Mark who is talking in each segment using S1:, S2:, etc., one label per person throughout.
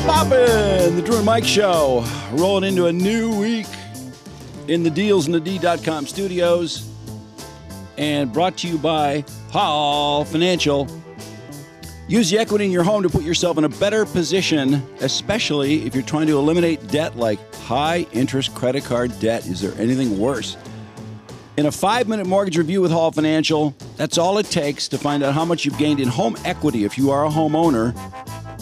S1: poppin'? The Drew and Mike Show. Rolling into a new week in the deals in the D.com studios and brought to you by Hall Financial. Use the equity in your home to put yourself in a better position, especially if you're trying to eliminate debt like high interest credit card debt. Is there anything worse? In a five minute mortgage review with Hall Financial, that's all it takes to find out how much you've gained in home equity if you are a homeowner.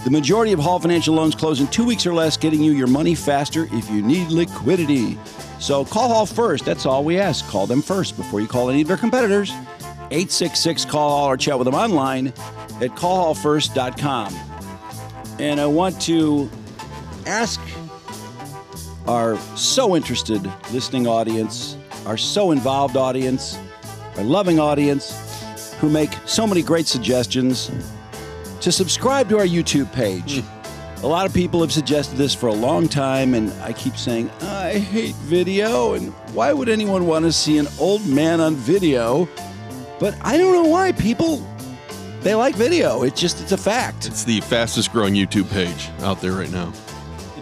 S1: The majority of Hall Financial loans close in two weeks or less, getting you your money faster if you need liquidity. So call Hall first. That's all we ask. Call them first before you call any of their competitors. 866 Call Hall or chat with them online at callhallfirst.com. And I want to ask our so interested listening audience, our so involved audience, our loving audience who make so many great suggestions to subscribe to our YouTube page. A lot of people have suggested this for a long time, and I keep saying, I hate video, and why would anyone want to see an old man on video? But I don't know why people they like video. It's just it's a fact.
S2: It's the fastest growing YouTube page out there right now.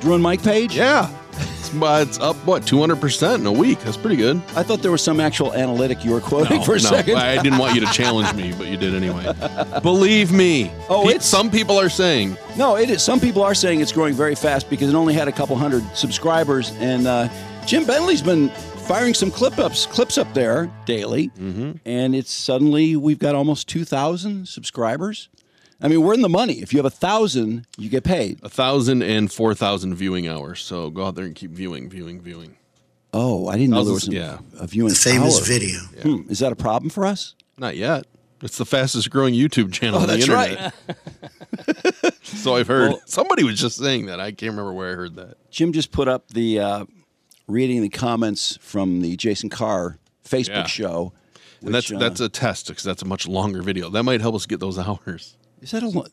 S1: Drew and Mike page?
S2: Yeah. It's, but it's up, what, 200% in a week? That's pretty good.
S1: I thought there was some actual analytic you were quoting
S2: No,
S1: for a
S2: no,
S1: second.
S2: I didn't want you to challenge me, but you did anyway. Believe me.
S1: Oh,
S2: Pe-
S1: it's-
S2: some people are saying
S1: No, it is. Some people are saying it's growing very fast because it only had a couple hundred subscribers, and uh, Jim Bentley's been firing some clip ups, clips up there daily,
S2: Mm-hmm.
S1: and it's suddenly we've got almost two thousand subscribers. I mean, we're in the money. If you have a thousand, you get paid.
S2: a thousand and four thousand viewing hours. So go out there and keep viewing, viewing, viewing.
S1: Oh, I didn't know there was
S2: Thousands,
S1: a, a viewing.
S3: Same as
S1: hour.
S3: video.
S1: Hmm, is that a problem for us?
S2: Not yet. It's the fastest growing YouTube channel
S1: Oh,
S2: on the
S1: that's
S2: internet.
S1: right.
S2: So I've heard. Somebody was just saying that. I can't remember where I heard that.
S1: Jim just put up the uh, reading the comments from the Jason Carr Facebook
S2: Yeah.
S1: show.
S2: And that's
S1: which, uh,
S2: that's a test because that's a much longer video. That might help us get those hours.
S1: is that a long?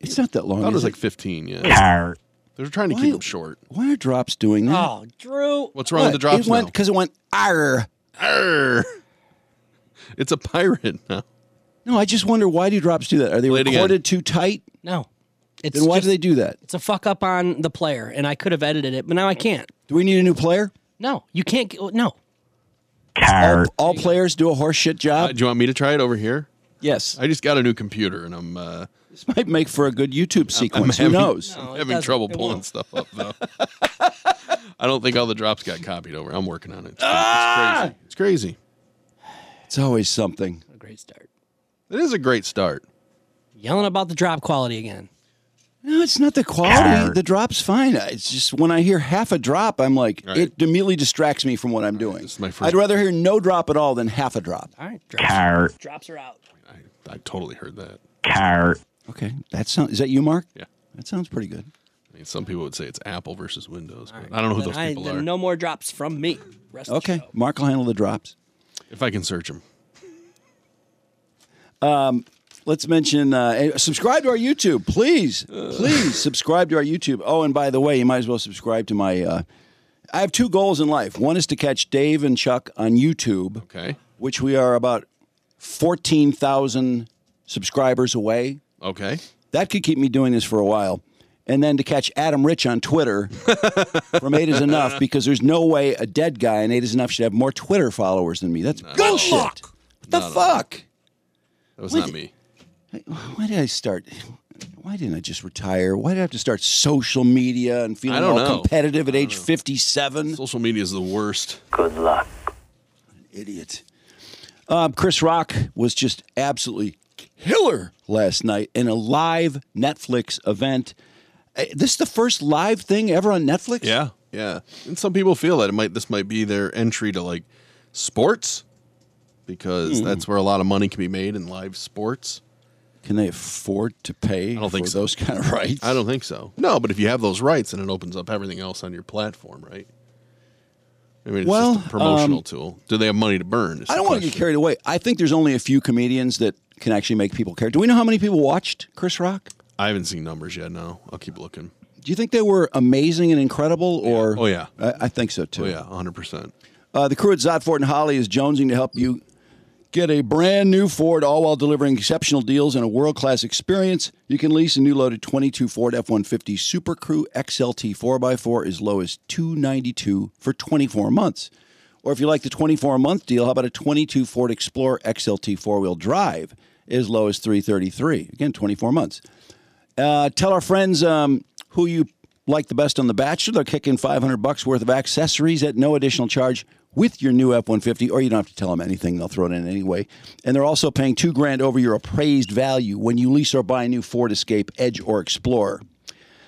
S1: It's not that long.
S2: I thought it
S1: is
S2: was
S1: it?
S2: like 15. Yeah, they're trying to
S1: Why-
S2: keep them short.
S1: Why are drops doing that?
S4: Oh, Drew.
S2: What's wrong with the drops
S1: It went
S2: now?
S1: because it went arr.
S2: Arr! It's a pirate now.
S1: No, I just wonder why do drops do that? Are they
S2: Play it again.
S1: recorded too tight?
S4: No. It's
S1: Then why
S4: just-
S1: do they do that?
S4: It's a fuck up on the player, and I could have edited it, but now I can't.
S1: Do we need a new player?
S4: No, you can't. get- No,
S1: All, all players do a horse shit
S2: Uh,
S1: job.
S2: do you want me to try it over here?
S1: yes,
S2: I just got a new computer and I'm uh,
S1: this might make for a good YouTube sequence. Who
S2: having-
S1: knows?
S4: No, it
S2: having
S4: doesn't.
S2: trouble
S4: It
S2: pulling
S4: won't.
S2: stuff up though. I don't think all the drops got copied over. I'm working on it. It's,
S1: Ah!
S2: crazy. It's crazy.
S1: It's always something.
S4: a great start.
S2: It is a great start.
S4: Yelling about the drop quality again.
S1: No, it's not the quality. The drop's fine. It's just when I hear half a drop, I'm like,
S2: Right.
S1: it immediately distracts me from what I'm doing.
S2: this is my first-
S1: I'd rather hear no drop at all than half a drop.
S4: All right, drops, drops are out.
S2: I, I totally heard that.
S1: Okay, that sounds. Is that you, Mark?
S2: Yeah.
S1: that sounds pretty good.
S2: I mean, some people would say it's Apple versus Windows, but I don't know who
S4: Then
S2: those
S4: I-
S2: people
S4: then
S2: are.
S4: No more drops from me. Rest of the
S1: Okay,
S4: show.
S1: Mark will handle the drops.
S2: If I can search them.
S1: Um, Let's mention uh, and subscribe to our YouTube, please, please subscribe to our YouTube. Oh, and by the way, you might as well subscribe to my. Uh, I have two goals in life. One is to catch Dave and Chuck on YouTube,
S2: Okay.
S1: which we are about fourteen thousand subscribers away.
S2: Okay.
S1: That could keep me doing this for a while. And then to catch Adam Rich on Twitter from Eight is Enough because there's no way a dead guy in Eight is Enough should have more Twitter followers than me. That's bullshit. What the fuck?
S2: That was
S1: Wait.
S2: not me.
S1: Why did I start? Why didn't I just retire? Why did I have to start social media and feeling
S2: I don't
S1: all
S2: know.
S1: competitive at age 57?
S2: Social media is the worst.
S1: Idiot. Um, Chris Rock was just absolutely killer last night in a live Netflix event. Uh, This is the first live thing ever on Netflix?
S2: Yeah, Oh, yeah. And some people feel that it might this might be their entry to like sports because
S1: Hmm.
S2: that's where a lot of money can be made in live sports.
S1: Can they afford to pay
S2: don't think
S1: for
S2: so.
S1: those kind of rights?
S2: I don't think so. No, but if you have those rights, then it opens up everything else on your platform, right? I mean, it's
S1: Well,
S2: just a promotional
S1: um,
S2: tool. Do they have money to burn? is
S1: I
S2: the
S1: don't want to get
S2: question.
S1: carried away. I think there's only a few comedians that can actually make people care. Do we know how many people watched Chris Rock?
S2: I haven't seen numbers yet. No, I'll keep looking.
S1: Do you think they were amazing and incredible, or
S2: Oh, yeah.
S1: I, I think so too.
S2: Oh yeah, hundred percent.
S1: Uh, the crew at Zotford and Holly is jonesing to help you Get a brand new Ford, all while delivering exceptional deals and a world class experience. You can lease a new loaded 22 Ford F 150 Super Crew XLT 4x4 as low as 292 for 24 months. Or if you like the 24 month deal, how about a 22 Ford Explorer XLT four wheel drive as low as 333? Again, 24 months. Uh, tell our friends um, who you like the best on The Bachelor. They're kicking 500 bucks worth of accessories at no additional charge with your new F 150, or you don't have to tell them anything. They'll throw it in anyway. And they're also paying two grand over your appraised value when you lease or buy a new Ford Escape, Edge, or Explorer.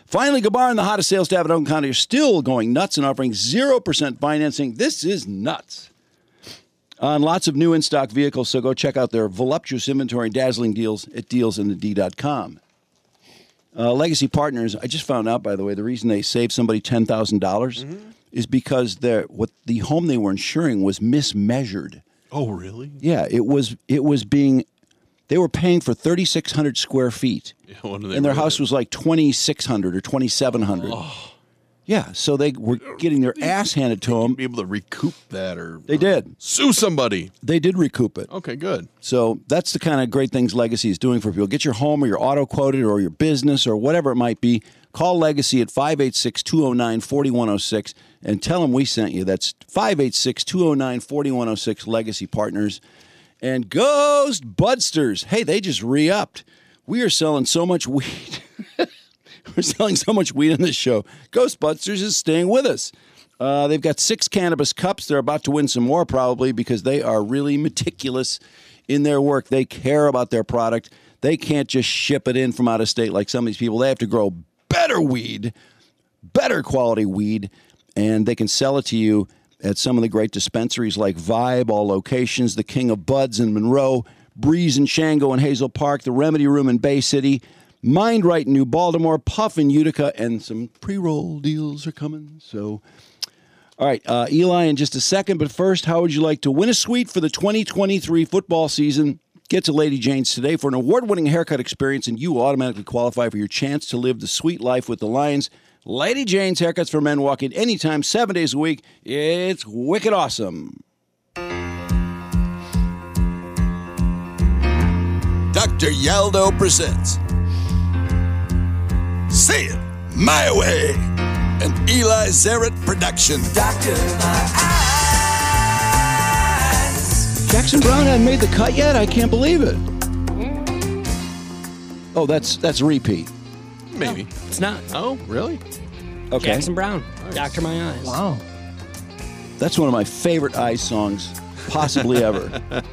S1: Finally, Gabar and the hottest sales staff at Oakland County are still going nuts and offering 0% financing. This is nuts on lots of new in stock vehicles. So go check out their voluptuous inventory and dazzling deals at dealsinthed.com. Uh, Legacy Partners, I just found out, by the way, the reason they saved somebody $10,000 dollars
S2: Mm-hmm.
S1: is because their, what the home they were insuring was mismeasured.
S2: Oh, really?
S1: Yeah, it was it was being they were paying for 3600 square feet.
S2: what do they
S1: and their
S2: really- Oh.
S1: house was like 2600 or 2700. Yeah, so they were getting their ass handed to them.
S2: Be able to recoup that or
S1: They did.
S2: sue somebody.
S1: They did recoup it.
S2: Okay, good.
S1: So that's the kind of great things Legacy is doing for people. Get your home or your auto quoted or your business or whatever it might be. Call Legacy at 586 209 4106 and tell them we sent you. That's 586 209 4106 Legacy Partners. And Ghost Budsters. Hey, they just re upped. We are selling so much weed. We're selling so much weed on this show. Ghostbusters is staying with us. Uh, they've got six cannabis cups. They're about to win some more, probably, because they are really meticulous in their work. They care about their product. They can't just ship it in from out of state like some of these people. They have to grow better weed, better quality weed, and they can sell it to you at some of the great dispensaries like Vibe, all locations, the King of Buds in Monroe, Breeze and Shango in Hazel Park, the Remedy Room in Bay City, Mind Right in New Baltimore, Puff in Utica, and some pre roll deals are coming. So, all right, uh, Eli, in just a second. But first, how would you like to win a suite for the 2023 football season? Get to Lady Jane's today for an award winning haircut experience, and you automatically qualify for your chance to live the sweet life with the Lions. Lady Jane's haircuts for men walk in anytime, seven days a week. It's wicked awesome.
S3: Dr. Yaldo presents See It My Way, an Eli Zaret production. Doctor,
S1: Jackson Brown hadn't made the cut yet? I can't believe it. Oh, that's that's repeat.
S2: Maybe.
S4: It's not.
S2: Oh, really?
S1: Okay.
S4: Jackson Brown, Doctor My Eyes.
S5: Wow.
S1: That's one of my favorite Eyes songs possibly ever.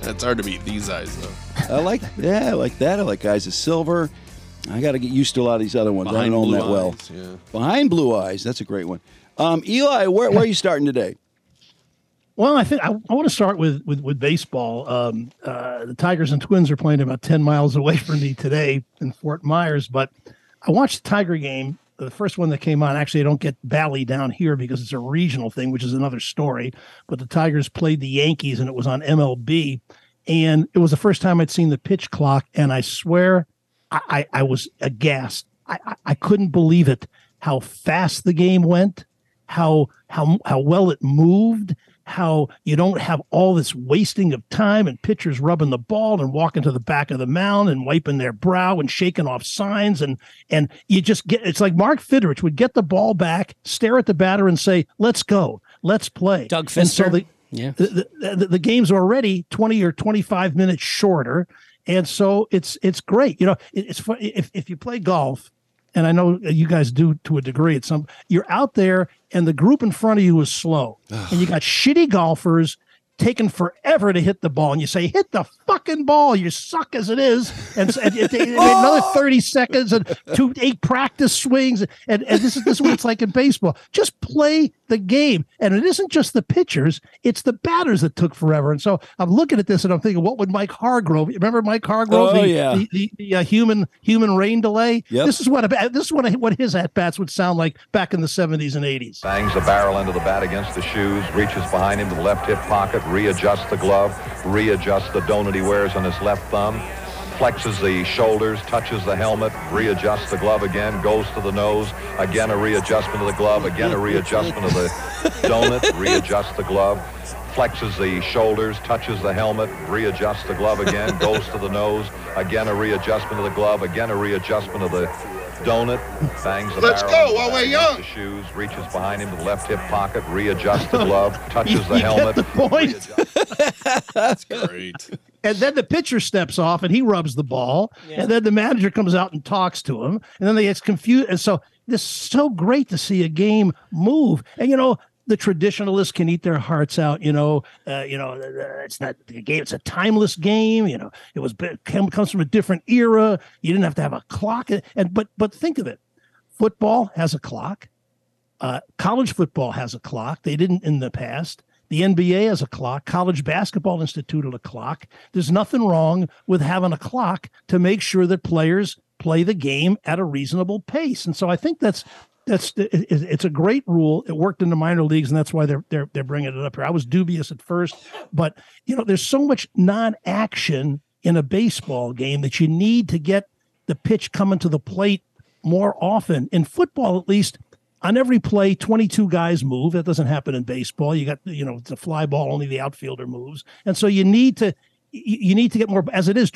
S2: That's hard to beat these eyes though.
S1: I like yeah, I like that. I like Eyes of Silver. I got to get used to a lot of these other ones. I
S2: Behind
S1: don't know them
S2: Blue
S1: that well.
S2: Eyes, yeah.
S1: Behind Blue Eyes, that's a great one. Um, Eli, where, where are you starting today?
S5: Well, I think I, I want to start with with, with baseball. Um, uh, the Tigers and Twins are playing about ten miles away from me today in Fort Myers, but I watched the Tiger game, the first one that came on. Actually, I don't get Bally down here because it's a regional thing, which is another story. But the Tigers played the Yankees, and it was on MLB, and it was the first time I'd seen the pitch clock, and I swear, I I, I was aghast. I, I I couldn't believe it how fast the game went how how how well it moved how you don't have all this wasting of time and pitchers rubbing the ball and walking to the back of the mound and wiping their brow and shaking off signs and and you just get it's like Mark Fiderich would get the ball back stare at the batter and say let's go let's play
S4: Doug
S5: and so
S4: Fister.
S5: the,
S4: Yeah.
S5: the, the, the- the game's already 20 or 25 minutes shorter and so it's it's great you know it, it's fun if, if you play golf and i know you guys do to a degree at some you're out there and the group in front of you is slow and you got shitty golfers taking forever to hit the ball and you say hit the fucking ball you suck as it is and, s- and it- it- it- another 30 seconds and two eight practice swings and, and this is this is what it's like in baseball just play the game and it isn't just the pitchers it's the batters that took forever and so i'm looking at this and i'm thinking what would mike hargrove remember mike hargrove
S1: Oh,
S5: the,
S1: yeah.
S5: the, the, the, uh, human human rain delay
S1: Yep.
S5: this is what a, ba- this is what a, what his at bats would sound like back in the 70s and 80s
S6: Bangs the barrel into the bat against the shoes, reaches behind him to the left hip pocket, readjusts the glove, readjusts the donut he wears on his left thumb, flexes the shoulders, touches the helmet, readjusts the glove again, goes to the nose, again a readjustment of the glove, again a readjustment of the donut, readjusts the glove, flexes the shoulders, touches the helmet, readjusts the glove again, goes to the nose, again a readjustment of the glove, again a readjustment of the donut, bangs the
S7: Let's
S6: barrel,
S7: go while we're
S6: back against
S7: young.
S6: The shoes reaches behind him to the left hip pocket, readjusts the glove, touches the
S5: You
S6: helmet.
S5: get the point.
S2: Great.
S5: And then the pitcher steps off and he rubs the ball. And then the manager comes out and talks to him. And then they get confused. And so this is so great to see a game move. And you know, the traditionalists can eat their hearts out. You know, uh, you know, uh, it's not the game. It's a timeless game. You know, it was it come- comes from a different era. You didn't have to have a clock. And but but think of it, football has a clock. Uh, college football has a clock. They didn't in the past. The NBA has a clock. College basketball instituted a clock. There's nothing wrong with having a clock to make sure that players play the game at a reasonable pace. And so I think that's that's it- it- it's a great rule. It worked in the minor leagues, and that's why they're they're they're bringing it up here. I was dubious at first, but you know, there's so much non-action in a baseball game that you need to get the pitch coming to the plate more often. In football, at least, on every play, 22 guys move. That doesn't happen in baseball. You got, you know, it's a fly ball, only the outfielder moves. And so you need to, you you need to get more, as it is,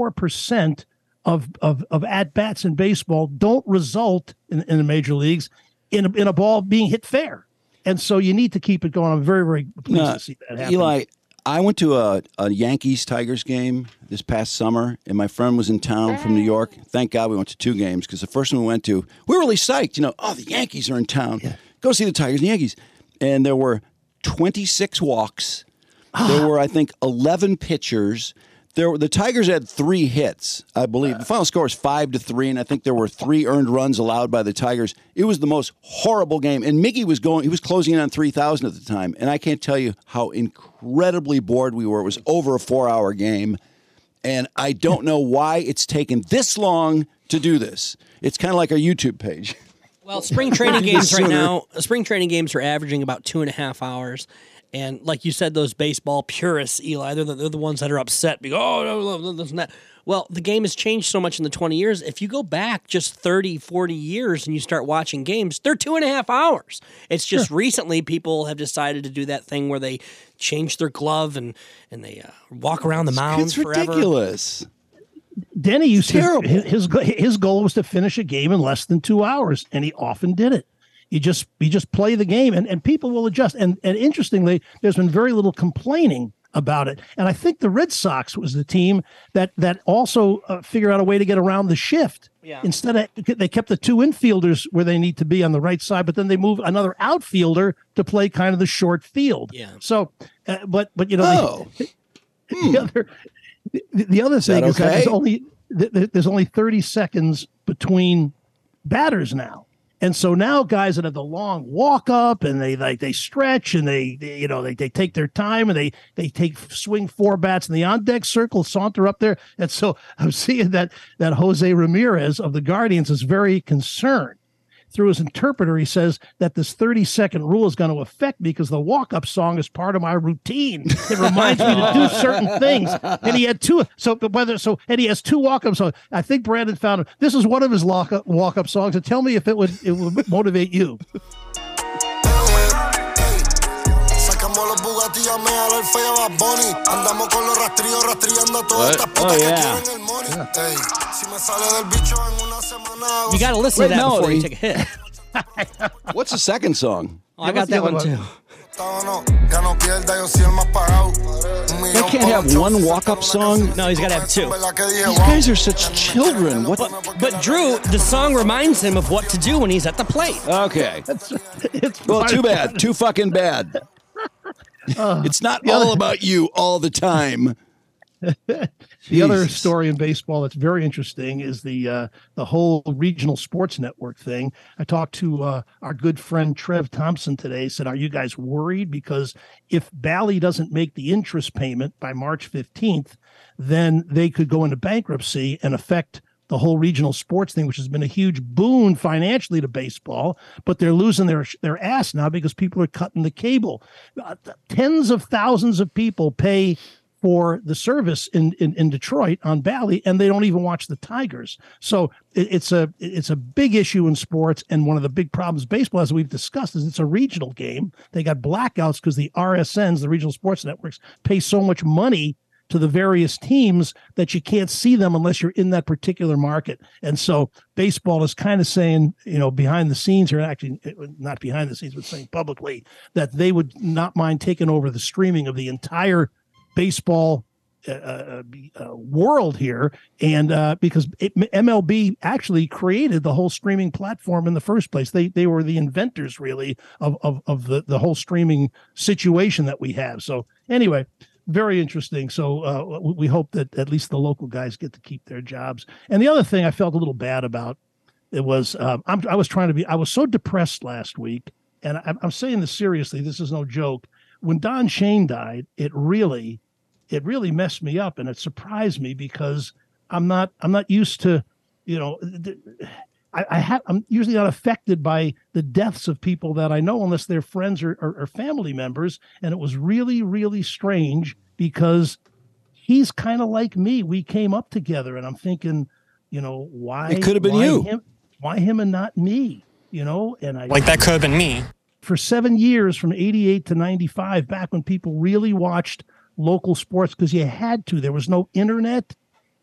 S5: 24% of, of, of at bats in baseball don't result in, in the major leagues in a, in a ball being hit fair. And so you need to keep it going. I'm very, very pleased
S1: No,
S5: to see that happen.
S1: Eli, I went to a, a Yankees Tigers game this past summer, and my friend was in town from New York. Thank God we went to two games because the first one we went to, we were really psyched. You know, oh, the Yankees are in town. Go see the Tigers and Yankees. And there were 26 walks. There were, I think, 11 pitchers. There, were, the Tigers had three hits, I believe. The final score was five to three, and I think there were three earned runs allowed by the Tigers. It was the most horrible game, and Mickey was going. He was closing in on three thousand at the time, and I can't tell you how incredibly bored we were. It was over a four-hour game, and I don't know why it's taken this long to do this. It's kind of like our YouTube page.
S4: Well, spring training games right
S1: sooner.
S4: now, spring training games are averaging about two and a half hours. And like you said, those baseball purists, Eli, they're the, they're the ones that are upset. Because, oh, no, no, no, this and that. Well, the game has changed so much in the 20 years. If you go back just 30, 40 years and you start watching games, they're two and a half hours. It's just recently people have decided to do that thing where they change their glove and, and they uh, walk around the mound
S1: It's
S4: forever.
S1: ridiculous.
S5: Denny used
S1: terrible.
S5: to his- his go- his goal was to finish a game in less than two hours, and he often did it. You just you just play the game, and, and people will adjust. And and interestingly, there's been very little complaining about it. And I think the Red Sox was the team that that also uh, figured out a way to get around the shift.
S4: Yeah.
S5: Instead of they kept the two infielders where they need to be on the right side, but then they move another outfielder to play kind of the short field.
S4: Yeah.
S5: So, uh, but but you know, they-
S1: Oh,
S5: the other the, the other
S1: that
S5: thing is that there's
S1: okay?
S5: only th- th- there's only 30 seconds between batters now and so now guys that have the long walk up and they like they stretch and they, they, you know they, they take their time and they they take swing four bats in the on deck circle saunter up there and so i'm seeing that that jose ramirez of the guardians is very concerned through his interpreter, he says that this 30 second rule is going to affect me because the walk up song is part of my routine. It reminds me to do certain things. And he had two. So, but whether so, and he has two walk up songs. I think Brandon found him. This is one of his walk up walk up songs. And tell me if it would it would motivate you.
S7: Sacamos los Bugatti, llamé al Alfa y a Bad Bunny. Andamos con los rastrillos, rastrillando a todas
S2: What?
S7: estas putas
S1: Oh,
S7: que
S1: yeah.
S7: quieren el money. Ey, si me sale del bicho en una semana, hago
S4: You got to listen to
S1: Great
S4: that before
S1: melody.
S4: you take a hit.
S1: what's the second song?
S4: Oh, I got that one too.
S7: o no. Ya no pierda, yo soy el más pagado. Un millón
S1: can't
S7: por
S1: have
S7: ocho,
S1: one
S7: se saca
S1: walk-up
S7: una
S1: song?
S7: canción.
S4: No, he's gotta have two.
S7: ¿Verdad que dije,
S1: These
S7: wow?
S1: guys are such children. What?
S4: But, but Drew, the song reminds him of what to do when he's at the plate.
S1: Okay.
S5: It's
S1: Well, too
S5: part-
S1: bad. Too fucking bad.
S5: Uh,
S1: it's not all about you all the time.
S5: The other
S1: Jesus.
S5: story in baseball that's very interesting is the uh, the whole regional sports network thing. I talked to uh, our good friend Trev Thompson today. Said, "Are you guys worried because if Bally doesn't make the interest payment by March fifteenth, then they could go into bankruptcy and affect the whole regional sports thing, which has been a huge boon financially to baseball, but they're losing their their ass now because people are cutting the cable. Uh, th- tens of thousands of people pay for the service in, in, in Detroit on Bally, and they don't even watch the Tigers. So it, it's a it's a big issue in sports, and one of the big problems baseball, as we've discussed, is it's a regional game. They got blackouts because the RSNs, the regional sports networks, pay so much money to the various teams that you can't see them unless you're in that particular market. And so baseball is kind of saying, you know, behind the scenes, or actually eh, not behind the scenes, but saying publicly that they would not mind taking over the streaming of the entire baseball uh, uh, uh, world here. And uh, because it, MLB actually created the whole streaming platform in the first place, they they were the inventors really of of, of the, the whole streaming situation that we have. So anyway, very interesting. So uh, w- we hope that at least the local guys get to keep their jobs. And the other thing I felt a little bad about it was um, I'm, I was trying to be I was so depressed last week, and I'm, I'm saying this seriously. This is no joke. When Don Shane died, it really it really messed me up, and it surprised me because I'm not I'm not used to you know. th- I, I have, I'm usually not affected by the deaths of people that I know unless they're friends or, or, or family members. And it was really, really strange because he's kind of like me. We came up together, and I'm thinking, you know, why
S1: It could have been
S5: why
S1: you.
S5: Him, why him and not me? You know, and I
S8: Like that could have been me.
S5: for seven years from 88 to 95 back when people really watched local sports because you had to there was no internet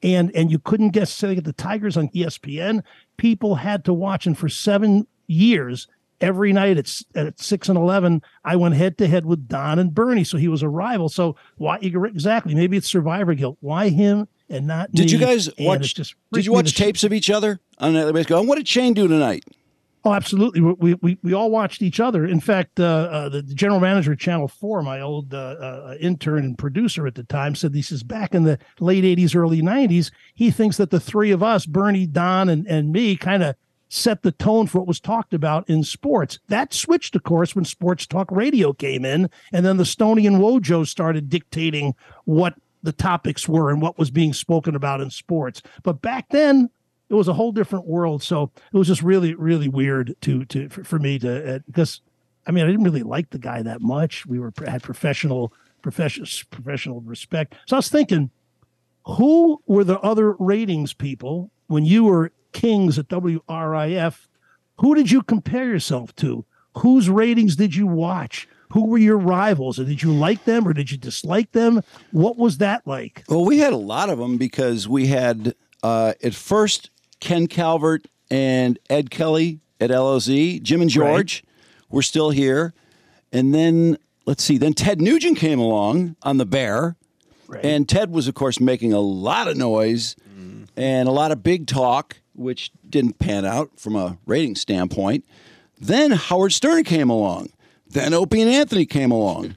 S5: and and you couldn't get say get the tigers on E espn people had to watch and for seven years every night at, s- at 6 and 11 i went head to head with don and bernie so he was a rival so why exactly maybe it's survivor guilt why him and not
S1: Did you
S5: me?
S1: guys
S5: And it's
S1: watch?
S5: just
S1: did
S5: freaked
S1: you
S5: me
S1: watch
S5: the shit
S1: tapes of each other on another base? Going, what did Shane do tonight?
S5: Oh, absolutely. We- We we, we all watched each other. In fact, uh, uh, the the general manager of Channel Four, my old uh, uh, intern and producer at the time, said this is back in the late '80s, early '90s. He thinks that the three of us, Bernie, Don, and and me, kind of set the tone for what was talked about in sports. That switched, of course, when sports talk radio came in, and then the Stoney and Wojo started dictating what the topics were and what was being spoken about in sports. But back then, it was a whole different world. So it was just really, really weird to to for, for me to uh, because I mean I didn't really like the guy that much. We were had professional professional professional respect. So I was thinking, who were the other ratings people when you were kings at WRIF? Who did you compare yourself to? Whose ratings did you watch? Who were your rivals? And did you like them or did you dislike them? What was that like?
S1: Well, we had a lot of them because we had uh, at first Ken Calvert and Ed Kelly at LOZ. Jim and George were still here, and then let's see. Then Ted Nugent came along on the Bear, and Ted was, of course, making a lot of noise and a lot of big talk, which didn't pan out from a rating standpoint. Then Howard Stern came along. Then Opie and Anthony came along.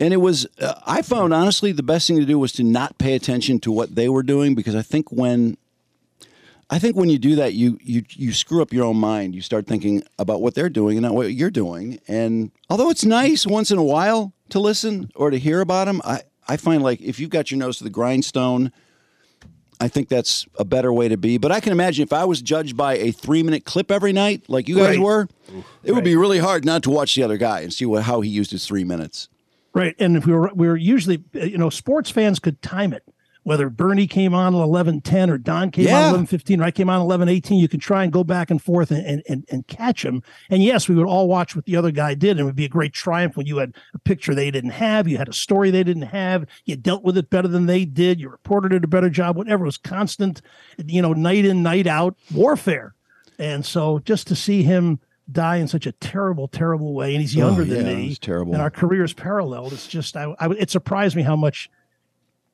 S1: And it was, uh, I found honestly, the best thing to do was to not pay attention to what they were doing because I think when. I think when you do that, you, you you screw up your own mind. You start thinking about what they're doing and not what you're doing. And although it's nice once in a while to listen or to hear about them, I, I find like if you've got your nose to the grindstone, I think that's a better way to be. But I can imagine if I was judged by a three minute clip every night, like you guys
S5: Right.
S1: were, it would be really hard not to watch the other guy and see what, how he used his three minutes.
S5: Right, and if we were we were usually uh, you know sports fans could time it. Whether Bernie came on at eleven ten or Don came on
S1: Yeah.
S5: at eleven fifteen or I came on eleven eighteen, you could try and go back and forth and, and, and, and catch him. And yes, we would all watch what the other guy did, and it would be a great triumph when you had a picture they didn't have, you had a story they didn't have, you dealt with it better than they did, you reported it a better job, whatever. It was constant, you know, night in, night out warfare. And so just to see him die in such a terrible, terrible way, and he's younger than
S1: Oh, yeah,
S5: me,
S1: it's terrible.
S5: and our careers paralleled. It's just I, I it surprised me how much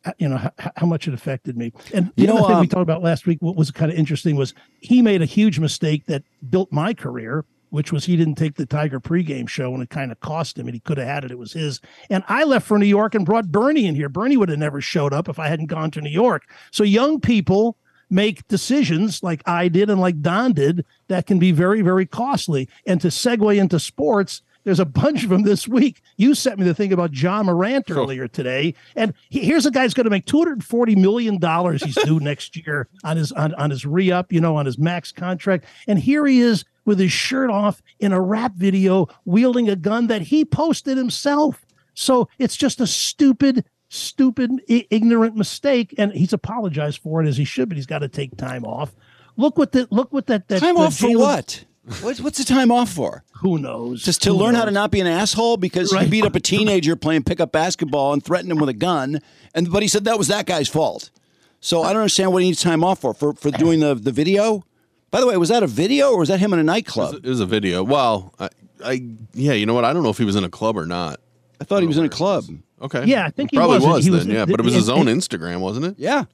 S5: uh, you know how, how much it affected me. And the
S1: You know,
S5: other thing
S1: um,
S5: we talked about last week, what was kind of interesting was he made a huge mistake that built my career, which was he didn't take the Tiger pregame show, and it kind of cost him. And he could have had it; it was his. And I left for New York and brought Bernie in here. Bernie would have never showed up if I hadn't gone to New York. So young people make decisions like I did and like Don did that can be very, very costly. And to segue into sports, there's a bunch of them this week. You sent me the thing about John Morant earlier today, and he- here's a guy who's going to make 240 million dollars. He's due next year on his on, on his re up, you know, on his max contract, and here he is with his shirt off in a rap video, wielding a gun that he posted himself. So it's just a stupid, stupid, I- ignorant mistake, and he's apologized for it as he should. But he's got to take time off. Look what the look what that, that
S1: Time
S5: the
S1: off for
S5: Jalen-
S1: what? What's what's the time off for?
S5: Who knows?
S1: Just to
S5: Who
S1: learn how to
S5: knows?
S1: not be an asshole because he
S5: Right.
S1: beat up a teenager playing pickup basketball and threatened him with a gun. And but he said that was that guy's fault. So I don't understand what he needs time off for for, for doing the, the video. By the way, was that a video or was that him in a nightclub?
S2: It was a video. Well, I, I yeah, you know what? I don't know if he was in a club or not.
S1: I thought he was in a club.
S2: Okay.
S5: Yeah, I think he
S2: probably
S5: was. He
S2: then.
S5: was-
S2: yeah, but it was his
S5: it-
S2: own
S5: it-
S2: Instagram, wasn't it?
S1: Yeah.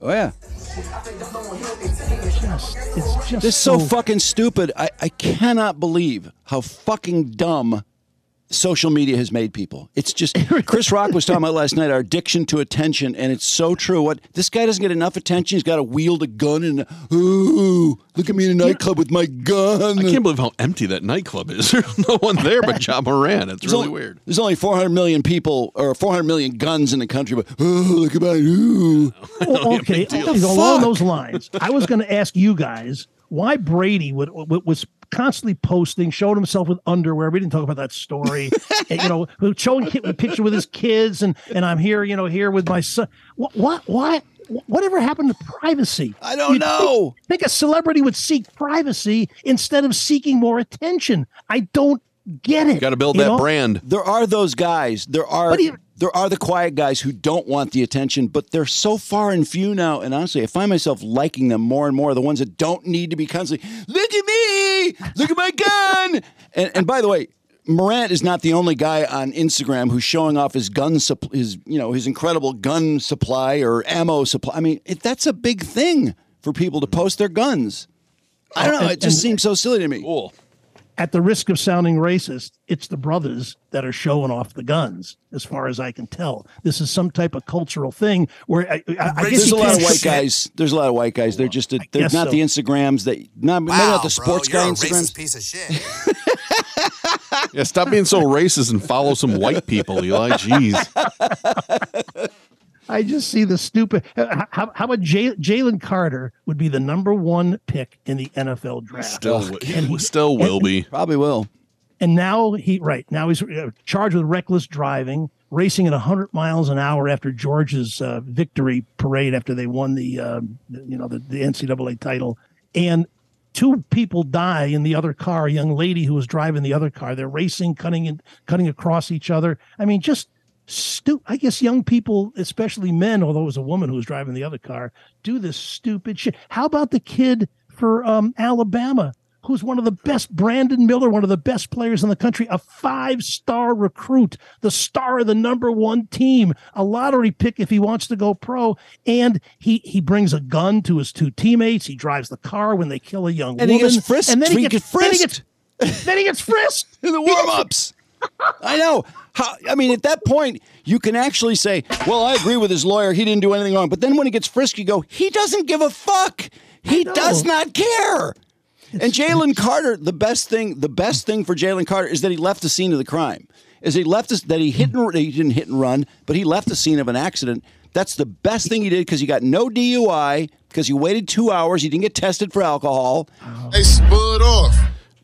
S1: Oh yeah.
S5: Just- it's just
S1: This is so fucking stupid. I, I cannot believe how fucking dumb social media has made people. It's just Chris Rock was talking about last night our addiction to attention, and it's so true. What this guy doesn't get enough attention. He's got to wield a gun and ooh, look at me in a nightclub with my gun.
S2: I can't believe how empty that nightclub is. There's no one there but John Moran. It's
S1: There's
S2: really
S1: only-
S2: weird.
S1: There's only 400 million people or 400 million guns in the country, but ooh, look at my ooh.
S5: Well, okay,
S1: The
S5: along
S1: fuck?
S5: those lines, I was going to ask you guys why Brady would, would was constantly posting, showing himself with underwear. We didn't talk about that story, and, you know, who showing kid, a picture with his kids, and and I'm here, you know, here with my son. What what what? Whatever happened to privacy?
S1: I don't
S5: You'd think-
S1: know.
S5: Think, a celebrity would seek privacy instead of seeking more attention. I don't get it.
S2: Got to build
S5: you
S2: that
S5: know?
S2: brand.
S1: There are those guys. There are
S5: What do you-
S1: there are the quiet guys who don't want the attention, but they're so far and few now. And honestly, I find myself liking them more and more. The ones that don't need to be constantly look at me, look at my gun. and and by the way. Morant is not the only guy on Instagram who's showing off his gun supp- his you know his incredible gun supply or ammo supply. I mean, it, that's a big thing for people to post their guns. I don't know.
S5: Oh, And-
S1: It just
S5: and-
S1: seems so silly to me.
S2: Cool.
S5: at the risk of sounding racist, it's the brothers that are showing off the guns, as far as I can tell. This is some type of cultural thing where I, I, I guess
S1: There's
S5: you
S1: a lot of
S5: can't-
S1: white guys. There's a lot of white guys. They're just a, they're
S5: guess
S1: not
S5: so.
S1: the Instagrams that not maybe
S7: Wow,
S1: not the sports
S7: bro,
S1: guy
S7: you're a
S1: Instagrams.
S7: racist piece of shit.
S2: Yeah, stop being so racist and follow some white people, Eli. Jeez.
S5: I just see the stupid. How, how how about Jay- Jalen Carter would be the number one pick in the NFL draft?
S2: Still, wi- still will be.
S1: Probably will.
S5: And now he right now he's uh, charged with reckless driving, racing at 100 miles an hour after Georgia's uh, victory parade after they won the um, the- you know the, the NCAA title, and two people die in the other car. A young lady who was driving the other car. They're racing, cutting in, cutting across each other. I mean, just stupid. I guess young people, especially men, although it was a woman who was driving the other car, do this stupid shit. How about the kid for um, Alabama, who's one of the best, Brandon Miller, one of the best players in the country, a five star recruit, the star of the number one team, a lottery pick if he wants to go pro. And he, he brings a gun to his two teammates. He drives the car when they kill a young
S1: And he
S5: woman.
S1: gets frisked.
S5: And then he
S1: He
S5: gets,
S1: gets
S5: then he
S1: frisked.
S5: gets- then he gets frisked.
S1: In the warm ups. I know. How, I mean, at that point, you can actually say, "Well, I agree with his lawyer. He didn't do anything wrong." But then when he gets frisked, you go, "He doesn't give a fuck. He does not care." and Jalen Carter, the best thing, the best thing for Jalen Carter is that he left the scene of the crime. Is he left us that he hit and he didn't hit and run, but he left the scene of an accident. That's the best thing he did because he got no DUI because he waited two hours. He didn't get tested for alcohol,
S8: They spud off.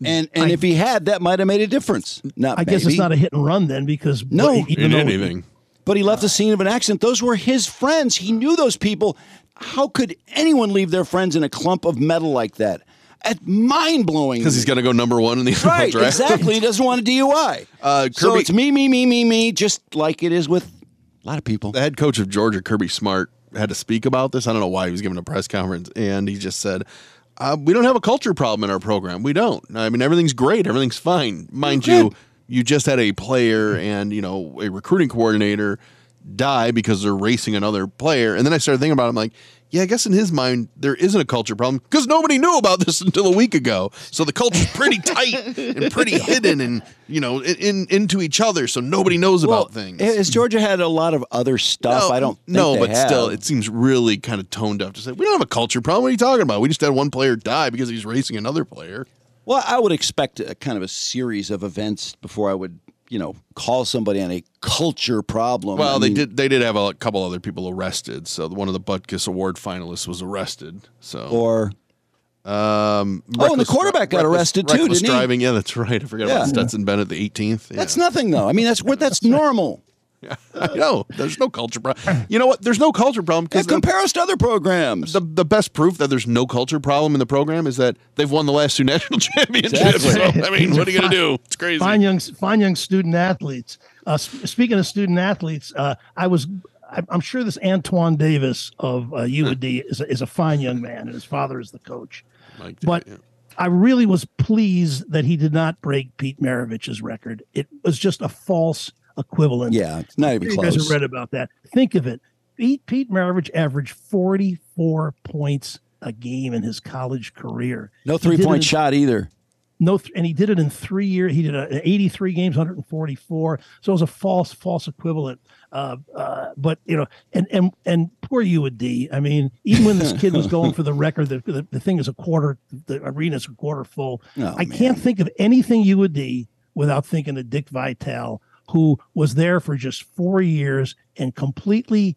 S1: and and if he had, that might have made a difference. Not
S5: I guess
S1: maybe.
S5: it's not a hit and run then because
S1: No.
S5: even
S2: In
S5: though-
S2: anything.
S1: But he left the scene of an accident. Those were his friends. He knew those people. How could anyone leave their friends in a clump of metal like that? At mind blowing.
S2: Because he's going to go number one in the NFL
S1: right,
S2: draft.
S1: exactly. He doesn't want a DUI.
S2: Uh,
S1: so
S2: Kirby-
S1: it's me, me, me, me, me, just like it is with a lot of people.
S2: the head coach of Georgia, Kirby Smart, had to speak about this. I don't know why he was giving a press conference, and he just said, uh, "We don't have a culture problem in our program. We don't. I mean, everything's great. Everything's fine, mind you. You just had a player and you know a recruiting coordinator die because they're racing another player, and then I started thinking about. It, I'm like." Yeah, I guess in his mind there isn't a culture problem because nobody knew about this until a week ago. So the culture's pretty tight and pretty hidden, and you know, in, in into each other. So nobody knows about things.
S1: Oh, Has Georgia had a lot of other stuff? I don't think
S2: Oh, No,
S1: they
S2: but
S1: have.
S2: still, it seems really kind of tone deaf to say we don't have a culture problem. What are you talking about? We just had one player die because he's racing another player.
S1: Well, I would expect a kind of a series of events before I would, you know, call somebody on a culture problem.
S2: Well,
S1: I
S2: they
S1: mean,
S2: did. They did have a couple other people arrested. So one of the Butkus Award finalists was arrested. So
S1: Or
S2: um,
S1: Oh, and the
S2: reckless-
S1: quarterback got
S2: reckless-
S1: arrested too,
S2: reckless
S1: didn't he?
S2: driving. Yeah, that's right. I forgot
S1: Yeah.
S2: about Stetson Bennett, the 18th. Yeah.
S1: That's nothing though. I mean, that's what that's normal.
S2: no, there's no culture problem. You know what? There's no culture problem
S1: Yeah,
S2: because
S1: compare us to other programs.
S2: the, the best proof that there's no culture problem in the program is that they've won the last two national championships.
S5: Exactly.
S2: So, I mean, what are you going to do? It's crazy.
S5: fine young fine young student athletes. Uh, s- speaking of student athletes, uh, I was I, I'm sure this Antoine Davis of uh, UD is a, is a fine young man, and his father is the coach.
S2: Like,
S5: But
S2: yeah.
S5: I really was pleased that he did not break Pete Maravich's record. It was just a false equivalent.
S1: yeah, it's not even
S5: you guys have
S1: close.
S5: read about that. Think of it. Pete, Pete Maravich averaged 44 points a game in his college career.
S1: No
S5: He did it
S1: three point
S5: in-
S1: shot either.
S5: no th- and he did it in three years he did uh 83 games 144 so it was a false false equivalent uh, uh, but you know and and and poor you would d i mean even when this kid was going for the record the, the, the thing is a quarter the arena's a quarter full
S1: Oh,
S5: i
S1: man.
S5: can't think of anything you would d without thinking of dick vitale who was there for just four years and completely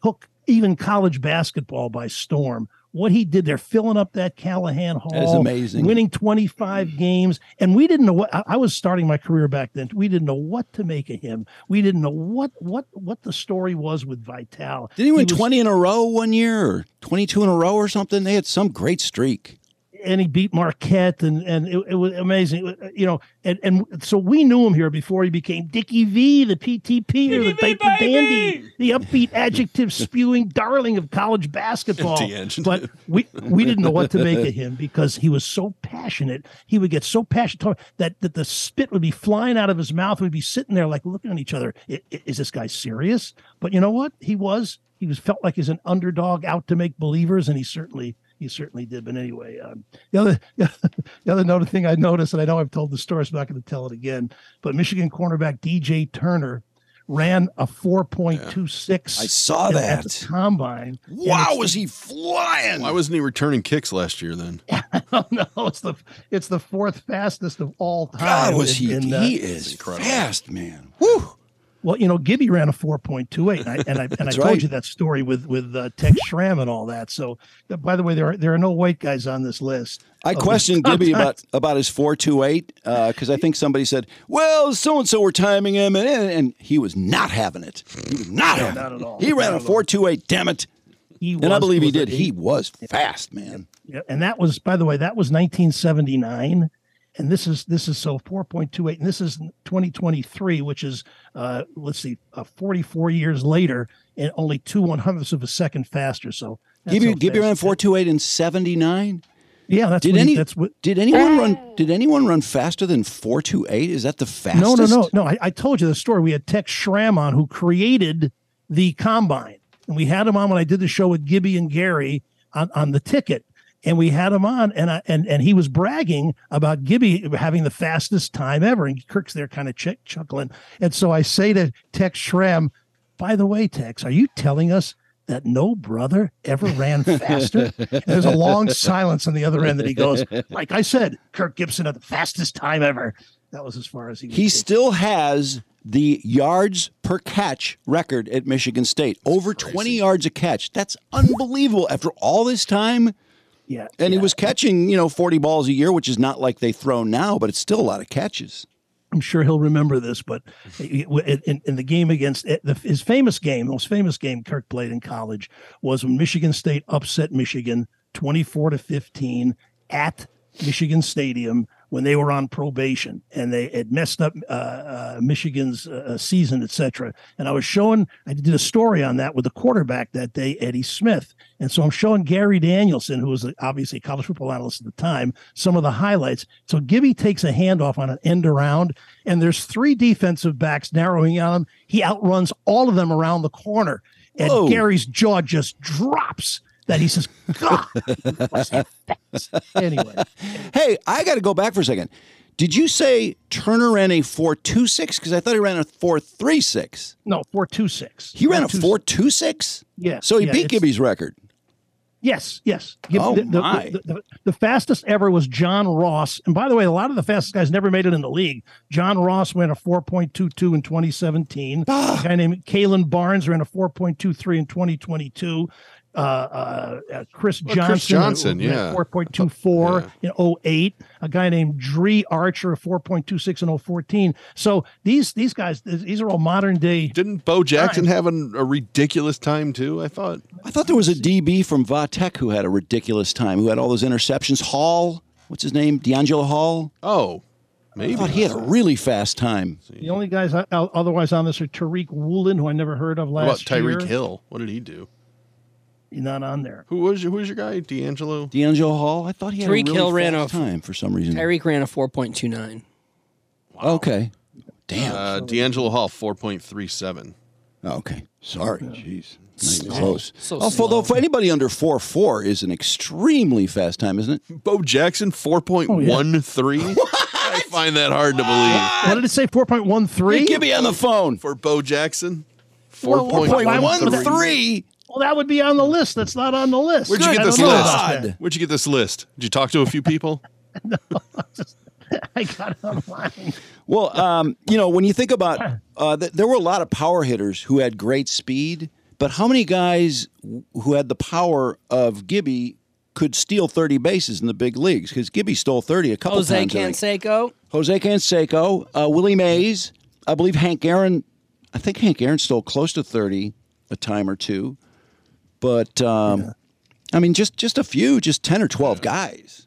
S5: took even college basketball by storm what he did there filling up that callahan hall
S1: That is amazing. Mm.
S5: winning 25 games and we didn't know what I, I was starting my career back then we didn't know what to make of him we didn't know what what what the story was with vital
S1: Did he win
S5: was-
S1: 20 in a row one year or 22 in a row or something? They had some great streak.
S5: and he beat marquette and and it, it was amazing It was, you know and and so we knew him here before he became dickie v the ptp or the paper dandy the upbeat adjective spewing darling of college basketball
S2: The adjective.
S5: but we we didn't know what to make of him because he was so passionate. He would get so passionate that that the spit would be flying out of his mouth. We'd be sitting there like looking at each other. "I- i- Is this guy serious? But you know what? He was. He was felt like he's an underdog out to make believers, and he certainly he certainly did. But anyway, um, the other the other note thing I noticed, and I know I've told the story, so I'm not going to tell it again. But Michigan cornerback DJ Turner ran a four point two six.
S1: I saw
S5: At
S1: that.
S5: the combine. and
S1: Wow,
S5: it's
S1: was he flying?
S2: Why wasn't he returning kicks last year then?
S5: Oh no, it's the it's the fourth fastest of all time.
S1: God, was he?
S5: And, uh,
S1: he is fast, man. Woo!
S5: well, you know, Gibby ran a four point two eight, and I and I, and I told
S1: right.
S5: you that story with with uh, Tex Schramm and all that. So, uh, by the way, there are there are no white guys on this list. Oh,
S1: I questioned Gibby about about his four two eight because I think somebody said, "Well, so and so were timing him," and, and he was not having it. He was not having
S5: not at
S1: it.
S5: all.
S1: He ran
S5: Not
S1: a
S5: at all.
S1: four two eight. Damn it!
S5: He
S1: And I
S5: was-
S1: believe he
S5: was a-
S1: did. He was fast, man.
S5: Yeah, and that was by the way that was 1979 and this is this is so 4.28 and this is 2023 which is uh let's see uh, 44 years later and only two one hundredths of a second faster so that's
S1: Gibby
S5: how
S1: Gibby
S5: fast-
S1: ran four two eight in seventy nine.
S5: yeah that's
S1: Did
S5: what he-
S1: any
S5: that's what
S1: did anyone run? Did anyone run faster than four two eight? Is that the fastest?
S5: no no no no I, I told you the story we had tex schramm on who created the combine and we had him on when i did the show with gibby and gary on, on the ticket and we had him on and I, and and he was bragging about gibby having the fastest time ever and kirk's there kind of ch- chuckling and so i say to tex schramm by the way tex are you telling us that no brother ever ran faster. And there's a long silence on the other end that he goes, like I said, Kirk Gibson at the fastest time ever. That was as far as he would
S1: He
S5: take.
S1: still has the yards per catch record at Michigan State. Over 20 yards a catch. That's unbelievable after all this time.
S5: Yeah.
S1: And he
S5: yeah.
S1: was catching, you know, 40 balls a year, which is not like they throw now, but it's still a lot of catches.
S5: I'm sure he'll remember this, but it- it- in, in the game against it- the, his famous game, most famous game Kirk played in college was when Michigan State upset Michigan 24 to 15 at Michigan Stadium when they were on probation and they it messed up uh, uh, Michigan's uh, season, etc. And I was showing, I did a story on that with the quarterback that day, Eddie Smith. And so I'm showing Gary Danielson, who was obviously a college football analyst at the time, some of the highlights. So Gibby takes a handoff on an end around, and there's three defensive backs narrowing in on him. He outruns all of them around the corner, and
S1: Whoa.
S5: Gary's jaw just drops. That he says, God, was that fast?" Anyway,
S1: Hey, I got to go back for a second. Did you say Turner ran a 4.26? Because I thought he ran a 4.36.
S5: no, 426.
S1: He ran a 4.26?
S5: 426. Yeah,
S1: So he
S5: yeah,
S1: beat
S5: it's-
S1: Gibby's record.
S5: Yes, yes. Give-
S1: Oh,
S5: the, the-
S1: my.
S5: The, the- the fastest ever was John Ross. And by the way, a lot of the fastest guys never made it in the league. John Ross ran a 4.22 in
S1: Ah.
S5: 2017. a guy named Kalen Barnes ran a 4.23 in 2022. uh, uh, uh, Chris
S2: Chris
S5: Johnson,
S2: Johnson, yeah.
S5: four point two four
S2: Yeah.
S5: in 08, a guy named Dree Archer, four point two six in 014. So these these guys, th- these are all modern day.
S2: Didn't Bo Jackson have an, a ridiculous time too? I thought.
S1: I thought there was a DB from Vatek who had a ridiculous time, who had all those interceptions. Hall, what's his name? D'Angelo Hall.
S2: Oh,
S1: I
S2: maybe.
S1: thought he had a really fast time.
S5: The only guys I, o- otherwise on this are Tariq Woolen, who I never heard of
S2: What about
S5: last year.
S2: Tyreek Hill? What did he do?
S5: He's not on there.
S2: Who was your, who was your guy? D'Angelo.
S1: D'Angelo Hall. I thought he had a
S4: Tariq
S1: really
S4: Hill ran
S1: fast
S4: a-
S1: time for some reason.
S4: Tyreek ran a 4.29.
S1: Okay. Damn.
S2: Uh, D'Angelo Hall, four point three seven.
S1: Oh, okay. Sorry. Jeez. Not even close.
S4: So
S1: oh, for, though,
S4: slow.
S1: for anybody under four four is an extremely fast time, isn't it? Oh,
S2: Bo Jackson, four point one three. I find that hard to believe.
S5: What did it say? Four point one three.
S1: Give me on the phone.
S2: For Bo Jackson,
S5: Well,
S2: four
S5: why
S2: point
S5: would
S2: one
S5: that-
S2: three.
S5: Well, that would be on the list. That's not on the list.
S2: Where'd you
S5: Good,
S2: get
S5: I
S2: this
S5: don't know
S2: list?
S5: about that.
S2: Where'd you get this list? Did you talk to a few people?
S5: I got it online.
S1: Well, um, you know, when you think about, uh, th- there were a lot of power hitters who had great speed, but how many guys w- who had the power of Gibby could steal 30 bases in the big leagues? Because Gibby stole 30 a couple
S4: Jose
S1: times. I think.
S4: Canseco.
S1: Jose Canseco, uh, Willie Mays, I believe Hank Aaron. I think Hank Aaron stole close to 30 a time or two, but um, I mean, just just a few, just 10 or 12 guys.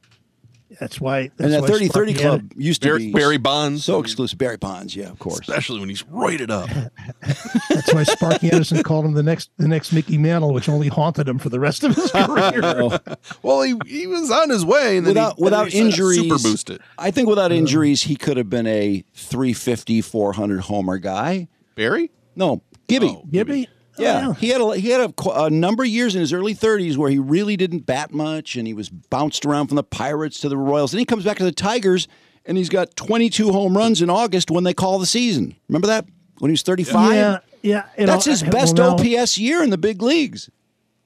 S5: That's why. That's
S1: And that
S5: why
S1: 30 30
S5: Sparky had it.
S1: club used to
S2: Barry-
S1: be
S2: Barry Bonds.
S1: So exclusive. Barry Bonds, yeah, of course.
S2: Especially when he's roided up.
S5: That's why Sparky Anderson called him the next the next Mickey Mantle, which only haunted him for the rest of his career.
S2: Well, he, he was on his way, and then
S1: without
S2: he,
S1: without
S2: then he decided
S1: injuries
S2: to super boost it.
S1: I think without injuries he could have been a 350 400 homer guy.
S2: Barry,
S1: No, Gibby.
S2: Oh,
S5: Gibby.
S1: yeah.
S5: Oh,
S1: he had a he had a, qu- a number of years in his early 30s where he really didn't bat much and he was bounced around from the Pirates to the Royals. Then he comes back to the Tigers and he's got 22 home runs in August when they call the season. Remember that? When he was 35?
S5: yeah. Yeah. you
S1: That's
S5: know,
S1: his
S5: I-
S1: best
S5: well, now-
S1: OPS year in the big leagues.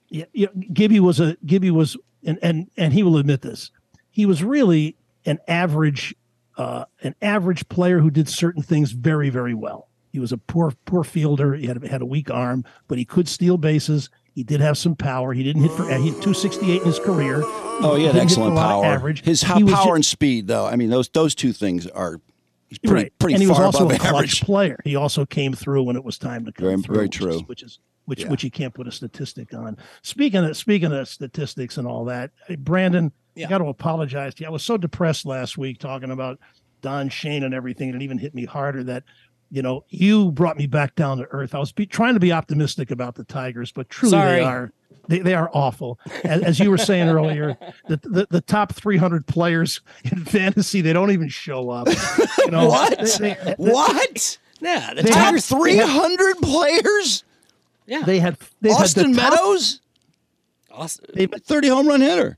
S5: yeah, yeah, Gibby was a Gibby was and and and he will admit this. He was really an average uh an average player who did certain things very very well. He was a poor poor fielder. He had a, had a weak arm, but he could steal bases. He did have some power. He didn't hit for he hit 268 in his career.
S1: Oh, he had
S5: Didn't hit
S1: excellent
S5: for a lot of
S1: power.
S5: average.
S1: His
S5: He
S1: high
S5: was
S1: power
S5: ju-
S1: and speed, though. I mean, those those two things are he's pretty pretty
S5: and he
S1: far
S5: was also
S1: above
S5: a clutch
S1: average.
S5: player. He also came through when it was time to come
S1: Very-
S5: through,
S1: very
S5: which
S1: true.
S5: Is, which is which which you can't put a statistic on. Speaking of speaking of statistics and all that, hey, Brandon,
S4: Yeah.
S5: I got to apologize to you. I was so depressed last week talking about Don Shane and everything, and it even hit me harder that. You know, you brought me back down to earth. I was be, trying to be optimistic about the Tigers, but truly
S4: Sorry.
S5: they are they, they are awful. As, as you were saying earlier, the, the the top 300 players in fantasy they don't even show up. You know,
S1: What?
S5: They, they-
S1: What?
S4: Yeah, the
S5: They
S1: Top
S5: have-
S4: Tigers.
S1: three hundred players.
S4: Yeah,
S5: they had they
S1: Austin
S5: had the top-
S1: Meadows,
S4: Austin-
S5: they-
S1: thirty home run hitter,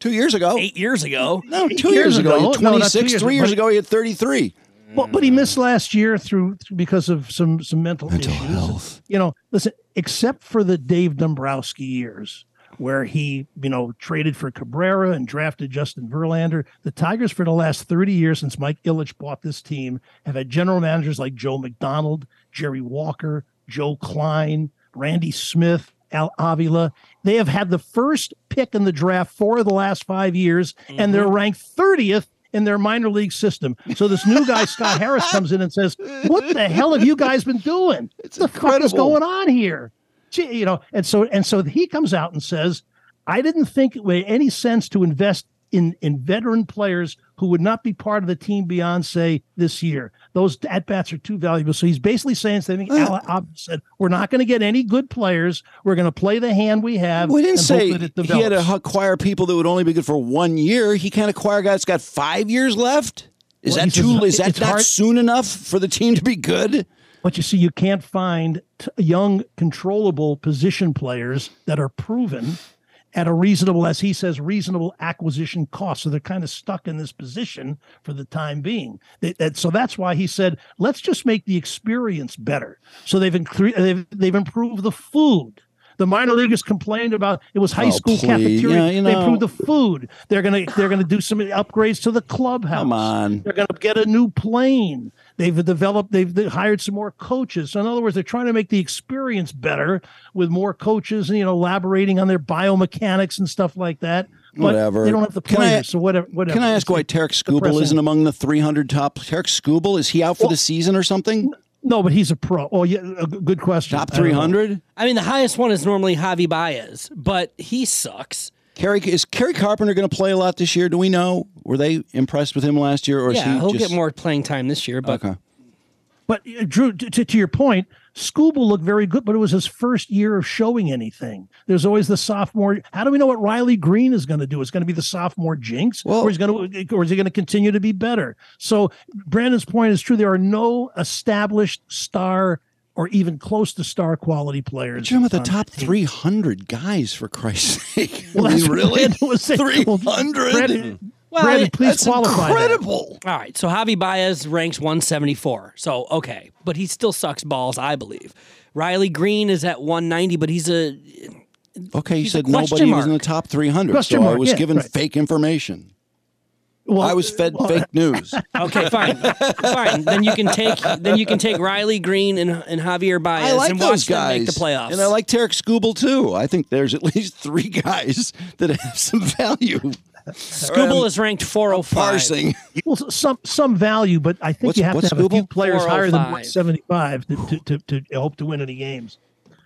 S1: two years ago.
S4: eight years ago.
S1: No,
S5: eight
S1: two years
S5: years
S1: ago.
S5: ago. No, not two
S1: Twenty six.
S5: years
S1: three
S5: ago,
S1: years
S5: but-
S1: ago, he had thirty three.
S5: but, but he missed last year through, through- because of some some mental, issues. You know, listen, except for the Dave Dombrowski years where he, you know, traded for Cabrera and drafted Justin Verlander, the Tigers for the last 30 years since Mike Ilitch bought this team have had general managers like Joe McDonald, Jerry Walker, Joe Klein, Randy Smith, Al Avila. They have had the first pick in the draft for the last five years, and they're ranked 30th in their minor league system. So this new guy, Scott Harris, comes in and says, What the hell have you guys been doing? It's what the fuck is
S1: incredible.
S5: going on here? Gee, you know, and so and so he comes out and says, I didn't think it made any sense to invest in in veteran players who would not be part of the team beyond say this year. Those at bats are too valuable. So he's basically saying something. Al Ab said, "We're not going to get any good players. We're going to play the hand we have."
S1: We didn't
S5: and hope
S1: say
S5: that it
S1: he had to
S5: develops."
S1: acquire people that would only be good for one year. He can't acquire guys that's got five years left. Is
S5: Well,
S1: that
S5: he says
S1: too? Is that
S5: it's
S1: not
S5: hard-
S1: soon enough for the team to be good?
S5: But you see, you can't find t- young, controllable position players that are proven at a reasonable, as he says, reasonable acquisition cost. So they're kind of stuck in this position for the time being. They, that, so that's why he said, let's just make the experience better. So they've incre- they've, they've improved the food. The minor leaguers complained about it was high
S1: Oh,
S5: school
S1: please.
S5: cafeteria.
S1: Yeah, you
S5: They
S1: know.
S5: improved the food. They're gonna they're gonna do some upgrades to the clubhouse.
S1: Come on.
S5: They're gonna get a new plane. They've developed. They've they hired some more coaches. So in other words, they're trying to make the experience better with more coaches and you know elaborating on their biomechanics and stuff like that. But
S1: Whatever.
S5: They don't have the
S1: Can I-
S5: players. so whatever. Whatever.
S1: Can I ask
S5: It's-
S1: why Tarek Skubal
S5: depressing.
S1: isn't among the 300 top? Tarek Skubal is he out for the season or something?
S5: No, but he's a pro. Oh yeah, a g- good question.
S1: Top
S5: I don't know.
S1: 300.
S4: I mean, the highest one is normally Javi Baez, but he sucks.
S1: Kerry is Kerry Carpenter going to play a lot this year? Do we know? Were they impressed with him last year, or is
S4: yeah,
S1: he
S4: he'll
S1: just,
S4: get more playing time this year, but
S1: Okay.
S5: But uh, Drew, to, to, to your point, Scooble looked very good, but it was his first year of showing anything. There's always the sophomore. How do we know what Riley Green is going to do? Is going to be the sophomore jinx,
S1: Well-
S5: or is going to, or is he going to continue to be better? So Brandon's point is true. There are no established star or even close to star quality players.
S1: But you're talking about
S5: on
S1: the top
S5: team.
S1: 300 guys for Christ's sake.
S5: Well,
S1: I mean,
S5: that's what
S1: really?
S5: Brandon was saying. Well,
S1: 300?
S5: Brandon,
S4: Well,
S5: Brandon,
S4: it-
S5: please
S1: That's
S5: qualify. that.
S1: incredible.
S4: all right. So Javi Baez ranks 174. So okay, but he still sucks balls, I believe. Riley Green is at 190, but he's a
S1: Okay, you
S4: He's a
S1: said
S4: question
S1: nobody was in the
S4: mark.
S1: top 300,
S5: Question
S1: so I
S5: mark,
S1: was
S5: yeah,
S1: given
S5: right.
S1: fake information.
S5: Well,
S1: I was fed fake news.
S4: okay, fine, fine. Then you can take then you can take Riley Green and, and Javier Baez
S1: I like
S4: and
S1: those
S4: watch
S1: guys.
S4: them make the playoffs.
S1: And I like Tarek Skubal, too. I think there's at least three guys that have some value.
S4: Scooble is ranked 405.
S1: Parsing.
S5: Well, s- some some value, but I think
S1: What's-
S5: you have to
S1: what's
S5: have a few
S1: Scooble?
S5: players higher than
S4: 405.
S5: 175 to, to, to, to hope to win any games.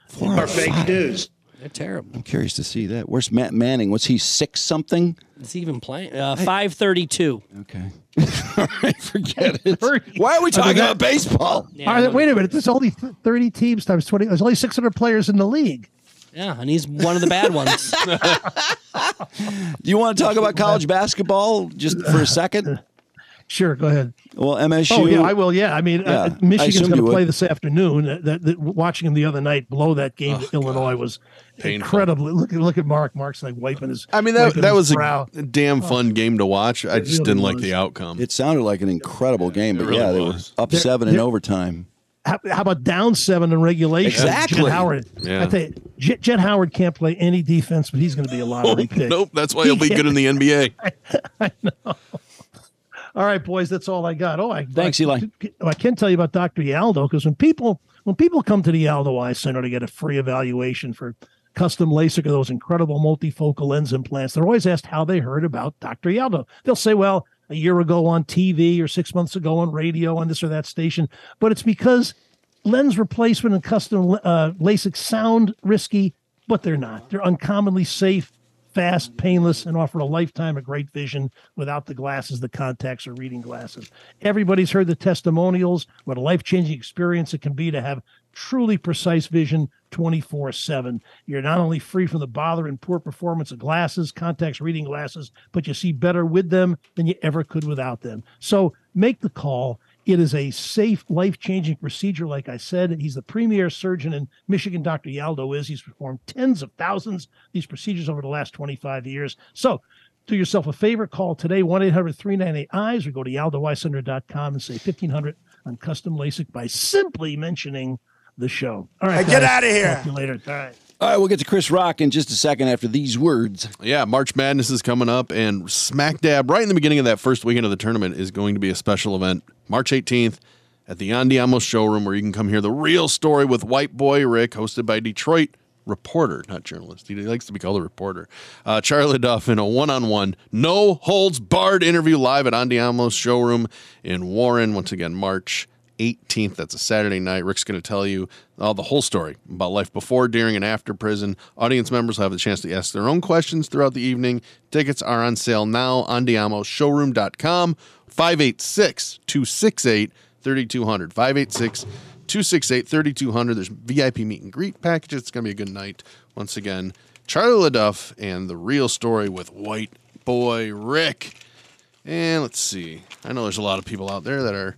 S1: Four or five.
S4: They're terrible.
S1: I'm curious to see that. Where's Matt Manning? Was he six something?
S4: Is he even playing? Uh, 532.
S1: Okay. All right, forget it.
S5: Thirty.
S1: Why are we talking about baseball?
S4: Yeah,
S5: All
S4: I
S5: right,
S4: know.
S5: wait a minute. There's only th- 30 teams times 20. There's only 600 players in the league.
S4: Yeah, and he's one of the bad ones.
S1: Do you want to talk about college basketball just for a second?
S5: Sure, go ahead.
S1: Well, MSU.
S5: Oh, yeah, I will. Yeah, I mean,
S1: Yeah,
S5: uh,
S1: I
S5: Michigan's
S1: assumed
S5: going
S1: you
S5: to
S1: would.
S5: play this afternoon. Uh, That, that, watching him the other night blow that game to Illinois was incredibly. Look, look at Mark. Mark's like wiping his.
S2: I mean that
S5: wiping
S2: that
S5: his
S2: was
S5: brow.
S2: a Oh. damn fun game to watch. I just
S5: really
S2: didn't like
S5: was.
S2: the outcome.
S1: It sounded like an incredible game, but
S2: really
S1: yeah, they
S2: was.
S1: were up 7 in overtime.
S5: how, how about down seven in regulation?
S1: Exactly.
S5: Jed Howard.
S2: Yeah.
S5: I tell you, Jed, Jed Howard can't play any defense, but he's going to be a lottery pick.
S2: Nope, that's why he'll be good in the NBA.
S5: All right, boys, that's all I got. Oh, I
S1: Thanks,
S5: I,
S1: Eli.
S5: I can tell you about Dr. Yaldo because when people when people come to the Yaldo Eye Center to get a free evaluation for custom LASIK or those incredible multifocal lens implants, they're always asked how they heard about Dr. Yaldo. They'll say, "Well, a year ago on TV or six months ago on radio on this or that station," but it's because lens replacement and custom uh, LASIK sound risky, but they're not. They're uncommonly safe, fast, painless, and offer a lifetime of great vision without the glasses, the contacts, or reading glasses. Everybody's heard the testimonials. What a life changing experience it can be to have truly precise vision 24 7. You're not only free from the bother and poor performance of glasses, contacts, reading glasses, but you see better with them than you ever could without them. So make the call. It is a safe, life changing procedure. Like I said, he's the premier surgeon in Michigan, Dr. Yaldo is. He's performed tens of thousands of these procedures over the last 25 years. So do yourself a favor, call today 1 800 398 EYES or go to yaldoweycenter.com and say 1500 on custom LASIK by simply mentioning the show. All right.
S3: Hey, get
S5: guys.
S3: outta here.
S5: Talk to you later. All right.
S1: All right, we'll get to Chris Rock in just a second after these words.
S2: Yeah, March Madness is coming up, and smack dab right in the beginning of that first weekend of the tournament is going to be a special event, March 18th, at the Andiamo Showroom, where you can come hear the real story with White Boy Rick, hosted by Detroit reporter, not journalist. He likes to be called a reporter. Uh, Charlie Duff in a one-on-one, no holds barred interview live at Andiamo's Showroom in Warren. Once again, March 18th. That's a Saturday night. Rick's going to tell you uh, the whole story about life before, during, and after prison. Audience members will have the chance to ask their own questions throughout the evening. Tickets are on sale now on DiamoShowroom.com. 586 268 3200. 586 268 3200. There's VIP meet and greet packages. It's going to be a good night. Once again, Charlie LaDuff and the real story with White Boy Rick. And let's see. I know there's a lot of people out there that are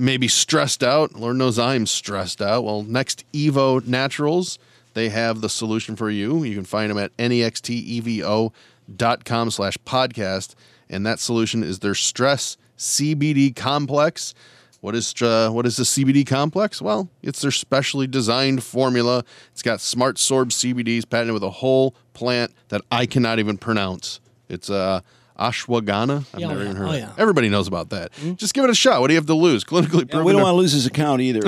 S2: maybe stressed out. Lord knows I'm stressed out. Well, next Evo Naturals, they have the solution for you. You can find them at E nextevo.com slash podcast. And that solution is their stress CBD complex. What is uh, what is the CBD complex? Well, it's their specially designed formula. It's got smart sorb CBDs patented with a whole plant that I cannot even pronounce. It's uh, ashwagandha. I've
S4: Yeah, oh
S2: never
S4: yeah,
S2: even heard.
S4: oh
S2: of it.
S4: yeah.
S2: Everybody knows about that. Just give it a shot. What do you have to lose? Clinically proven.
S1: Hmm? we don't
S2: to-
S1: want to lose his account either.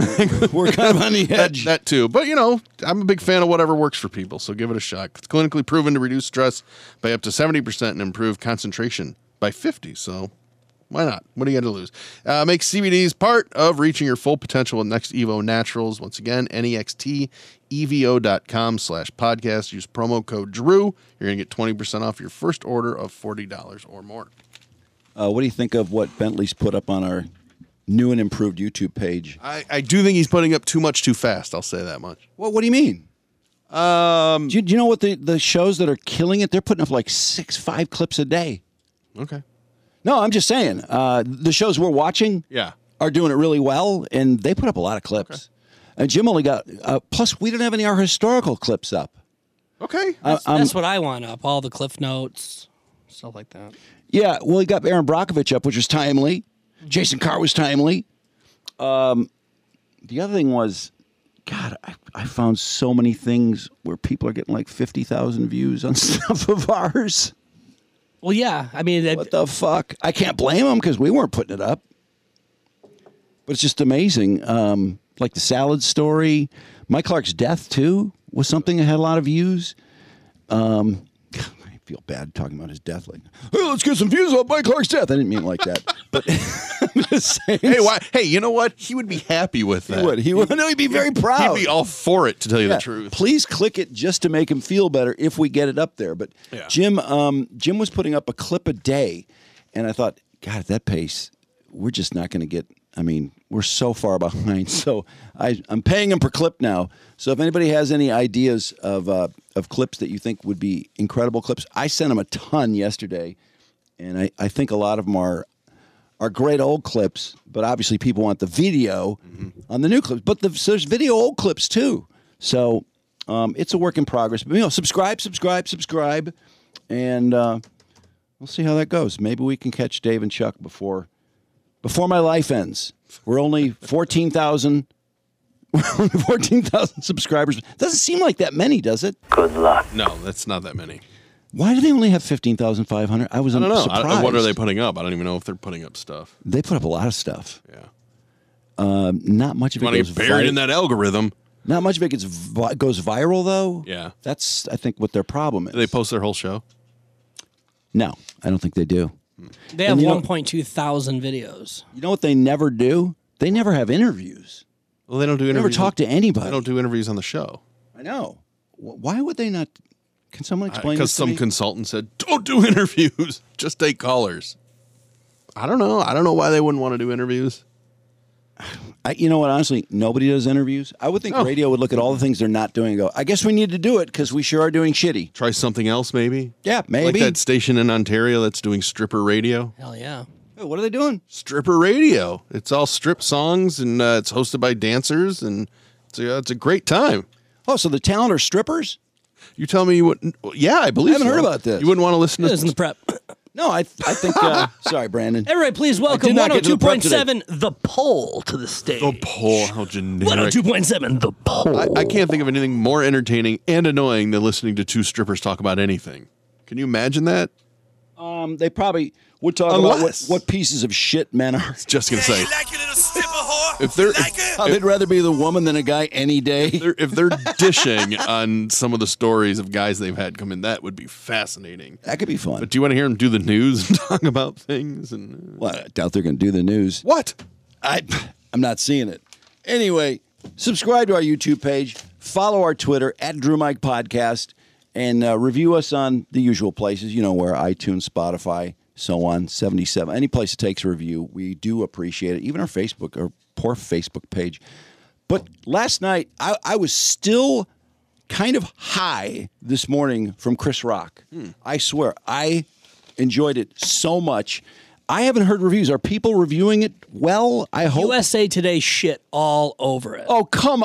S1: We're kind of on the
S2: that,
S1: edge.
S2: that too. But you know, I'm a big fan of whatever works for people, so give it a shot. It's clinically proven to reduce stress by up to 70% and improve concentration by 50. So why not? What do you got to lose? Uh, make CBDs part of reaching your full potential with Next Evo Naturals. Once again, E nextevo.com slash podcast. Use promo code Drew. You're going to get 20% off your first order of $40 or more.
S1: Uh, what do you think of what Bentley's put up on our new and improved YouTube page?
S2: I, I do think he's putting up too much too fast. I'll say that much.
S1: Well, what do you mean? Um, do, you, do you know what the, the shows that are killing it? They're putting up like six, five clips a day.
S2: Okay.
S1: No, I'm just saying. Uh, the shows we're watching
S2: Yeah.
S1: are doing it really well, and they put up a lot of clips. And Jim only got, uh, plus, we didn't have any of our historical clips up.
S2: Okay.
S1: I-
S4: That's, that's what I want up. All the cliff notes, stuff like that.
S1: Yeah, well, he got Aaron Brockovich up, which was timely. Jason Carr was timely. Um, the other thing was, God, I, I found so many things where people are getting like 50,000 views on stuff of ours.
S4: Well, yeah. I mean, it-
S1: What the fuck? I can't blame them because we weren't putting it up. But it's just amazing. Um, like the salad story, Mike Clark's death, too, was something that had a lot of views. Um, I feel bad talking about his death. Like, hey, let's get some views on Mike Clark's death. I didn't mean it like that. But I'm just saying.
S2: Hey, why? Hey, you know what? He would be happy with that.
S1: He would. He would. No, he'd be very proud.
S2: He'd be all for it, to tell you
S1: Yeah.
S2: the truth.
S1: Please click it just to make him feel better if we get it up there. But
S2: Yeah.
S1: Jim, um, Jim was putting up a clip a day, and I thought, God, at that pace, we're just not going to get. I mean, we're so far behind. So I, I'm paying him per clip now. So if anybody has any ideas of uh, of clips that you think would be incredible clips, I sent him a ton yesterday, and I, I think a lot of them are are great old clips, but obviously people want the video
S2: Mm-hmm.
S1: on the new clips. But the, so there's video old clips too. So um, it's a work in progress. But you know, subscribe, subscribe, subscribe, and uh, we'll see how that goes. Maybe we can catch Dave and Chuck before before my life ends. We're only fourteen thousand. 14,000 subscribers. Doesn't seem like that many, does it?
S2: No, that's not that many.
S1: Why do they only have 15,500? I was
S2: I don't know. I-
S1: surprised.
S2: what are they putting up? I don't even know if they're putting up stuff.
S1: They put up a lot of stuff. Um,
S2: Yeah.
S1: Not much of it
S2: Want to
S1: goes
S2: get buried
S1: vi-
S2: in that algorithm?
S1: Not much of it gets vi- goes viral though.
S2: Yeah.
S1: that's I think what their problem is.
S2: Do they post their whole show?
S1: no, I don't think they do.
S4: they have
S1: you know-
S4: 1.2 thousand videos.
S1: You know what they never do? They never have interviews.
S2: Well, they don't do
S1: They never
S2: interviews.
S1: talk to anybody.
S2: They don't do interviews on the show
S1: I know. Wh- Why would they not? Can someone explain?
S2: because
S1: this to
S2: some
S1: me?
S2: consultant said, "Don't do interviews. Just take callers." I don't know. Oh, I don't know why they wouldn't want to do interviews.
S1: I, you know what? Honestly, nobody does interviews. I would think
S2: Oh.
S1: radio would look at all the things they're not doing and go, "I guess we need to do it because we sure are doing shitty."
S2: Try something else, maybe.
S1: Yeah, maybe.
S2: Like that station in Ontario that's doing stripper radio.
S4: Hell yeah.
S1: Hey, what are they doing?
S2: stripper radio. It's all strip songs and uh, it's hosted by dancers and it's a, uh, it's a great time.
S1: Oh, so the talent are strippers?
S2: You tell me you wouldn't. well, Yeah, I believe.
S1: I haven't
S2: so.
S1: heard about this.
S2: You wouldn't want to listen
S4: This is in
S2: to.
S4: the prep.
S1: No, I I think. Uh, sorry, Brandon.
S4: Everybody, please welcome
S1: not get to the prep
S4: 102.7 The Poll to the stage.
S2: The poll, how generic.
S4: 102.7 The Poll.
S2: I, I can't think of anything more entertaining and annoying than listening to two strippers talk about anything. Can you imagine that?
S1: Um, they probably would talk about what,
S2: Unless-
S1: what pieces of shit men are.
S2: Just gonna say,
S3: like your little stripper whore?
S2: if they're
S3: Like
S2: if,
S3: it?
S1: they'd rather be the woman than a guy any day.
S2: they're if they're dishing on some of the stories of guys they've had come in, that would be fascinating.
S1: That could be fun.
S2: But do you want to hear them do the news and talk about things? And uh,
S1: Well, I doubt they're going to do the news.
S2: what?
S1: I, I'm not seeing it. Anyway, subscribe to our YouTube page, follow our Twitter at Drew Mike Podcast, and uh, review us on the usual places. You know where iTunes, Spotify, so on. 77. Any place it takes a review, we do appreciate it. Even our Facebook, our poor Facebook page. But last night, I, I was still kind of high this morning from Chris Rock. I swear, I enjoyed it so much. I haven't heard reviews. Are people reviewing it well? I hope.
S4: USA Today shit all over it.
S1: oh, come.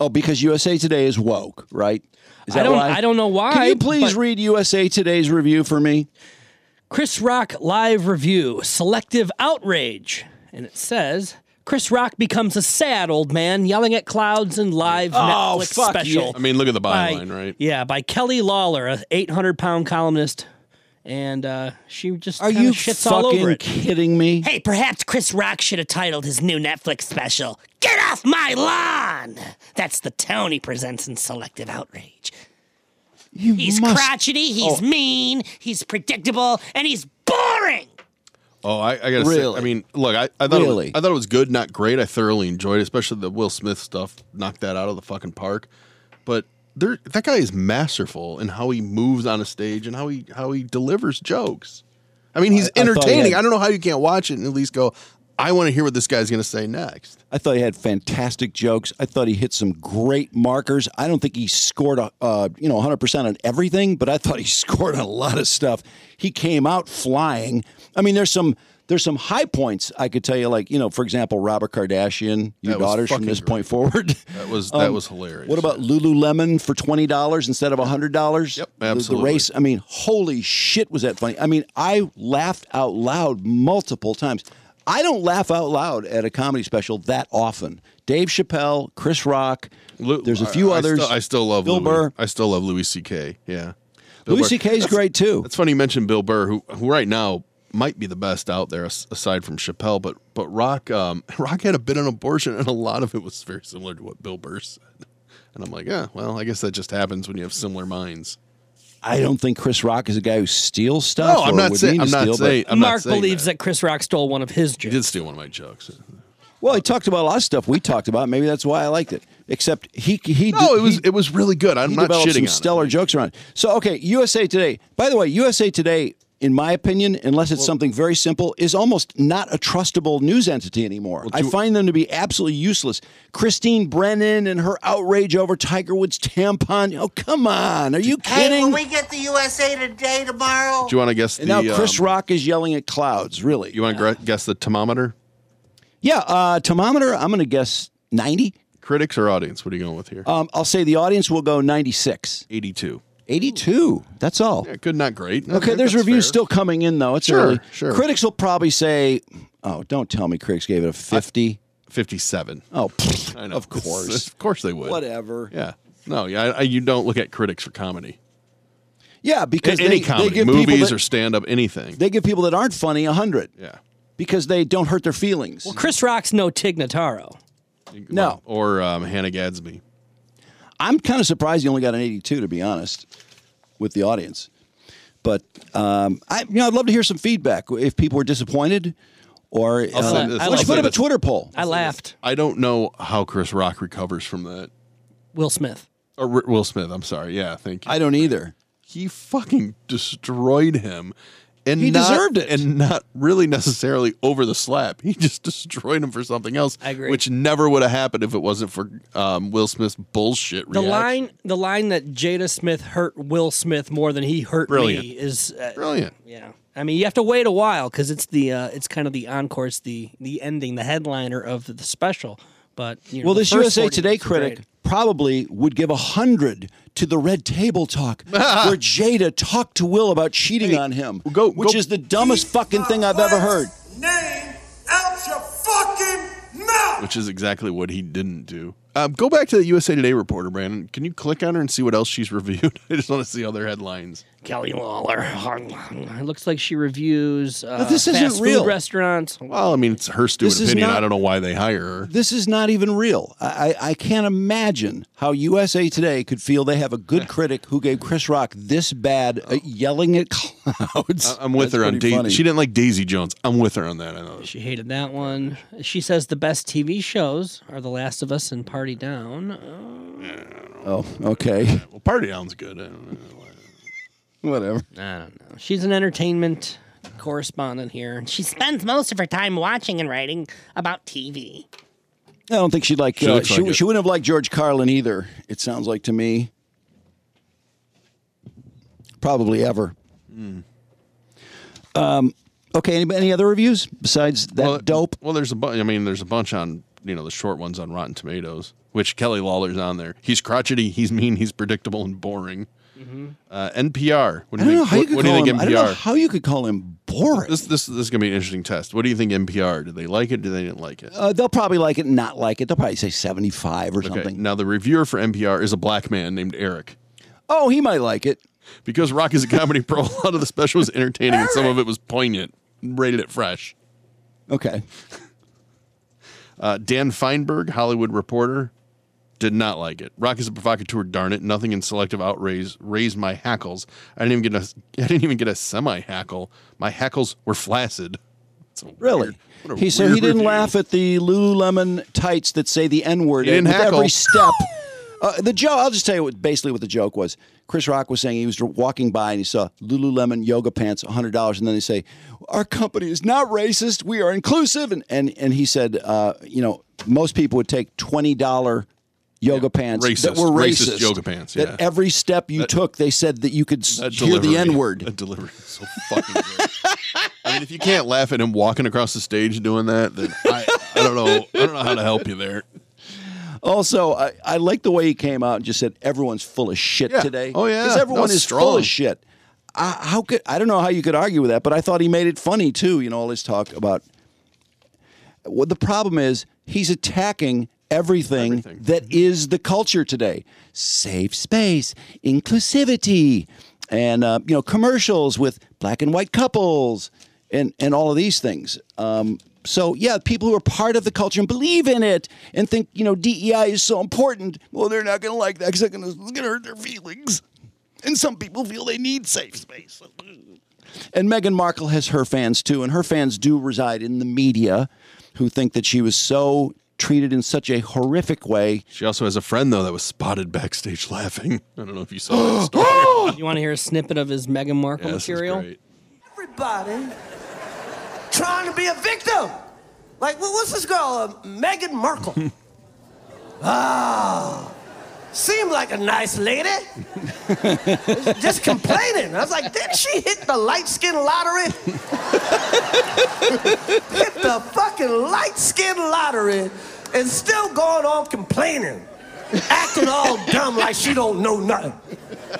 S1: Oh, because USA Today is woke, right? Is
S4: I
S1: that
S4: don't-
S1: why?
S4: I don't know why,
S1: Can you please
S4: but-
S1: read USA Today's review for me?
S4: Chris Rock live review, selective outrage. And it says Chris Rock becomes a sad old man yelling at clouds in live
S1: Oh,
S4: Netflix
S1: fuck
S4: special.
S1: yeah.
S2: I mean, look at the
S4: by-
S2: byline, right?
S4: Yeah, by Kelly Lawler, a 800 pound columnist, and uh, she just
S1: Are
S4: kinda
S1: you
S4: shits
S1: fucking
S4: all over it.
S1: kidding me?
S4: Hey, perhaps Chris Rock should have titled his new Netflix special "Get Off My Lawn." That's the Tony presents in selective outrage.
S1: You
S4: He's
S1: must-
S4: crotchety, he's mean, he's predictable, and he's boring.
S2: Oh, I, I gotta
S1: Really?
S2: say. I mean, look, I, I thought
S1: Really?
S2: it, I thought it was good, not great. I thoroughly enjoyed, it, especially the Will Smith stuff. Knocked that out of the fucking park. But there, that guy is masterful in how he moves on a stage and how he how he delivers jokes. I mean,
S1: I- I
S2: he's
S1: thought he
S2: entertaining.
S1: had-
S2: I, don't know how you can't watch it and at least go. I want to hear what this guy's gonna say next.
S1: I thought he had fantastic jokes. I thought he hit some great markers. I don't think he scored a, uh, you know 100% on everything, but I thought he scored on a lot of stuff. He came out flying. I mean, there's some there's some high points I could tell you like, you know, for example, Robert Kardashian, your
S2: That was
S1: daughters from
S2: fucking
S1: this
S2: great.
S1: point forward. Um,
S2: That was that was hilarious.
S1: What about Lululemon for twenty dollars instead of hundred dollars?
S2: Yep,
S1: The,
S2: absolutely.
S1: race. I mean, holy shit, was that funny? I mean, I laughed out loud multiple times. I don't laugh out loud at a comedy special that often. Dave Chappelle, Chris Rock.
S2: Lu-
S1: there's a
S2: I-
S1: few
S2: I
S1: others.
S2: Still, I still love
S1: Bill
S2: Louis.
S1: Burr.
S2: I still love Louis C.K. Yeah, Bill
S1: Louis
S2: Burr.
S1: C.K. is great too.
S2: It's funny you mentioned Bill Burr, who, who right now might be the best out there as- aside from Chappelle, but but Rock um, Rock had a bit on abortion, and a lot of it was very similar to what Bill Burr said. And I'm like, yeah, well, I guess that just happens when you have similar minds.
S1: I don't think Chris Rock is a guy who steals stuff.
S2: No, I'm
S1: or
S2: not
S1: would
S2: saying.
S1: mean to
S2: I'm not
S1: steal, but-
S2: saying. I'm not
S4: Mark
S2: saying
S4: believes
S2: that.
S4: that. Chris Rock stole one of his
S2: He
S4: jokes.
S2: did steal one of my jokes.
S1: Well, he talked about a lot of stuff we talked about. Maybe that's why I liked it. Except he he
S2: No,
S1: did-
S2: it was
S1: he-
S2: it was really good. I'm
S1: he
S2: not
S1: developed
S2: shitting
S1: some
S2: on
S1: stellar jokes around. it. So okay, USA Today. By the way, USA Today, in my opinion, unless it's something very simple, is almost not a trustable news entity anymore. I find them to be absolutely useless. Christine Brennan and her outrage over Tiger Woods tampon. Oh come on, are you kidding?
S9: get the USA Today tomorrow?
S2: it. Do you want to guess the?
S1: and now Chris
S2: um,
S1: Rock is yelling at clouds. Really?
S2: You want to guess the thermometer?
S1: yeah. Uh, thermometer. I'm going to guess 90.
S2: Critics or audience? What are you going with here?
S1: Um, I'll say the audience will go 96,
S2: 82.
S1: 82. That's all.
S2: Yeah, good, not great.
S1: Okay, there's
S2: That's
S1: reviews
S2: fair.
S1: still coming in though. It's
S2: Sure,
S1: early.
S2: sure.
S1: Critics will probably say, "Oh, don't tell me critics gave it a 50."
S2: 57.
S1: oh, pfft,
S2: I know.
S1: of course.
S2: of course they would.
S1: Whatever. Yeah,
S2: Yeah. No, yeah, I, I, you don't look at critics for comedy.
S1: because
S2: any
S1: they,
S2: comedy,
S1: they give people
S2: movies
S1: that,
S2: or stand up, anything.
S1: they give people that aren't funny 100
S2: yeah.
S1: because they don't hurt their feelings.
S4: Chris Rock's no Tig Notaro.
S1: No.
S2: Or um, Hannah Gadsby.
S1: I'm kind of surprised you only got an 82 to be honest with the audience. But um, I you know, I'd love to hear some feedback if people were disappointed or uh,
S2: say this,
S1: why don't
S4: I'll
S1: you
S4: say
S1: put up a
S2: this.
S1: Twitter poll.
S4: I laughed.
S2: I don't know how Chris Rock recovers from that.
S4: Will Smith.
S2: Or R- Will Smith, I'm sorry. Yeah, thank you.
S1: I don't either.
S2: he fucking destroyed him. And
S1: He
S2: not-
S1: deserved it.
S2: And not really necessarily over the slap. He just destroyed him for something else.
S4: I agree.
S2: Which never would have happened if it wasn't for um, Will Smith's bullshit
S4: The
S2: reaction.
S4: line, the line that Jada Smith hurt Will Smith more than he hurt
S2: Brilliant.
S4: me is, uh,
S2: Brilliant.
S4: yeah. I mean, you have to wait a while because it's the, uh, it's kind of the encore, it's the, the ending, the headliner of the special. But you know,
S1: Well,
S4: the
S1: this
S4: first
S1: USA
S4: 40
S1: Today
S4: minutes are
S1: critic
S4: great.
S1: probably would give a hundred to the Red Table Talk, where Jada talked to Will about cheating on him,
S2: go-
S1: which
S2: go-
S1: is the dumbest fucking thing I've ever heard.
S9: Name out your fucking mouth.
S2: which is exactly what he didn't do. Um, go back to the USA Today reporter, Brandon. Can you click on her and see what else she's reviewed? I just want to see other headlines.
S4: Kelly Lawler. It looks like she reviews uh,
S1: this isn't
S4: fast
S1: real.
S4: food restaurants.
S2: Well, I mean, it's her stupid
S1: This is
S2: opinion.
S1: not-
S2: I don't know why they hire her.
S1: This is not even real. I, I, I can't imagine how USA Today could feel they have a good critic who gave Chris Rock this bad
S2: Oh.
S1: uh, yelling at clouds.
S2: I'm with
S1: That's
S2: her on
S1: pretty
S2: Daisy.
S1: funny.
S2: She didn't like Daisy Jones. I'm with her on that. I know.
S4: She hated that one. She says the best TV shows are The Last of Us and Party Down. Uh,
S1: Oh, okay,
S2: Well, Party Down's good. I don't know.
S1: whatever.
S4: I don't know. She's an entertainment correspondent here, and she spends most of her time watching and writing about TV.
S1: I don't think she'd like. She,
S2: She
S1: uh,
S2: looks
S1: she,
S2: like it.
S1: she wouldn't have liked George Carlin either. It sounds like to me. Probably ever. Um.
S2: Hmm.
S1: Okay. Any, any other reviews besides that
S2: Well,
S1: dope?
S2: Well, there's a bunch. I mean, there's a bunch on you know the short ones on Rotten Tomatoes, which Kelly Lawler's on there. He's crotchety. He's mean. He's predictable and boring. Uh, NPR. What
S1: I
S2: do
S1: don't
S2: you
S1: know
S2: think?
S1: how you
S2: What,
S1: could
S2: what do
S1: call
S2: you
S1: him.
S2: think
S1: I don't know
S2: NPR?
S1: how you could call him boring.
S2: This this this is gonna be an interesting test. What do you think NPR? Did they like it? Did they didn't like it?
S1: Uh, they'll probably like it, not like it. They'll probably say seventy-five or
S2: Okay.
S1: something.
S2: Now the reviewer for NPR is a black man named Eric.
S1: Oh, he might like it.
S2: Because rock is a comedy pro, a lot of the special was entertaining and some of it was poignant. Rated it fresh.
S1: Okay.
S2: Uh, Dan Feinberg, Hollywood reporter, did not like it. Rock is a provocateur, darn it. Nothing in selective outrage raised my hackles. I didn't even get a I didn't even get a semi hackle. My hackles were flaccid. It's a
S1: Really?
S2: weird- what a
S1: He so
S2: weird
S1: he didn't
S2: review.
S1: laugh at the Lululemon tights that say the N word
S2: He didn't
S1: with
S2: hackle.
S1: every step. Uh, the joke. I'll just tell you what. Basically, what the joke was. Chris Rock was saying he was walking by and he saw Lululemon yoga pants, hundred dollars, and then they say, "Our company is not racist. We are inclusive." And and and he said, uh, "You know, most people would take twenty dollar." Yoga pants that
S2: Racist.
S1: were racist.
S2: Racist yoga pants,
S1: That
S2: yeah.
S1: every step you took, they said that you could s-
S2: That
S1: hear the
S2: delivery-
S1: N word.
S2: That delivery is so fucking good. I mean, if you can't laugh at him walking across the stage doing that, then I, I don't know. I don't know how to help you there.
S1: Also, I, I like the way he came out and just said everyone's full of shit
S2: Yeah.
S1: today.
S2: Oh, yeah.
S1: because everyone
S2: That's
S1: is full
S2: strong.
S1: of shit. I, how could I don't know how you could argue with that, but I thought he made it funny too. You know, all this talk about what the problem is. He's attacking everything, that is the culture today: safe space, inclusivity, and uh, you know, commercials with black and white couples, and and all of these things. Um, so yeah, people who are part of the culture and believe in it and think you know DEI is so important. Well, they're not going to like that because it's going to hurt their feelings. And some people feel they need safe space. And Meghan Markle has her fans too, and her fans do reside in the media who think that she was so treated in such a horrific way.
S2: She also has a friend though that was spotted backstage laughing. I don't know if you saw that story. Yeah,
S4: You want to hear a snippet of his Meghan Markle
S2: this is
S4: material?
S2: great.
S9: Everybody trying to be a victim. Like, what, what's this girl, uh, Meghan Markle? ah, seemed like a nice lady. Just complaining. I was like, didn't she hit the light skin lottery? hit the fucking light skin lottery and still going on complaining. Acting all dumb like she don't know nothing.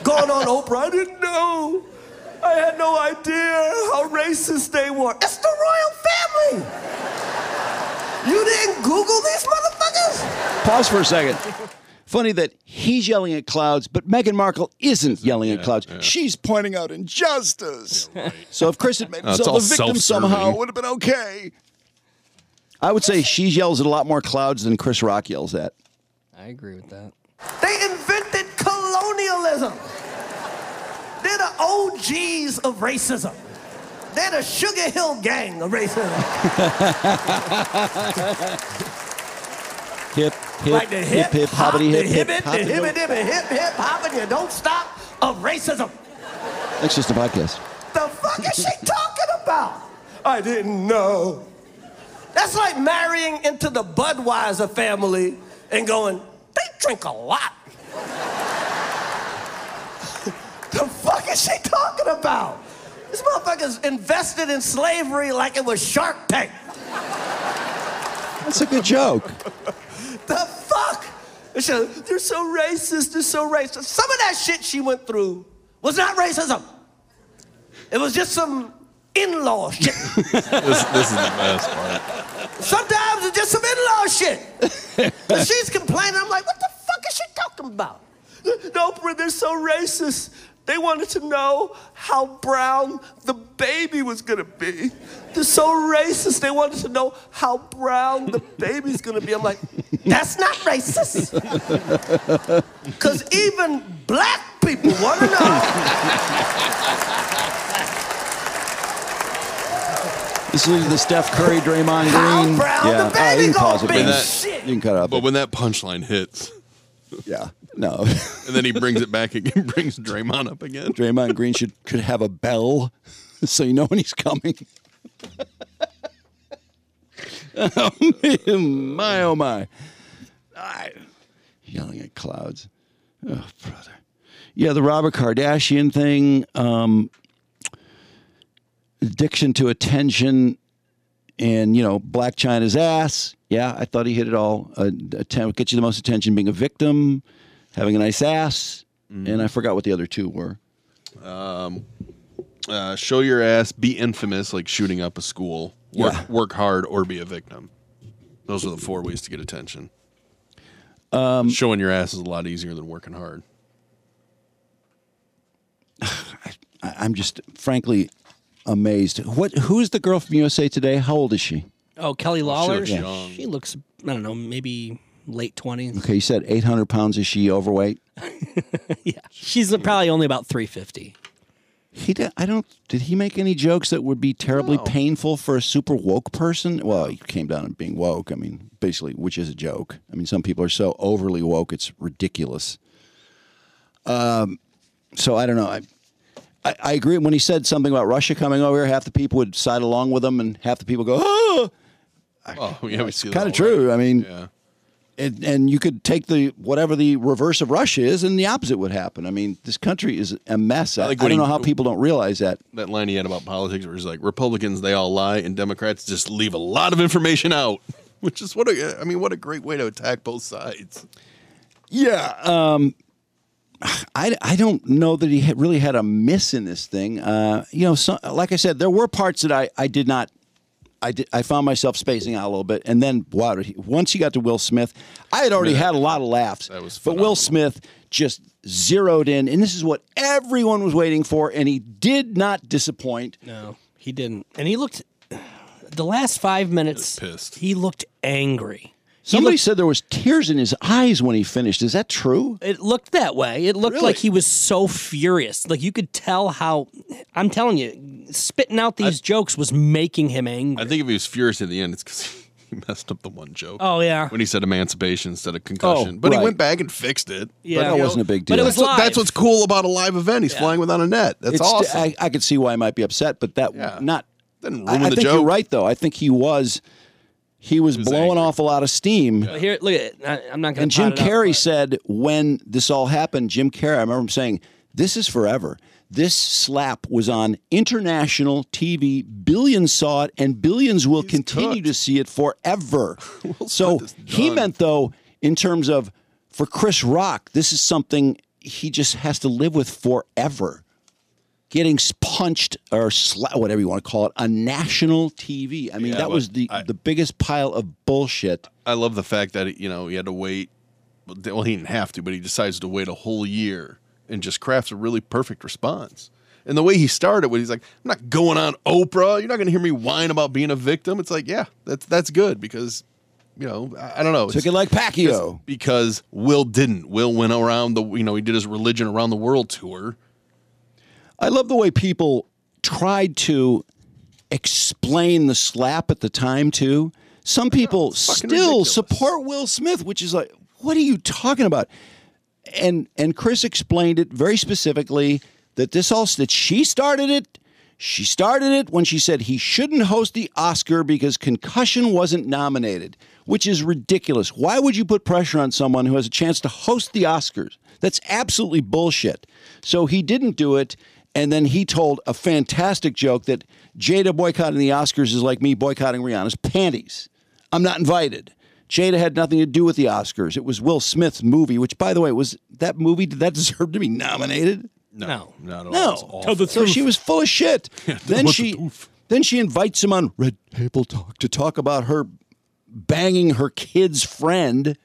S9: Going on Oprah, I didn't know. I had no idea how racist they were. It's the royal family. You didn't Google these motherfuckers?
S1: Pause for a second. Funny that he's yelling at clouds, but Meghan Markle isn't yelling at clouds. She's pointing out injustice. So if Chris had made
S2: Oh, it's
S1: himself
S2: all
S1: a victim
S2: self-serving.
S1: somehow, it would have been okay. I would say she yells at a lot more clouds than Chris Rock yells at.
S4: I agree with that.
S9: They invented colonialism. They're the OGs of racism. They're the Sugar Hill Gang of racism.
S1: Hip, hip,
S9: like the hip,
S1: hip, hip,
S9: hop,
S1: hoppity,
S9: the
S1: hip, hip,
S9: hip, it, the
S1: hoppity, hip.
S9: hip, it, hip, it, hip, hip, hop, and you don't stop of racism.
S1: That's just a podcast.
S9: The fuck is she talking about? I didn't know. That's like marrying into the Budweiser family and going, they drink a lot. the fuck is she talking about? This motherfucker's invested in slavery like it was Shark Tank.
S1: That's a good joke.
S9: The fuck? It's a- They're so racist, they're so racist. Some of that shit she went through was not racism. It was just some in-law shit.
S2: This, this is the best part.
S9: Sometimes it's just some in-law shit. and she's complaining. I'm like, what the fuck is she talking about? Oprah, they're so racist. They wanted to know how brown the baby was gonna be. They're so racist. They wanted to know how brown the baby's gonna be. I'm like, that's not racist. Cause even black people wanna know.
S1: This is the Steph Curry, Draymond
S9: How
S1: Green.
S9: brown the
S1: All right,
S9: baby
S1: uh, you can pause it,
S9: gonna
S1: man.
S2: be.
S9: Shit.
S1: You can cut it off.
S2: But when that punchline hits,
S1: yeah, no.
S2: and then he brings it back again, brings Draymond up again.
S1: Draymond Green should could have a bell, so you know when he's coming. Oh, my oh my! I- yelling at clouds. Oh brother! Yeah, the Robert Kardashian thing, um, addiction to attention, and you know Black China's ass. Yeah, I thought he hit it all. Uh, atten- get you the most attention, being a victim, having a nice ass. and I forgot what the other two were.
S2: Um, Uh, show your ass, be infamous, like shooting up a school, work,
S1: Yeah.
S2: work hard, or be a victim. Those are the four ways to get attention. Um, Showing your ass is a lot easier than working hard.
S1: I, I'm just frankly amazed. What? Who is the girl from USA Today? How old is she?
S4: Oh, Kelly Lawler.
S2: looks
S4: She,
S2: young.
S4: she looks, I don't know, maybe late 20s.
S1: Okay, you said 800 pounds. Is she overweight?
S4: yeah. She's probably only about 350.
S1: He did. I don't. Did he make any jokes that would be terribly painful for a super woke person? Well, he came down on being woke. I mean, basically, which is a joke. I mean, some people are so overly woke, it's ridiculous. Um, so I don't know. I, I, I agree. When he said something about Russia coming over here, half the people would side along with him, and half the people go, "Oh,
S2: Oh, yeah, we see that
S1: kind
S2: all
S1: of true." I mean,
S2: right. Yeah.
S1: and, and you could take the whatever the reverse of Russia is, and the opposite would happen. I mean, this country is a mess. I,
S2: like
S1: I
S2: when
S1: don't know
S2: he-
S1: how people don't realize that.
S2: That line he had about politics where he's like, Republicans, they all lie, and Democrats just leave a lot of information out, which is what a, I mean, what a great way to attack both sides.
S1: Yeah. Um, I, I don't know that he had really had a miss in this thing. Uh, you know, so, like I said, there were parts that I, I did not. I, did, I found myself spacing out a little bit, and then wow! did he- Once you got to Will Smith, I had already had a lot of laughs,
S2: That was
S1: but Will
S2: phenomenal.
S1: Smith just zeroed in, and this is what everyone was waiting for, and he did not disappoint.
S4: No, he didn't. And he looked, the last five minutes,
S2: Pissed.
S4: he looked angry. He
S1: Somebody
S4: looked-
S1: said there was tears in his eyes when he finished. Is that true?
S4: it looked that way. It looked
S1: Really?
S4: like he was so furious. Like you could tell how I'm telling you, spitting out these jokes was making him angry.
S2: I think if he was furious at the end, it's because he messed up the one joke.
S4: oh yeah.
S2: When he said emancipation instead of concussion.
S1: Oh,
S2: but
S1: right.
S2: he went back and fixed it.
S4: Yeah.
S2: But,
S4: That
S2: you know,
S1: wasn't a big
S4: but
S1: deal.
S4: it was
S2: That's, what,
S4: live.
S2: that's what's cool about a live event. He's flying without a net. That's awesome.
S1: I, I could see why it might be upset, but that
S2: Yeah.
S1: not.
S2: Didn't
S1: I, I
S2: ruin the
S1: think
S2: joke.
S1: you're right, though. I think he was he was,
S2: was
S1: blowing
S2: angry.
S1: off a lot of steam.
S4: But here, look at it. I, am not going
S1: And
S4: to.
S1: Jim Carrey said when this all happened, Jim Carrey, I remember him saying, "This is forever." This slap was on international TV. Billions saw it, and billions will continue to see it forever. so
S2: Smith is
S1: he
S2: done.
S1: meant, though, in terms of for Chris Rock, this is something he just has to live with forever. Getting s- punched or sla- whatever you want to call it on national TV. I mean,
S2: Yeah,
S1: that
S2: but
S1: was the
S2: I-
S1: the biggest pile of bullshit.
S2: I love the fact that you know he had to wait. Well, he didn't have to, but he decides to wait a whole year and just crafts a really perfect response. And the way he started, when he's like, "I'm not going on Oprah. You're not going to hear me whine about being a victim." It's like, yeah, that's that's good because, you know, I, I don't know.
S1: Took
S2: It's-
S1: it like Pacquiao.
S2: because Will didn't. Will went around the you know he did his religion around the world tour.
S1: I love the way people tried to explain the slap at the time too. Some people
S2: fucking
S1: still
S2: ridiculous.
S1: support Will Smith, which is like, what are you talking about? And and Chris explained it very specifically that this all that she started it. She started it when she said he shouldn't host the Oscar because concussion wasn't nominated, which is ridiculous. Why would you put pressure on someone who has a chance to host the Oscars? That's absolutely bullshit. So he didn't do it. And then he told a fantastic joke that Jada boycotting the Oscars is like me boycotting Rihanna's panties. I'm not invited. Jada had nothing to do with the Oscars. It was Will Smith's movie, which, by the way, was that movie, did that deserve to be nominated?
S4: No.
S9: Oh,
S2: Not at all. It's
S1: No.
S2: awful.
S1: so she was full of shit. then
S2: the
S1: she
S2: truth.
S1: then she invites him on Red Table Talk to talk about her banging her kid's friend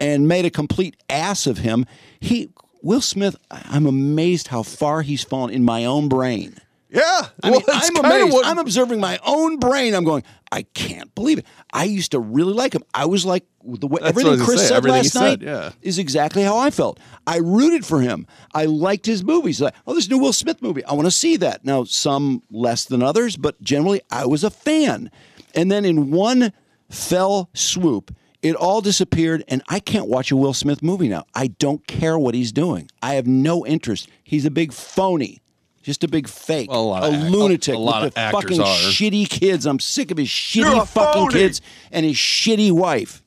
S1: and made a complete ass of him. He Will Smith, I- I'm amazed how far he's fallen in my own brain.
S2: Yeah,
S1: Ah, I
S2: well,
S1: mean,
S2: that's
S1: I'm
S2: kinda
S1: amazed.
S2: what-
S1: I'm observing my own brain. I'm going, I can't believe it. I used to really like him. I was like, the way,
S2: That's what I
S1: everything
S2: was
S1: Chris
S2: gonna say.
S1: said
S2: Everything he
S1: last night
S2: said, yeah.
S1: is exactly how I felt. I rooted for him. I liked his movies. Like, oh, this new Will Smith movie. I want to see that. Now, some less than others, but generally, I was a fan. And then in one fell swoop, it all disappeared, and I can't watch a Will Smith movie now. I don't care what he's doing. I have no interest. He's a big phony, just a big fake,
S2: Well, a lot of act-
S1: lunatic
S2: a lot
S1: with
S2: of
S1: the
S2: actors
S1: fucking
S2: are.
S1: shitty kids. I'm sick of his shitty fucking kids and his shitty wife.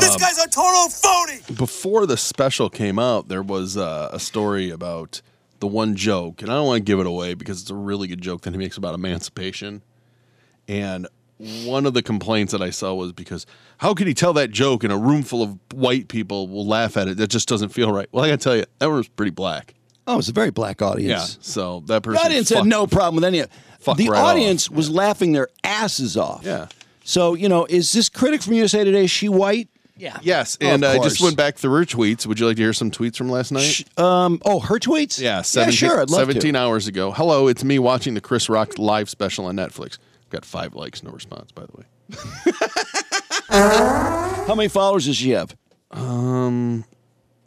S3: This guy's a total phony.
S2: before the special came out, there was uh, a story about the one joke, and I don't want to give it away because it's a really good joke that he makes about emancipation. And one of the complaints that I saw was because how could he tell that joke and a room full of white people will laugh at it? That just doesn't feel right. Well, I gotta tell you, that was pretty black.
S1: Oh, it's a very black
S2: Yeah.
S1: audience.
S2: So that
S1: The
S2: person.
S1: audience had
S2: fucked-
S1: no problem with any of
S2: Fuck
S1: The
S2: right
S1: audience
S2: off.
S1: was laughing their asses off.
S2: Yeah.
S1: So, you know, is this critic from USA Today, is she white?
S4: Yeah.
S2: Yes,
S1: Oh, of
S2: and I just
S1: course.
S2: went back through her tweets. Would you like to hear some tweets from last night?
S1: Um, oh, her tweets?
S2: Yeah, 17,
S1: yeah, sure. I'd love
S2: 17
S1: to.
S2: hours ago. Hello, it's me watching the Chris Rock live special on Netflix. Got five likes, no response, by the way.
S1: How many followers does she have? um,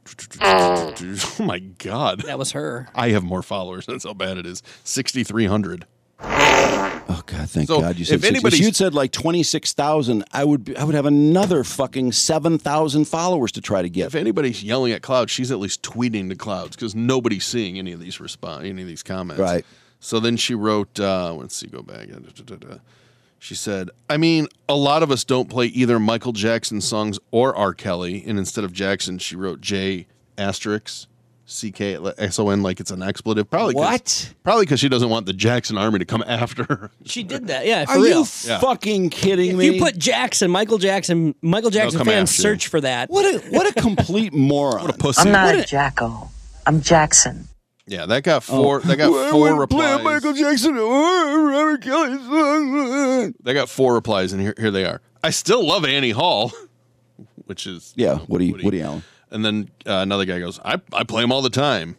S2: Mm. oh my God.
S4: That was her.
S2: I have more followers. That's how bad it is. 6,300.
S1: Oh God, thank
S2: So,
S1: God you said.
S2: if
S1: six-
S2: anybody's-
S1: if you'd said like twenty six thousand, I would be, I would have another fucking seven thousand followers to try to get.
S2: If anybody's yelling at clouds, she's at least tweeting to clouds because nobody's seeing any of these response, any of these comments.
S1: Right.
S2: So then she wrote, uh, let's see, go back. She said, I mean, a lot of us don't play either Michael Jackson songs or R. Kelly. And instead of Jackson, she wrote J asterisk C K S O N like it's an expletive. Probably 'cause-
S1: What?
S2: Probably because she doesn't want the Jackson army to come after her.
S4: She did that. Yeah. For
S1: Are
S4: real.
S1: you fucking kidding
S4: if
S1: me?
S4: you put Jackson, Michael Jackson, Michael Jackson
S2: come
S4: fans
S2: after you.
S4: search for that.
S1: what a what a complete moron. What a
S2: Pussy.
S10: a Jacko. I'm Jackson.
S2: yeah, that got four. That
S1: Oh.
S2: got four replies.
S1: Jackson or Robert Kelly song.
S2: They got four replies, and here, here they are. I still love Annie Hall, which is
S1: Yeah, Woody Woody Allen.
S2: And then uh, another guy goes, I, I play them all the time.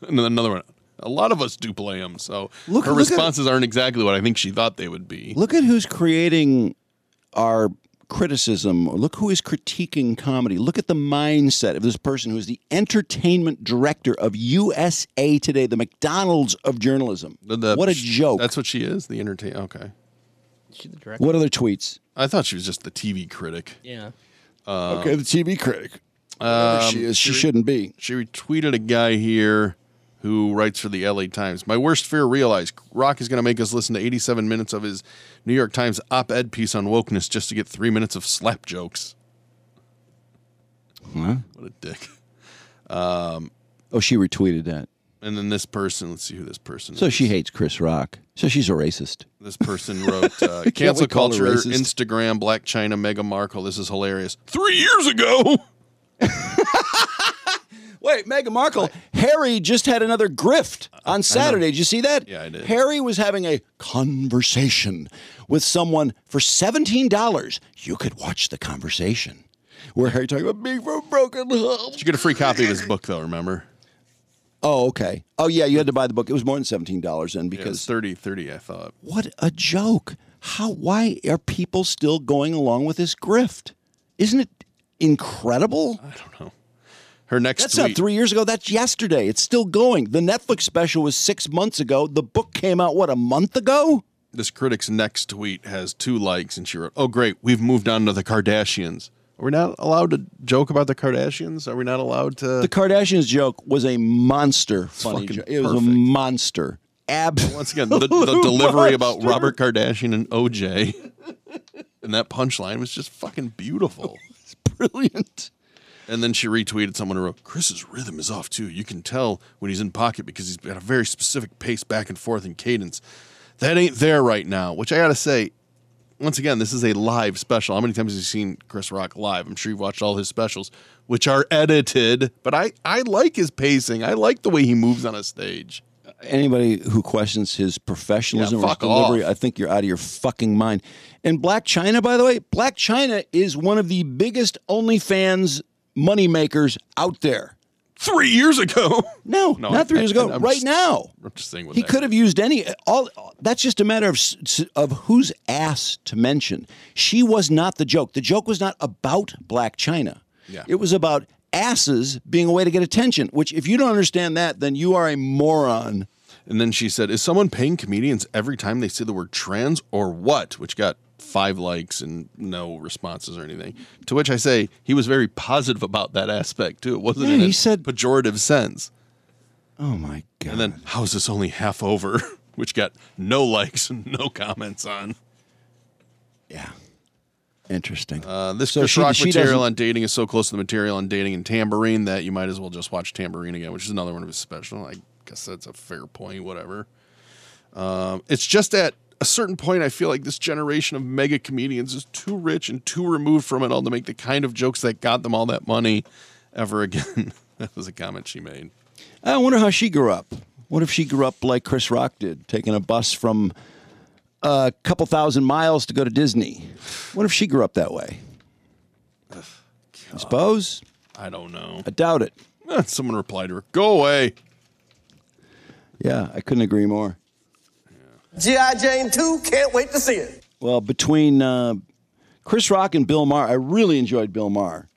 S2: and then another one, a lot of us do play them. So
S1: Look-
S2: her
S1: look at-
S2: responses aren't exactly what I think she thought they would be.
S1: Look at who's creating our criticism. Or look who is critiquing comedy. Look at the mindset of this person who is the entertainment director of USA Today, the McDonald's of journalism.
S2: The- the-
S1: what a joke.
S2: That's what she is, the entertain. Okay.
S1: What other tweets?
S2: I thought she was just the TV critic.
S4: Yeah.
S1: Uh, okay, the TV critic. Whatever she is. She shouldn't be.
S2: Um, She retweeted a guy here who writes for the LA Times. My worst fear realized Rock is going to make us listen to 87 minutes of his New York Times op ed piece on wokeness just to get three minutes of slap jokes. What a dick.
S1: Oh, she retweeted that.
S2: And then this person, let's see who this person
S1: So
S2: is.
S1: she hates Chris Rock. So she's a racist.
S2: This person wrote uh,
S1: we
S2: cancel
S1: call her
S2: culture,
S1: racist?
S2: Instagram, Black China, Mega Markle. This is hilarious. Three years ago.
S1: Wait, Meghan Markle. Harry just had another grift on Saturday. Did you see that?
S2: Yeah, I did.
S1: Harry was having a conversation with someone for $17. You could watch the conversation where Harry talking about being from broken home.
S2: Did you get a free copy of his book though? Remember?
S1: Oh, okay. Oh, yeah, you had to buy the book. It was more than $17 then
S2: Yeah, it was
S1: because
S2: 30, 30, I thought.
S1: what a joke. How, why are people still going along with this grift? Isn't it incredible?
S2: I don't know. Her next
S1: That's
S2: tweet.
S1: not three years ago. That's yesterday. It's still going. The Netflix special was six months ago. The book came out, what, a month ago?
S2: this critic's next tweet has two likes, and she wrote, "Oh great, we've moved on to the Kardashians. Are we not allowed to joke about the Kardashians? Are we not allowed to?"
S1: The Kardashians joke was a monster funny
S2: fucking
S1: joke. It was a
S2: perfect.
S1: monster. Ab-
S2: Once again, the, the delivery about Robert Kardashian and OJ, and that punchline was just fucking beautiful.
S1: brilliant.
S2: And then she retweeted someone who wrote, Chris's rhythm is off too. You can tell when he's in pocket because he's got a very specific pace back and forth and cadence. That ain't there right now, which I got to say, once again, this is a live special. How many times have you seen Chris Rock live? I'm sure you've watched all his specials, which are edited, but I, I like his pacing. I like the way he moves on a stage.
S1: Anybody who questions his professionalism
S2: Yeah,
S1: or his
S2: fuck off.
S1: delivery, I think you're out of your fucking mind. And Black China, by the way, Black China is one of the biggest OnlyFans moneymakers out there.
S2: Three years ago.
S1: No,
S2: No,
S1: not three
S2: I-
S1: years ago.
S2: I- I'm
S1: right
S2: just-
S1: now.
S2: I'm just saying what
S1: He
S2: that-
S1: could have used any. All that's just a matter of s- s- of whose ass to mention. She was not the joke. The joke was not about Black China.
S2: Yeah.
S1: It was about asses being a way to get attention. Which, if you don't understand that, then you are a moron.
S2: And then she said, Is someone paying comedians every time they say the word trans or what? Which got five likes and no responses or anything. To which I say, he was very positive about that aspect too. It wasn't
S1: Yeah,
S2: in
S1: he
S2: a
S1: said-
S2: pejorative sense.
S1: Oh my god!
S2: And then, How's this only half over? Which got no likes and no comments on.
S1: yeah, interesting.
S2: Uh, this
S1: So
S2: Chris
S1: she-
S2: Rock
S1: she
S2: material
S1: doesn't-
S2: on dating is so close to the material on dating and Tambourine that you might as well just watch Tambourine again, which is another one of his special. I guess that's a fair point, whatever. Um, it's just at a certain point, I feel like this generation of mega comedians is too rich and too removed from it all to make the kind of jokes that got them all that money ever again. that was a comment she made.
S1: I wonder how she grew up. What if she grew up like Chris Rock did, taking a bus from a couple thousand miles to go to Disney? What if she grew up that way? I suppose.
S2: I don't know.
S1: I doubt it.
S2: Eh, Someone replied to her, "Go away."
S1: Yeah, I couldn't agree more.
S11: G.I. Jane 2, can't wait to see it.
S1: Well, between uh, Chris Rock and Bill Maher, I really enjoyed Bill Maher.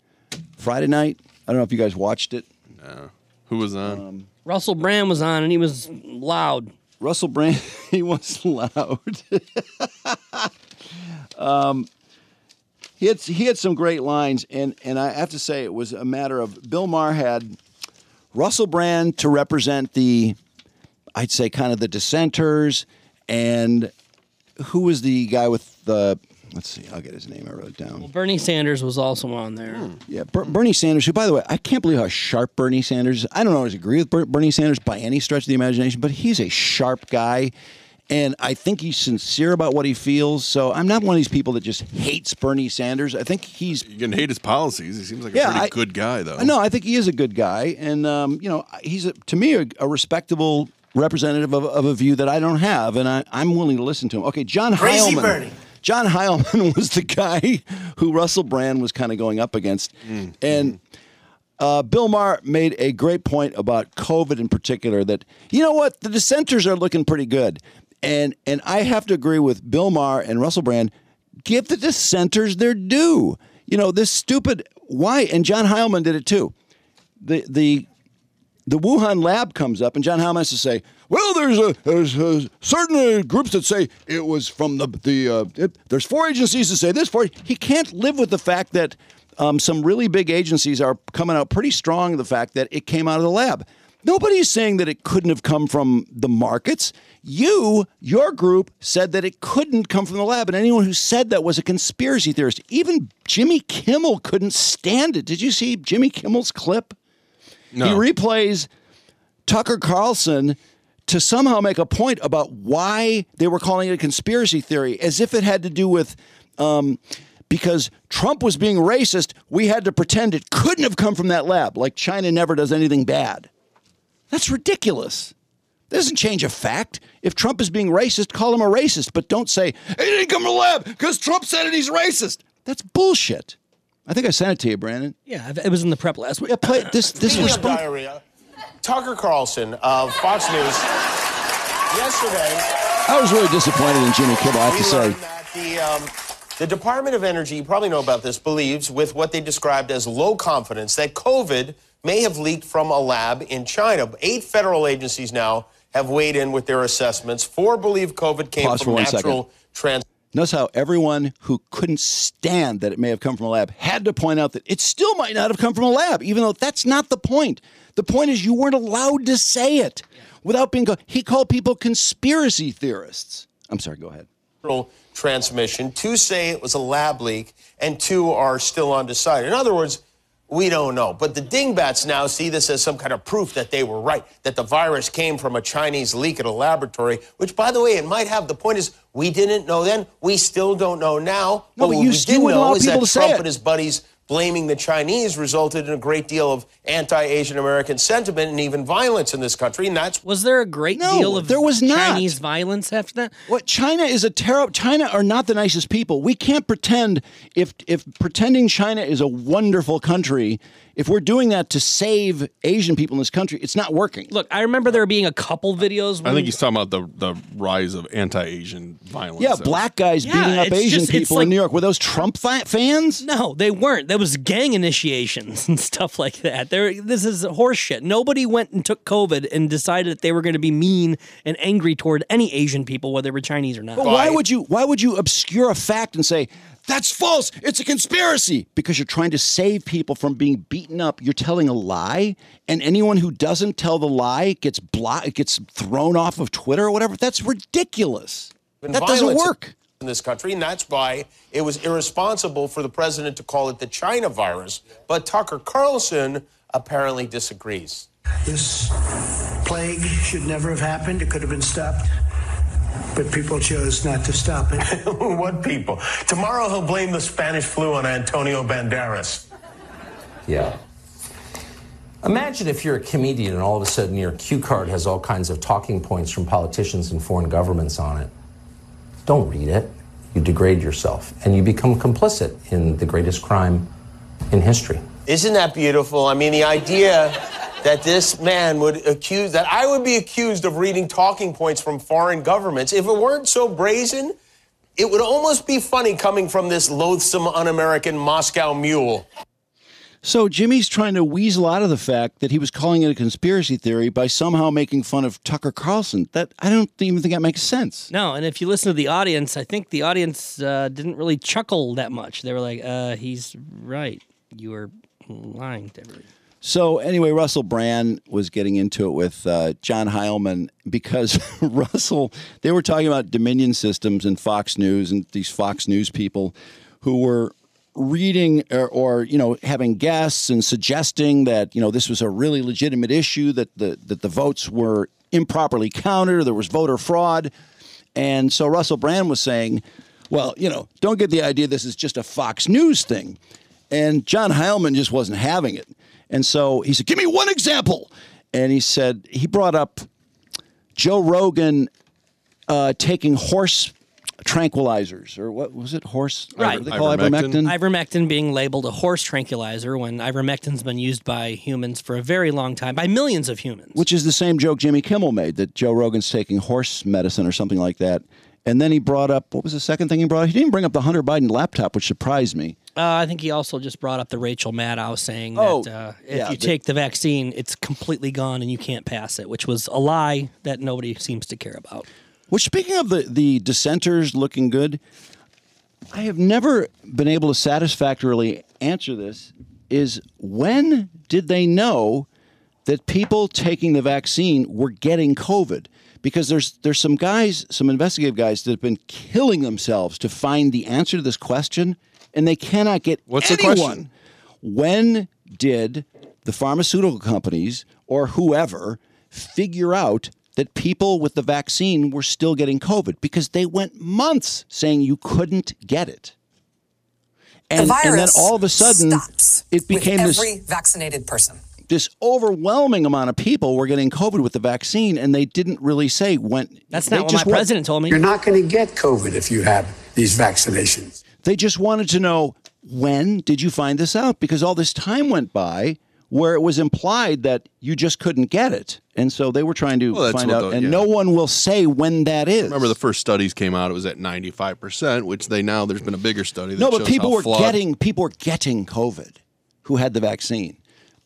S1: Friday night, I don't know if you guys watched it.
S2: No. Who was on?
S4: Russell Brand was on and he was loud.
S1: Um, Russell Brand, he was loud. um, he had he had some great lines, and and I have to say it was a matter of Bill Maher had Russell Brand to represent the, I'd say kind of the dissenters, and who was the guy with the? Let's see, I'll get his name. I wrote it down.
S4: Bernie Sanders was also on there.
S1: Yeah, Ber- Bernie Sanders, who, by the way, I can't believe how sharp Bernie Sanders is. I don't always agree with Ber- Bernie Sanders by any stretch of the imagination, but he's a sharp guy. And I think he's sincere about what he feels. So I'm not one of these people that just hates Bernie Sanders. I think he's.
S2: You can hate his policies. He seems like
S1: Yeah,
S2: a pretty
S1: I-
S2: good guy, though.
S1: No, I think he is a good guy. And, um, you know, he's, a, to me, a, a respectable representative of, of a view that I don't have. And I, I'm willing to listen to him. Okay, John
S11: Crazy
S1: Heilman.
S11: Bernie.
S1: John Heilman was the guy who Russell Brand was kind of going up against.
S2: Mm.
S1: And uh, Bill Maher made a great point about COVID in particular that, you know what, the dissenters are looking pretty good. And, and I have to agree with Bill Maher and Russell Brand. Give the dissenters their due. You know, this stupid why, and John Heilman did it too. The, the the Wuhan lab comes up, and John Howell has to say, "Well, there's a, there's uh certain uh, groups that say it was from the the uh, it- there's four agencies that say this. Four he can't live with the fact that um, some really big agencies are coming out pretty strong. The fact that it came out of the lab. Nobody's saying that it couldn't have come from the markets. You, your group, said that it couldn't come from the lab, and anyone who said that was a conspiracy theorist. Even Jimmy Kimmel couldn't stand it. Did you see Jimmy Kimmel's clip? He replays Tucker Carlson to somehow make a point about why they were calling it a conspiracy theory, as if it had to do with um, because Trump was being racist, we had to pretend it couldn't have come from that lab, like China never does anything bad. That's ridiculous. That doesn't change a fact. If Trump is being racist, call him a racist, but don't say, it didn't come from the lab because Trump said it, he's racist. That's bullshit. I think I sent it to you, Brandon.
S4: Yeah, it was in the prep last week.
S1: Yeah, play this. This
S12: Speaking
S1: was
S12: of diarrhea, Tucker Carlson of Fox News yesterday.
S1: I was really disappointed in Jimmy Kimmel, I have to
S12: we
S1: say.
S12: learned that the um, the Department of Energy, you probably know about this, believes with what they described as low confidence that COVID may have leaked from a lab in China. Eight federal agencies now have weighed in with their assessments. Four believe COVID came
S1: Pause for
S12: from
S1: one
S12: natural trans.
S1: Notice how everyone who couldn't stand that it may have come from a lab had to point out that it still might not have come from a lab, even though that's not the point. The point is you weren't allowed to say it without being called. He called people conspiracy theorists. I'm sorry, go ahead.
S12: viral transmission. Two say it was a lab leak, and two are still undecided. In other words, we don't know. But the dingbats now see this as some kind of proof that they were right, that the virus came from a Chinese leak at a laboratory, which, by the way, it might have. The point is, we didn't know then. We still don't know now.
S1: No, but
S12: what
S1: you-
S12: we
S1: you
S12: did
S1: wouldn't
S12: know
S1: allow
S12: is
S1: people
S12: that
S1: to say
S12: Trump
S1: it.
S12: and his buddies blaming the Chinese resulted in a great deal of anti-Asian American sentiment and even violence in this country. And that's
S4: was there a great
S1: No,
S4: deal of
S1: there was not.
S4: Chinese violence after that?
S1: What China is a terrible. China are not the nicest people. We can't pretend if if pretending China is a wonderful country. If we're doing that to save Asian people in this country, it's not working.
S4: Look, I remember there being a couple videos.
S2: I think he's talking about the the rise of anti-Asian violence.
S1: Yeah, black guys
S4: Yeah,
S1: beating up
S4: it's
S1: Asian
S4: just- it's
S1: people
S4: like-
S1: in New York. Were those Trump fa- fans?
S4: No, they weren't. That was gang initiations and stuff like that. There, this is horseshit. Nobody went and took COVID and decided that they were going to be mean and angry toward any Asian people, whether they were Chinese or not.
S1: But why would you? Why would you obscure a fact and say that's false? It's a conspiracy because you're trying to save people from being beaten up. You're telling a lie, and anyone who doesn't tell the lie gets blocked, gets thrown off of Twitter or whatever. That's ridiculous.
S12: and
S1: That doesn't
S12: violence
S1: work.
S12: in this country, and that's why it was irresponsible for the president to call it the China virus. But Tucker Carlson apparently disagrees.
S13: This plague should never have happened. It could have been stopped. But people chose not to stop it.
S12: what people? Tomorrow he'll blame the Spanish flu on Antonio Banderas.
S14: Yeah. Imagine if you're a comedian and all of a sudden your cue card has all kinds of talking points from politicians and foreign governments on it. Don't read it. You degrade yourself and you become complicit in the greatest crime in history.
S12: Isn't that beautiful? I mean, the idea that this man would accuse, that I would be accused of reading talking points from foreign governments, if it weren't so brazen, it would almost be funny coming from this loathsome un American Moscow mule.
S1: So Jimmy's trying to weasel out of the fact that he was calling it a conspiracy theory by somehow making fun of Tucker Carlson. That I don't even think that makes sense.
S4: No, and if you listen to the audience, I think the audience uh, didn't really chuckle that much. They were like, uh, "He's right. You were lying to everybody."
S1: So anyway, Russell Brand was getting into it with uh, John Heilman because Russell, they were talking about Dominion systems and Fox News and these Fox News people who were reading or, or you know having guests and suggesting that you know this was a really legitimate issue that the that the votes were improperly counted or there was voter fraud, and so Russell Brand was saying, well, you know, don't get the idea this is just a Fox News thing. And John Heilman just wasn't having it. And so he said, Give me one example. And he said, He brought up Joe Rogan uh, taking horse tranquilizers, or what was it? Horse?
S4: Right.
S1: They call ivermectin.
S4: Ivermectin being labeled a horse tranquilizer when ivermectin's been used by humans for a very long time, by millions of humans.
S1: Which is the same joke Jimmy Kimmel made that Joe Rogan's taking horse medicine or something like that. And then he brought up, what was the second thing he brought up? He didn't bring up the Hunter Biden laptop, which surprised me.
S4: Uh, I think he also just brought up the Rachel Maddow saying
S1: Oh,
S4: that uh, if
S1: yeah,
S4: you
S1: the-
S4: take the vaccine, it's completely gone and you can't pass it, which was a lie that nobody seems to care about.
S1: Which, speaking of the, the dissenters looking good, I have never been able to satisfactorily answer this is when did they know that people taking the vaccine were getting COVID? Because there's there's some guys, some investigative guys that have been killing themselves to find the answer to this question, and they cannot get
S2: What's the
S1: anyone.
S2: question?
S1: When did the pharmaceutical companies or whoever figure out that people with the vaccine were still getting COVID? Because they went months saying you couldn't get it.
S10: The
S1: And, and then
S10: virus
S1: all of a sudden, it became
S10: with
S1: this
S10: every vaccinated person.
S1: this overwhelming amount of people were getting COVID with the vaccine, and they didn't really say when.
S4: That's
S1: they
S4: not what my
S1: just wa-
S4: president told me.
S13: You're not going to get COVID if you have these vaccinations.
S1: They just wanted to know when did you find this out? Because all this time went by where it was implied that you just couldn't get it, and so they were trying to
S2: Well, that's
S1: find
S2: what
S1: out.
S2: the-
S1: and
S2: yeah.
S1: no one will say when that is.
S2: Remember the first studies came out; it was at ninety five percent, which they now there's been a bigger study. That
S1: No, but
S2: shows
S1: people
S2: how
S1: were
S2: flawed-
S1: getting people were getting COVID who had the vaccine,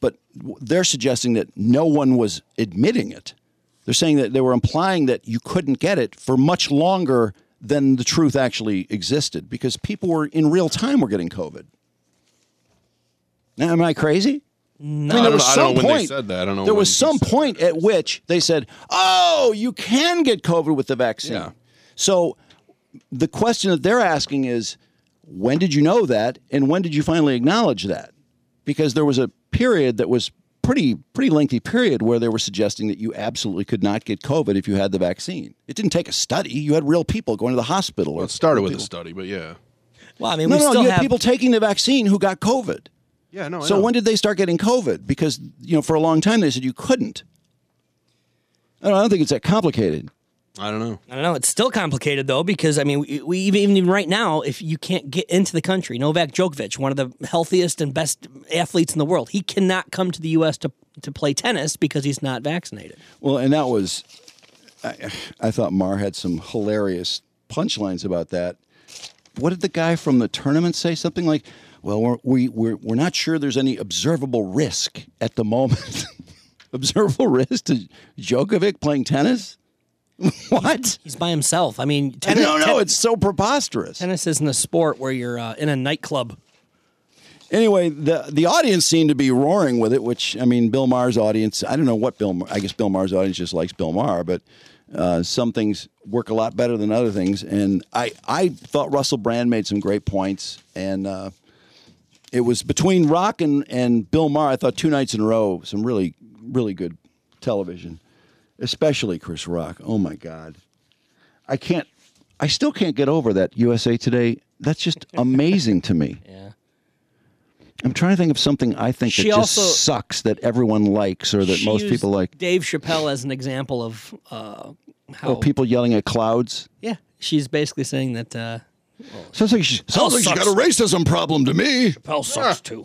S1: but w- they're suggesting that no one was admitting it. They're saying that they were implying that you couldn't get it for much longer than the truth actually existed because people were in real time were getting COVID. Now, am I crazy?
S2: No, I don't know- I don't know when they said that. I don't know
S1: There
S2: when
S1: was
S2: he
S1: some point at which they said, "Oh, you can get COVID with the vaccine." So the question that they're asking is, when did you know that, and when did you finally acknowledge that? Because there was a period that was pretty pretty lengthy period where they were suggesting that you absolutely could not get COVID if you had the vaccine. It didn't take a study; you had real people going to the hospital. Or it
S2: started with a study, but yeah,
S4: Well, I
S1: no, no, you had people taking the vaccine who got COVID.
S2: yeah, no. I
S1: So
S2: know.
S1: when did they start getting COVID? Because you know, for a long time they said you couldn't. I don't, I don't think it's that complicated.
S2: I don't know.
S4: I don't know. It's still complicated though, because I mean, we, we even, even right now, if you can't get into the country, Novak Djokovic, one of the healthiest and best athletes in the world, he cannot come to the U.S. to to play tennis because he's not vaccinated.
S1: Well, and that was, I, I thought Mar had some hilarious punchlines about that. What did the guy from the tournament say? Something like, "Well, we're, we we're, we're not sure there's any observable risk at the moment. observable risk to Djokovic playing tennis? What?
S4: He's by himself. I mean,
S1: I don't know. It's so preposterous.
S4: Tennis isn't a sport where you're uh, in a nightclub.
S1: Anyway, the the audience seemed to be roaring with it, which I mean, Bill Maher's audience. I don't know what Bill. Maher- I guess Bill Maher's audience just likes Bill Maher, but uh, some things work a lot better than other things. And I I thought Russell Brand made some great points, and uh, it was between Rock and and Bill Maher. I thought two nights in a row, some really really good television, especially Chris Rock. Oh my God. I can't. I still can't get over that USA Today. That's just amazing to me.
S4: Yeah.
S1: I'm trying to think of something I think
S4: She
S1: that just
S4: also-
S1: sucks that everyone likes or that
S4: She
S1: most
S4: used
S1: people like.
S4: Dave Chappelle as an example of uh, how.
S1: Or Oh, people yelling at clouds.
S4: yeah, she's basically saying that. Uh,
S1: Sounds like she, sounds like she's got a racism problem to me.
S4: Chappelle sucks too.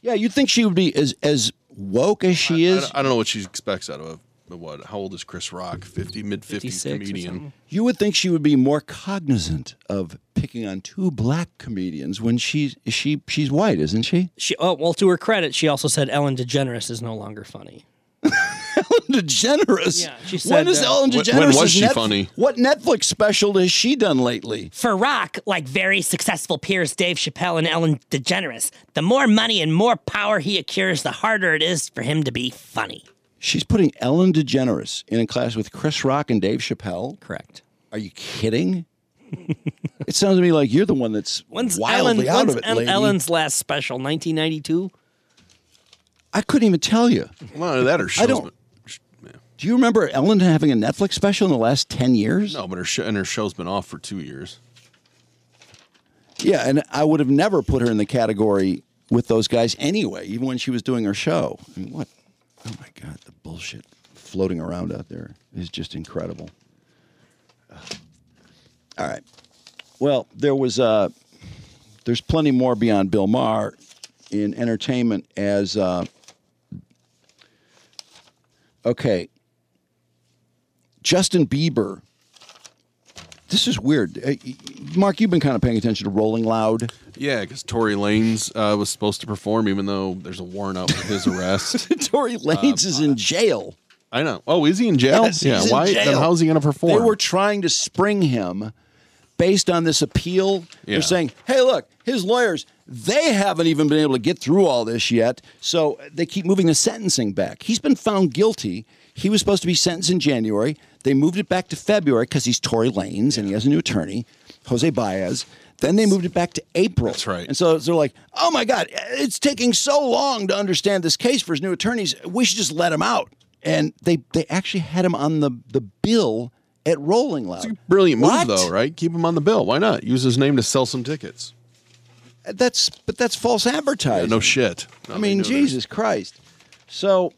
S1: Yeah, you'd think she would be as as woke as she
S2: I,
S1: is.
S2: don't- I don't know what she expects out of a, what? How old is Chris Rock? Fifty, mid fifties comedian.
S1: You would think she would be more cognizant of picking on two black comedians when she's she she's white, isn't she?
S4: She, oh, well, to her credit, she also said Ellen DeGeneres is no longer funny.
S1: Ellen DeGeneneres. Yeah,
S4: she
S1: when
S4: said,
S1: is
S4: uh,
S1: Ellen
S4: When-
S1: DeGeneres?
S2: when was she funny?
S1: What Netflix special has she done lately?
S15: For Rock, like very successful peers Dave Chappelle and Ellen DeGeneres, the more money and more power he accrues, the harder it is for him to be funny.
S1: She's putting Ellen DeGeneres in a class with Chris Rock and Dave Chappelle.
S4: Correct.
S1: Are you kidding? it sounds to me like you're the one that's wildly
S4: Ellen,
S1: out
S4: when's
S1: of it,
S4: Em-
S1: lady.
S4: Ellen's last special, 1992.
S1: I couldn't even tell you.
S2: Well, that or
S1: I
S2: shows-
S1: don't. Do you remember Ellen having a Netflix special in the last ten years?
S2: No, but her sh- and her show's been off for two years.
S1: Yeah, and I would have never put her in the category with those guys anyway, even when she was doing her show. I mean, what? Oh my God, the bullshit floating around out there is just incredible. Ugh. All right. Well, there was uh, there's plenty more beyond Bill Maher in entertainment as uh, okay. Justin Bieber. This is weird. Uh, y- y- Mark, you've been kind of paying attention to Rolling Loud.
S2: Yeah, because Tory Lanez uh, was supposed to perform, even though there's a warrant out for his arrest. Uh,
S1: Tory Lanez is in jail.
S2: I know. Oh, is he in jail?
S1: Yes,
S2: Um, yeah.
S1: he's in
S2: why? Then
S1: jail.
S2: how's he going to perform?
S1: They were trying to spring him based on this appeal. They're
S2: Yeah.
S1: saying, hey, look, his lawyers, they haven't even been able to get through all this yet. So they keep moving the sentencing back. He's been found guilty. He was supposed to be sentenced in January. They moved it back to February because he's Tory Lanez and he has a new attorney, Jose Baez. Then they moved it back to April. That's right. And so they're like, oh my God, it's taking so long to understand this case for his new attorneys. We should just let him out. And they, they actually had him on the, the bill at Rolling Loud.
S2: Brilliant
S1: What?
S2: move, though, right? Keep him on the bill. Why not? Use his name to sell some tickets.
S1: That's but that's false advertising.
S2: no shit.
S1: I mean, Jesus Christ. So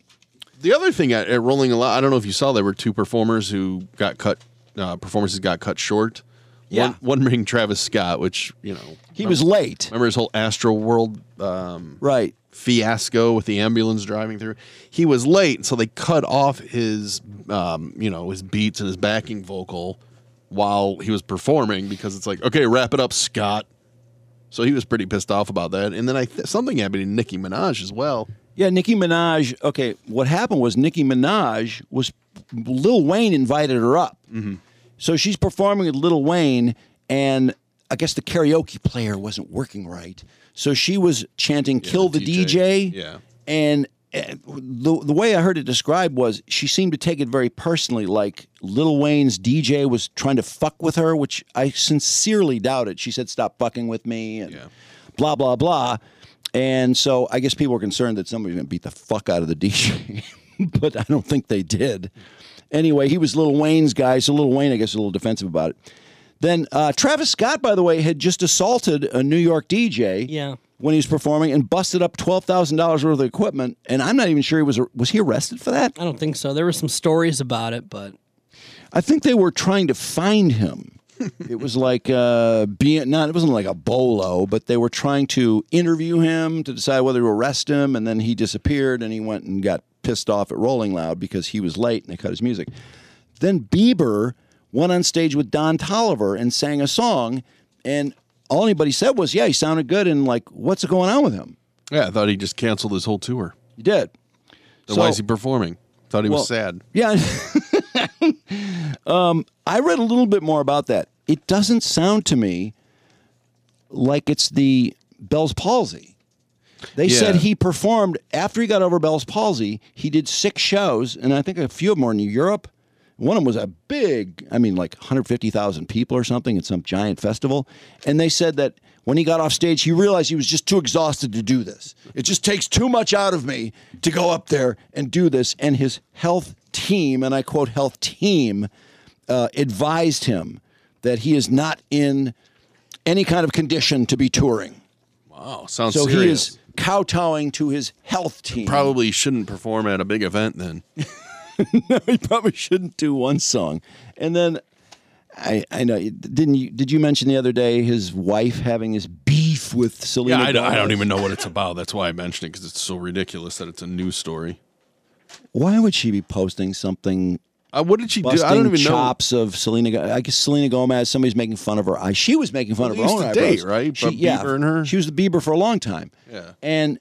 S2: the other thing at, at Rolling Loud, I don't know if you saw, there were two performers who got cut. Uh, performances got cut short.
S1: Yeah.
S2: One, one being Travis Scott, which you know
S1: He was late.
S2: Remember his whole Astro World um,
S1: right
S2: fiasco with the ambulance driving through. He was late, so they cut off his um, you know his beats and his backing vocal while he was performing because it's like okay, wrap it up, Scott. So he was pretty pissed off about that. And then I th- something happened to Nicki Minaj as well.
S1: Yeah, Nicki Minaj. Okay, what happened was Nicki Minaj was Lil Wayne invited her up, so she's performing with Lil Wayne, and I guess the karaoke player wasn't working right, so she was chanting "Kill the, DJ."
S2: Yeah.
S1: and uh, the the way I heard it described was she seemed to take it very personally, like Lil Wayne's DJ was trying to fuck with her, which I sincerely doubted. She said, "Stop fucking with me," and blah blah blah. And so I guess people were concerned that somebody was going to beat the fuck out of the DJ, but I don't think they did. Anyway, he was Lil Wayne's guy, so Lil Wayne, I guess, was a little defensive about it. Then uh, Travis Scott, by the way, had just assaulted a New York DJ
S4: Yeah.
S1: when he was performing and busted up twelve thousand dollars worth of equipment. And I'm not even sure he was was he arrested for that.
S4: I don't think so. There were some stories about it, but
S1: I think they were trying to find him. it was like uh, being not it wasn't like a bolo, but they were trying to interview him to decide whether to arrest him. And then he disappeared, and he went and got pissed off at Rolling Loud because he was late and they cut his music. Then Bieber went on stage with Don Tolliver and sang a song, and all anybody said was, "Yeah, he sounded good," and like, "What's going on with him?"
S2: Yeah, I thought he just canceled his whole tour.
S1: He did.
S2: Then
S1: So-
S2: why is he performing? Thought he
S1: Well,
S2: was sad.
S1: Yeah. um, I read a little bit more about that. It doesn't sound to me like it's the Bell's palsy. They
S2: Yeah.
S1: said he performed after he got over Bell's palsy. He did six shows, and I think a few of them were in Europe. One of them was a big, I mean, like 150,000 people or something at some giant festival. And they said that when he got off stage, he realized he was just too exhausted to do this. It just takes too much out of me to go up there and do this. And his health team, and I quote health team, uh, advised him that he is not in any kind of condition to be touring.
S2: Wow, sounds
S1: so he
S2: serious.
S1: is kowtowing to his health team.
S2: Probably shouldn't perform at a big event then.
S1: no, he probably shouldn't do one song. And then I I know didn't you did you mention the other day his wife having this beef with Selena?
S2: Yeah, I don't, I
S1: Gomez?
S2: don't even know what it's about. That's why I mentioned it because it's so ridiculous that it's a news story.
S1: Why would she be posting something?
S2: Uh, what did she do? I
S1: busting
S2: don't even know.
S1: chops of Selena. Go- I guess Selena Gomez. Somebody's making fun of her. eye. She was making fun
S2: Well,
S1: of
S2: they
S1: her own
S2: used to date,
S1: eyebrows.
S2: right?
S1: She,
S2: But
S1: yeah,
S2: Bieber and
S1: her. She was the Bieber for a long time.
S2: Yeah.
S1: and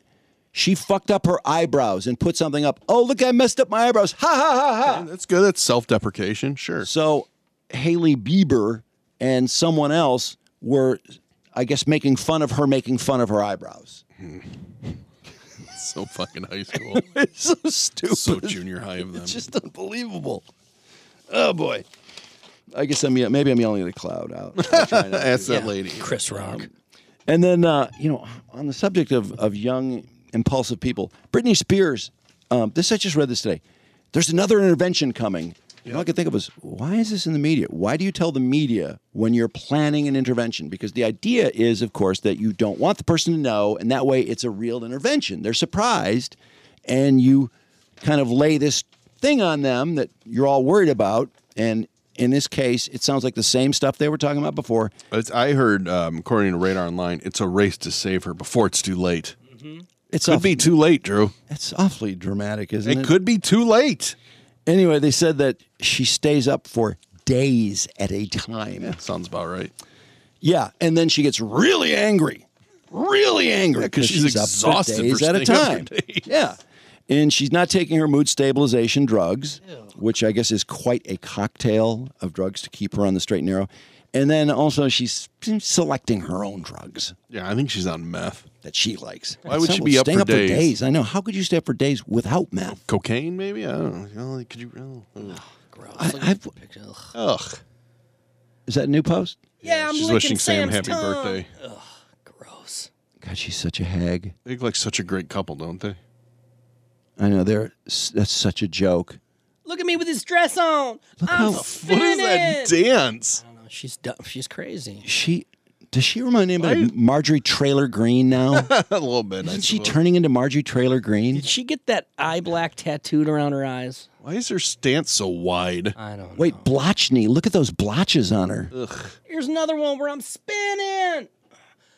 S1: she fucked up her eyebrows and put something up. Oh, look, I messed up my eyebrows. Ha ha ha ha.
S2: that's good. That's self deprecation. Sure.
S1: So Haley Bieber and someone else were, I guess, making fun of her making fun of her eyebrows.
S2: So fucking high school.
S1: it's so stupid.
S2: Oh. So junior high of them.
S1: It's just unbelievable. Oh boy. I guess I'm maybe I'm yelling at a cloud out. I'm trying not to.
S2: That's that lady.
S4: Chris Rock.
S1: And then, uh, you know, on the subject of, of young, impulsive people, Britney Spears, um, this I just read this today. There's another intervention coming. And All I could think of was, why is this in the media? Why do you tell the media when you're planning an intervention? Because the idea is, of course, that you don't want the person to know, and that way it's a real intervention. They're surprised, and you kind of lay this thing on them that you're all worried about. And in this case, it sounds like the same stuff they were talking about before.
S2: It's, I heard, um, according to Radar Online, it's a race to save her before it's too late.
S1: It's
S2: could
S1: awful.
S2: be too late, Drew.
S1: It's awfully dramatic, isn't it?
S2: It could be too late.
S1: Anyway, they said that she stays up for days at a time.
S2: sounds about right.
S1: Yeah, and then she gets really angry, really angry
S2: Yeah, 'cause she's exhausted for
S1: days at a
S2: staying up
S1: time.
S2: for
S1: Yeah, and she's not taking her mood stabilization drugs, which I guess is quite a cocktail of drugs to keep her on the straight and narrow. And then also she's selecting her own drugs
S2: Yeah, I think she's on meth.
S1: that she likes.
S2: Why would
S1: Some-
S2: she be up
S1: staying
S2: for
S1: up for
S2: days?
S1: days? I know. How could you stay up for days without meth?
S2: Cocaine, maybe? I don't know. Could you? Oh,
S4: gross.
S1: I, I've,
S2: Ugh.
S1: Is that a new post?
S4: Yeah, I'm
S2: She's
S4: licking
S2: wishing Sam
S4: Sam's
S2: happy
S4: tongue.
S2: birthday.
S1: God, she's such a hag.
S2: They look like such a great couple, don't they?
S1: I know they're s- that's such a joke.
S4: Look at me with his dress on. I'm
S2: What is that
S4: spinning.
S2: dance?
S4: I don't know. She's dumb. She's crazy.
S1: She does she remind anybody of Marjorie Trailer Green now?
S2: a little bit. I
S1: Isn't she
S2: suppose.
S1: turning into Marjorie Trailer Green?
S4: Did she get that eye black tattooed around her eyes?
S2: Why is her stance so wide?
S4: I don't.
S1: Wait, Blotchney. Look at those blotches on her.
S2: Ugh.
S4: Here's another one where I'm spinning.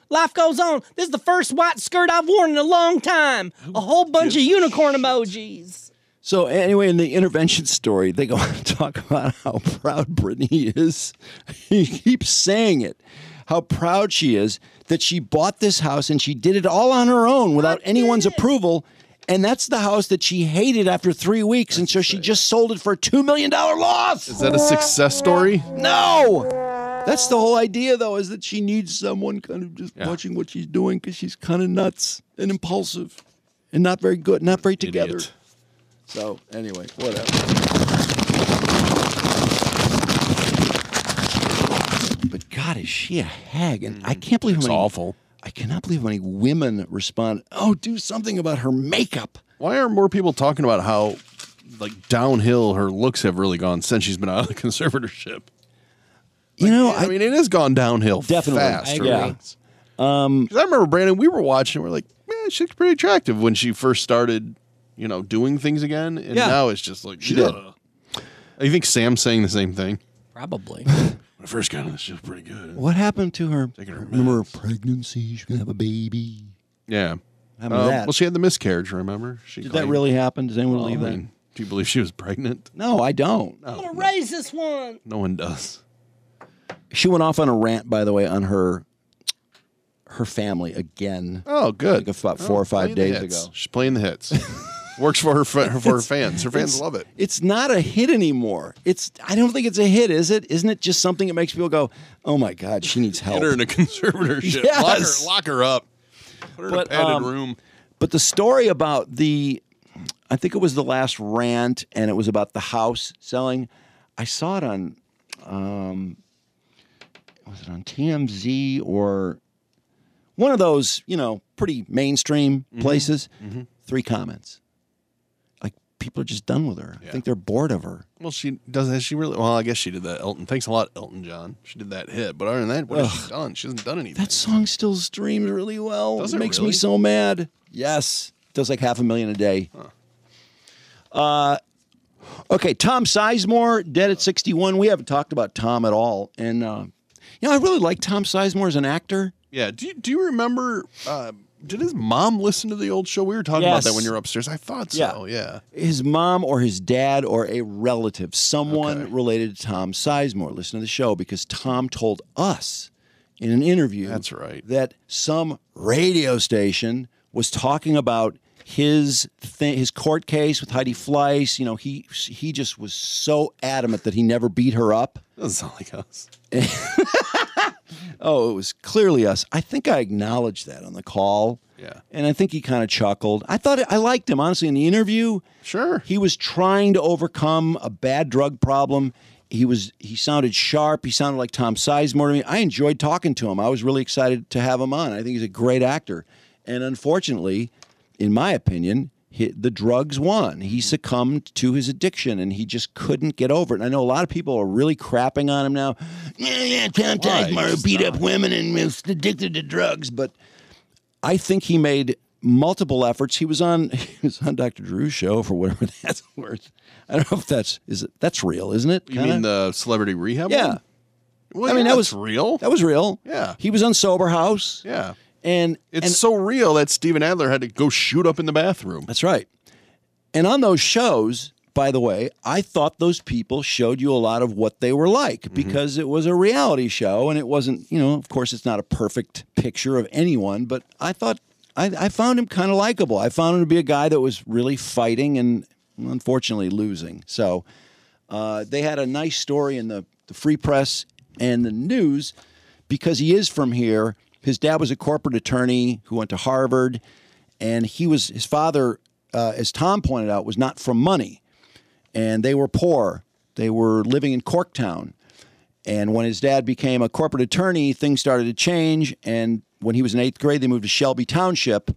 S4: Life goes on. This is the first white skirt I've worn in a long time. A
S1: Oh,
S4: whole bunch of unicorn emojis.
S1: So anyway, in the intervention story, they go on to talk about how proud Britney is. he keeps saying it. How proud she is that she bought this house and she did it all on her own without anyone's approval. And that's the house that she hated after three weeks, and so she just sold it for a two million dollar loss.
S2: Is that a success story?
S1: No. That's the whole idea, though, is that she needs someone kind of just watching what she's doing because she's kind of nuts and impulsive and not very good, not very together.
S2: Idiot.
S1: So, anyway, whatever. But God, is she a hag? And I can't believe how
S2: It's
S1: many,
S2: awful.
S1: I cannot believe how many women respond, oh, do something about her makeup.
S2: Why are more people talking about how like downhill her looks have really gone since she's been out of the conservatorship?
S1: You know,
S2: I, mean, it has gone downhill
S1: Definitely.
S2: fast.
S1: I
S2: for
S1: agree. Um,
S2: her. 'Cause I remember Brandon, we were watching, we're like, man, she looks pretty attractive when she first started, you know, doing things again, and
S1: Yeah.
S2: now it's just like
S1: She did.
S2: ugh. You think Sam's saying the same thing?
S4: Probably.
S2: When I first got on this, she was pretty good.
S1: what happened to her?
S2: Taking her
S1: Remember her pregnancy? She's going to have a baby.
S2: Yeah.
S1: How about
S2: Um,
S1: that?
S2: Well, she had the miscarage. Remember? She
S1: Did that
S2: claimed-
S1: really happen? Does anyone
S2: Well, I
S1: believe that?
S2: mean, do you believe she was pregnant?
S1: No, I don't.
S4: I'm gonna raise this one.
S2: No one does.
S1: She went off on a rant, by the way, on her her family again.
S2: Oh, good.
S1: Like about four or five
S2: Playing the
S1: days
S2: hits.
S1: ago.
S2: She's playing the hits. Works for her fa- for her fans. Her fans
S1: It's-
S2: love it.
S1: It's not a hit anymore. It's I don't think it's a hit, is it? Isn't it just something that makes people go, "Oh my God, she needs help."
S2: Get her in a conservatorship. Lock,
S1: Yes.
S2: her, lock her up. Put her
S1: But,
S2: in a padded
S1: um,
S2: room.
S1: But the story about the, I think it was the last rant, and it was about the house selling. I saw it on, um, was it on TMZ or one of those, you know, pretty mainstream places? Three comments. Like people are just done with her. I think they're bored of her.
S2: Well, she does. Has she really? Well, I guess she did that. Elton, thanks a lot, Elton John. She did that hit, but other than that, what has she done? She hasn't done anything.
S1: That song still streams really well.
S2: Does
S1: it
S2: it
S1: makes me
S2: really?
S1: so mad. Yes, does like half a million a day. Uh, okay, Tom Sizemore dead at 61. We haven't talked about Tom at all, and uh, you know I really like Tom Sizemore as an actor.
S2: Yeah. Do you, do you remember? Uh, did his mom listen to the old show? We were talking about that
S1: Yes.
S2: when you were upstairs. I thought so. Yeah.
S1: His mom or his dad or a relative, someone related to Tom Sizemore. Listen to the show because Tom told us in an interview That's right. that some radio station was talking about his thing, his court case with Heidi Fleiss. You know, he he just was so adamant that he never beat her up.
S2: Doesn't sound like us.
S1: Oh, it was clearly us. I think I acknowledged that on the call. Yeah. And I think he kind of chuckled. I thought I liked him, honestly, in the interview. Sure. He was trying to overcome a bad drug problem. He was he sounded sharp. He sounded like Tom Sizemore to me. I enjoyed talking to him. I was really excited to have him on. I think he's a great actor. And unfortunately, in my opinion, he, the drugs won. He succumbed to his addiction and he just couldn't get over it. And I know a lot of people are really crapping on him now. Yeah, yeah, Tom
S16: Why?
S1: Sizemore beat up women and was addicted to drugs. But I think he made multiple efforts. He was on he was on Dr. Drew's show for whatever that's worth. I don't know if that's is it, that's real, isn't it?
S2: You mean the celebrity rehab?
S1: Yeah.
S2: One? Well,
S1: I mean
S2: yeah,
S1: that was
S2: that's
S1: real. That was real.
S2: Yeah.
S1: He was on Sober House.
S2: Yeah.
S1: And
S2: it's so real that Steven Adler had to go shoot up in the bathroom.
S1: That's right. And on those shows, by the way, I thought those people showed you a lot of what they were like because it was a reality show and it wasn't, you know, of course, it's not a perfect picture of anyone, but I thought I, I found him kind of likable. I found him to be a guy that was really fighting and unfortunately losing. So uh, they had a nice story in the, the Free Press and the news because he is from here. His dad was a corporate attorney who went to Harvard, and he was his father, uh, as Tom pointed out, was not from money, and they were poor. They were living in Corktown, and when his dad became a corporate attorney, things started to change. And when he was in eighth grade, they moved to Shelby Township,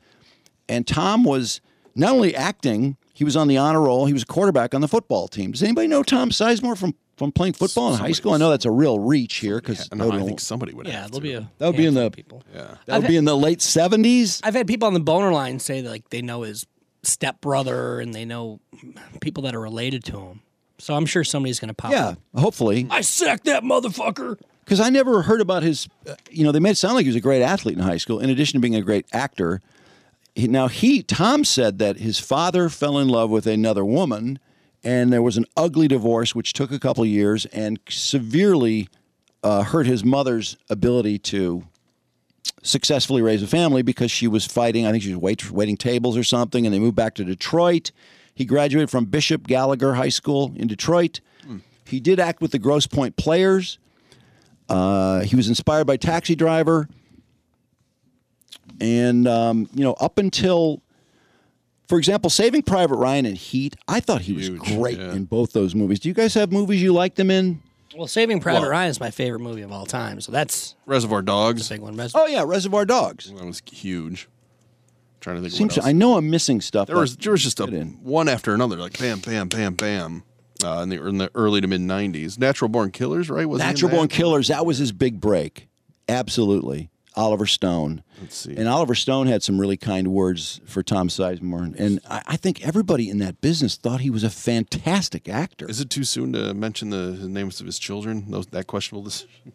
S1: and Tom was not only acting, he was on the honor roll. He was a quarterback on the football team. Does anybody know Tom Sizemore from from playing football in high school? I know that's a real reach here because
S2: I think somebody would.
S4: Yeah, there'll be a.
S1: that would be in the
S2: Yeah.
S1: that would be in the late seventies.
S4: I've had people on the boner line say that like they know his stepbrother and they know people that are related to him. So I'm sure somebody's going to pop.
S1: Yeah,
S4: up.
S1: hopefully,
S4: I sacked that motherfucker.
S1: because I never heard about his. Uh, you know, they made it sound like he was a great athlete in high school. In addition to being a great actor, He- now he Tom said that his father fell in love with another woman, and there was an ugly divorce which took a couple years and severely uh, hurt his mother's ability to successfully raise a family because she was fighting. I think she was wait, waiting tables or something, and they moved back to Detroit. He graduated from Bishop Gallagher High School in Detroit. He did act with the Gross Point Players. Uh, he was inspired by Taxi Driver, and um, you know, up until, for example, Saving Private Ryan and Heat, I thought he was great in both those movies. Do you guys have movies you liked him in?
S4: Well, Saving Private
S1: Well-
S4: Ryan is my favorite movie of all time. So that's
S2: Reservoir Dogs.
S4: a big one. Res-
S1: Oh yeah, Reservoir Dogs.
S2: That was huge. trying to think.
S1: Seems
S2: what else.
S1: I know I'm missing stuff.
S2: there was there was just a one after another, like bam, bam, bam, bam. Uh, in the in the early to mid '90s, Natural Born Killers, right? Was he in
S1: Natural
S2: that?
S1: Born Killers. That was his big break. Absolutely. Oliver Stone. Let's see. And Oliver Stone had some really kind words for Tom Sizemore. And I, I think everybody in that business thought he was a fantastic actor.
S2: Is it too soon to mention the, the names of his children? Those that questionable decision.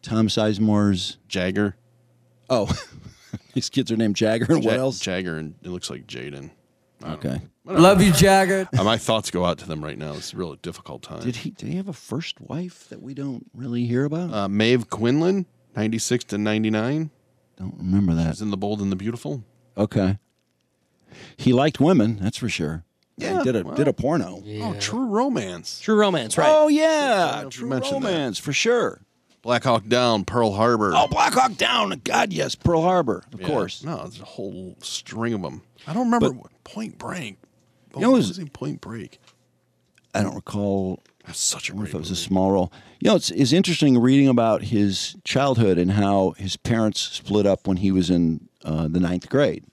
S1: Tom Sizemore's
S2: Jagger.
S1: Oh, his kids are named Jagger and what
S2: Ja-
S1: else?
S2: Jagger and it looks like Jaden.
S1: Okay.
S2: Love you, Jagger. Uh, my thoughts go out to them right now. It's a really difficult time.
S1: Did he did he have a first wife that we don't really hear about?
S2: Uh, Maeve Quinlan, ninety six to ninety nine.
S1: Don't remember that.
S2: She's in the Bold and the Beautiful.
S1: Okay. He liked women, that's for sure.
S2: Yeah,
S1: he did a
S2: well.
S1: did a porno.
S2: Oh, True Romance.
S4: True Romance, right?
S1: Oh yeah,
S2: True
S1: Romance for sure.
S2: Black Hawk Down, Pearl Harbor.
S1: Oh, Black Hawk Down. God, yes, Pearl Harbor, of
S2: Yeah.
S1: course.
S2: No, there's a whole string of them. I don't remember
S1: But-
S2: what- Point Break.
S1: You know, it was-
S2: was in Point Break?
S1: I don't recall.
S2: That's such a
S1: I don't know if it was a small role. You know, it's, it's interesting reading about his childhood and how his parents split up when he was in uh, the ninth grade,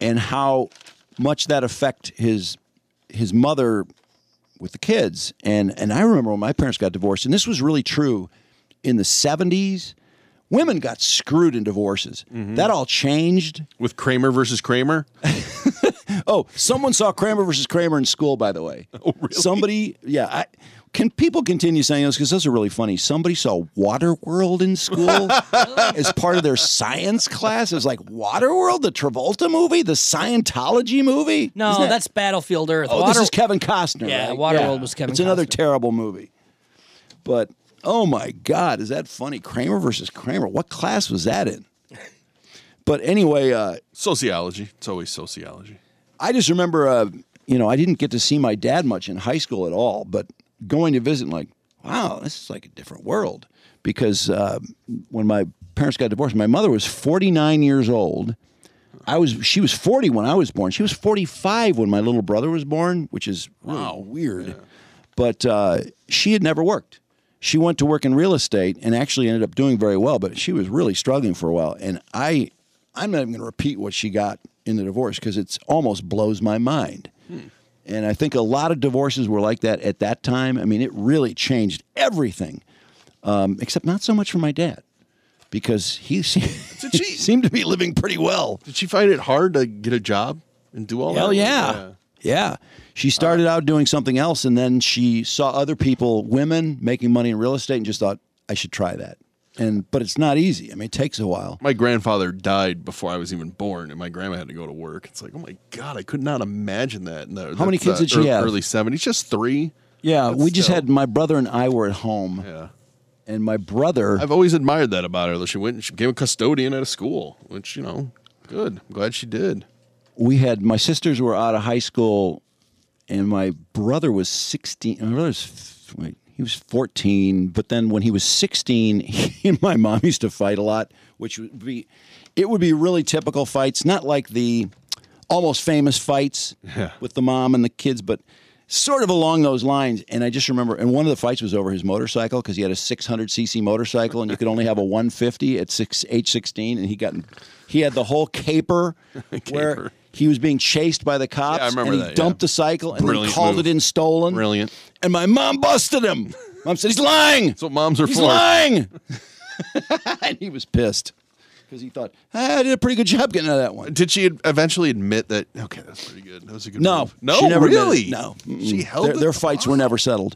S1: and how much that affect his his mother with the kids. And and I remember when my parents got divorced, and this was really true in the seventies. Women got screwed in divorces. That all changed
S2: Mm-hmm. with Kramer versus Kramer.
S1: oh, someone saw Kramer versus Kramer in school, by the way. Oh, really? Somebody, yeah. I, can people continue saying this because those are really funny? Somebody saw Waterworld in school as part of their science class. It was like Waterworld, the Travolta movie, the Scientology movie.
S4: No,
S1: Isn't that-
S4: that's Battlefield Earth.
S1: Oh,
S4: Water-
S1: this is Kevin Costner.
S4: Yeah,
S1: right?
S4: Waterworld was Kevin
S1: It's another terrible movie. But oh my God, is that funny? Kramer versus Kramer. What class was that in? But anyway, uh,
S2: Sociology. It's always sociology.
S1: I just remember, uh, you know, I didn't get to see my dad much in high school at all, but going to visit, and like, wow, this is like a different world. Because uh, when my parents got divorced, my mother was 49 years old. I was, she was 40 when I was born. She was 45 when my little brother was born, which is really weird. But uh, she had never worked. She went to work in real estate and actually ended up doing very well, but she was really struggling for a while. And I, I'm not even going to repeat what she got in the divorce because it's almost blows my mind.
S4: Hmm.
S1: And I think a lot of divorces were like that at that time. I mean, it really changed everything, um, except not so much for my dad because he, se- he seemed to be living pretty well.
S2: Did she find it hard to get a job and do all
S1: Hell
S2: that?
S1: yeah. yeah. She started out doing something else and then she saw other people, women, making money in real estate and just thought, I should try that. And but it's not easy. I mean, it takes a while.
S2: My grandfather died before I was even born, and my grandma had to go to work. It's like, oh my god, I could not imagine that. in the-
S1: How many
S2: that's,
S1: kids did she
S2: ear-
S1: have?
S2: Early seventies, just three.
S1: Yeah,
S2: But
S1: we just
S2: still.
S1: had my brother and I were at home.
S2: Yeah.
S1: And my brother
S2: I've always admired that about her. That she went and she became a custodian at a school, which you know, good. I'm glad she did.
S1: we had my sisters were out of high school, and my brother was sixteen. My brother was wait, he was fourteen. But then when he was sixteen, he and my mom used to fight a lot, which would be it would be really typical fights, not like the almost famous fights
S2: Yeah.
S1: with the mom and the kids, but. Sort of along those lines, and I just remember, and one of the fights was over his motorcycle because he had a 600cc motorcycle, and you could only have a 150 at six, age 16, and he got, in- he had the whole caper, where he was being chased by the cops,
S2: Yeah, I remember
S1: and he
S2: that, yeah.
S1: dumped the cycle and then
S2: Brilliant
S1: called
S2: move.
S1: it in stolen.
S2: Brilliant.
S1: And my mom busted him. Mom said, "He's lying." That's
S2: what moms are
S1: He's
S2: for.
S1: lying. and he was pissed because he thought, "I did a pretty good job getting out of that one."
S2: Did she ad- eventually admit that? Okay, that's pretty good. That was a good.
S1: No,
S2: move. no,
S1: she never did it.
S2: really,
S1: No, Mm-mm.
S2: She held
S1: their,
S2: it.
S1: their fights were never settled.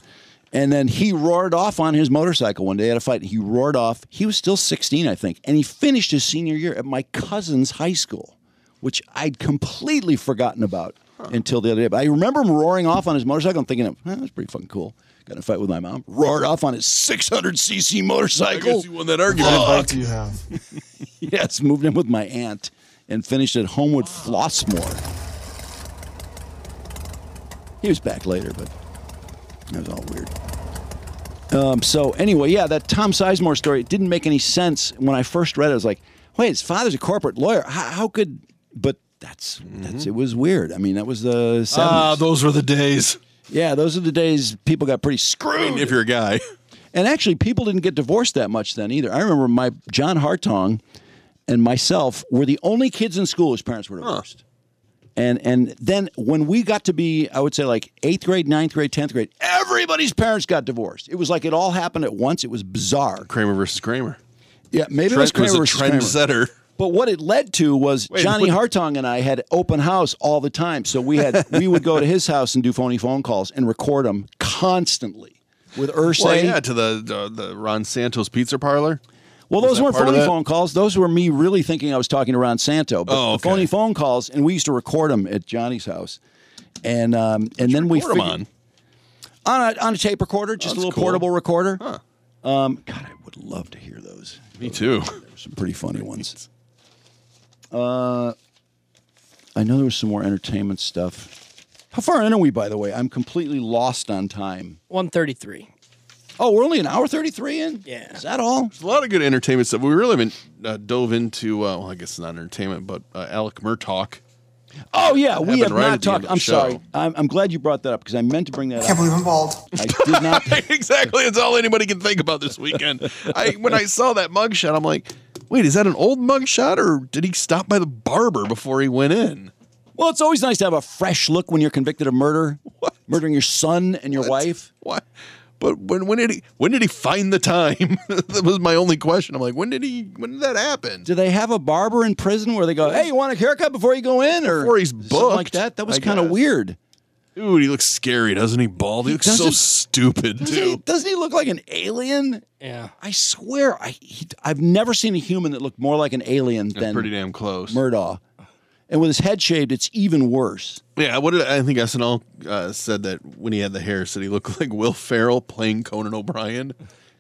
S1: And then he roared off on his motorcycle one day at a fight. He roared off. He was still 16, I think, and he finished his senior year at my cousin's high school, which I'd completely forgotten about until the other day. But I remember him roaring off on his motorcycle and thinking, "Huh, "That's pretty fucking cool." Got in a fight with my mom. Roared off on his 600cc motorcycle. Uh,
S2: I guess you won that argument. What bike
S1: do you have? yes, moved in with my aunt and finished at Homewood Flossmore. He was back later, but that was all weird. Um, so anyway, yeah, that Tom Sizemore story it didn't make any sense when I first read it. I was like, wait, his father's a corporate lawyer. How, how could? But that's that's it was weird. I mean, that was the 70s.
S2: Ah, those were the days.
S1: yeah, those are the days people got pretty screwed.
S2: I mean, if you're a guy,
S1: And actually, people didn't get divorced that much then either. I remember my John Hartong and myself were the only kids in school whose parents were divorced. And and then when we got to be, I would say like eighth grade, ninth grade, tenth grade, everybody's parents got divorced. It was like it all happened at once. It was bizarre.
S2: Kramer versus Kramer.
S1: Yeah, maybe it was
S2: Trent
S1: Kramer
S2: was a
S1: versus Kramer.
S2: trendsetter.
S1: But what it led to was
S2: Wait,
S1: Johnny
S2: what-
S1: Hartong and I had open house all the time. So we had we would go to his house and do phony phone calls and record them constantly with Ursay.
S2: Well, yeah, to the, the the Ron Santos Pizza Parlor.
S1: Well,
S2: Was
S1: those
S2: that
S1: weren't
S2: part of
S1: phony
S2: that?
S1: phone calls. Those were me really thinking I was talking to Ron Santo. But
S2: Oh,
S1: the
S2: okay.
S1: phony phone calls, and we used to record them at Johnny's house, and um, and then we
S2: record 'em
S1: figured- on a, on a tape recorder, just a little portable recorder. Um, God, I would love to hear those.
S2: Me too.
S1: Some pretty funny ones. Uh, I know there was some more entertainment stuff. How far in are we, by the way? I'm completely lost on time.
S4: 133.
S1: Oh, we're only an hour 33 in?
S4: Yeah.
S1: Is that all?
S2: There's a lot of good entertainment stuff. We really haven't uh, dove into. Uh, well, I guess it's not entertainment, but uh, Alec Murtaugh.
S1: Oh yeah, we
S2: Happened
S1: have
S2: right at
S1: not
S2: the end
S1: talked.
S2: of the
S1: I'm
S2: show.
S1: sorry. I'm, I'm glad you brought that up because I meant to bring that up.
S2: believe I'm bald.
S1: I did not.
S2: exactly. It's all anybody can think about this weekend. I when I saw that mugshot, I'm like, wait, is that an old mugshot or did he stop by the barber before he went in?
S1: Well, it's always nice to have a fresh look when you're convicted of murder, murdering your son and your wife.
S2: What? But when when did he when did he find the time? that was my only question. I'm like, when did he when did that happen?
S1: Do they have a barber in prison where they go, "Hey, you want a haircut before you go in?" Or
S2: Before he's
S1: something like
S2: booked,
S1: that. That was
S2: I
S1: kind of
S2: guess.
S1: weird.
S2: Dude, he looks scary, doesn't he? Bald. He, looks so
S1: doesn't-
S2: stupid
S1: Doesn't he,
S2: too.
S1: doesn't he look like an alien?
S4: Yeah.
S1: I swear, I he, I've never seen a human that looked more like an alien
S2: That's
S1: than
S2: pretty damn close.
S1: Murdaugh. And with his head shaved, it's even worse.
S2: Yeah, what did I think SNL uh, said that when he had the hair, said he looked like Will Ferrell playing Conan O'Brien,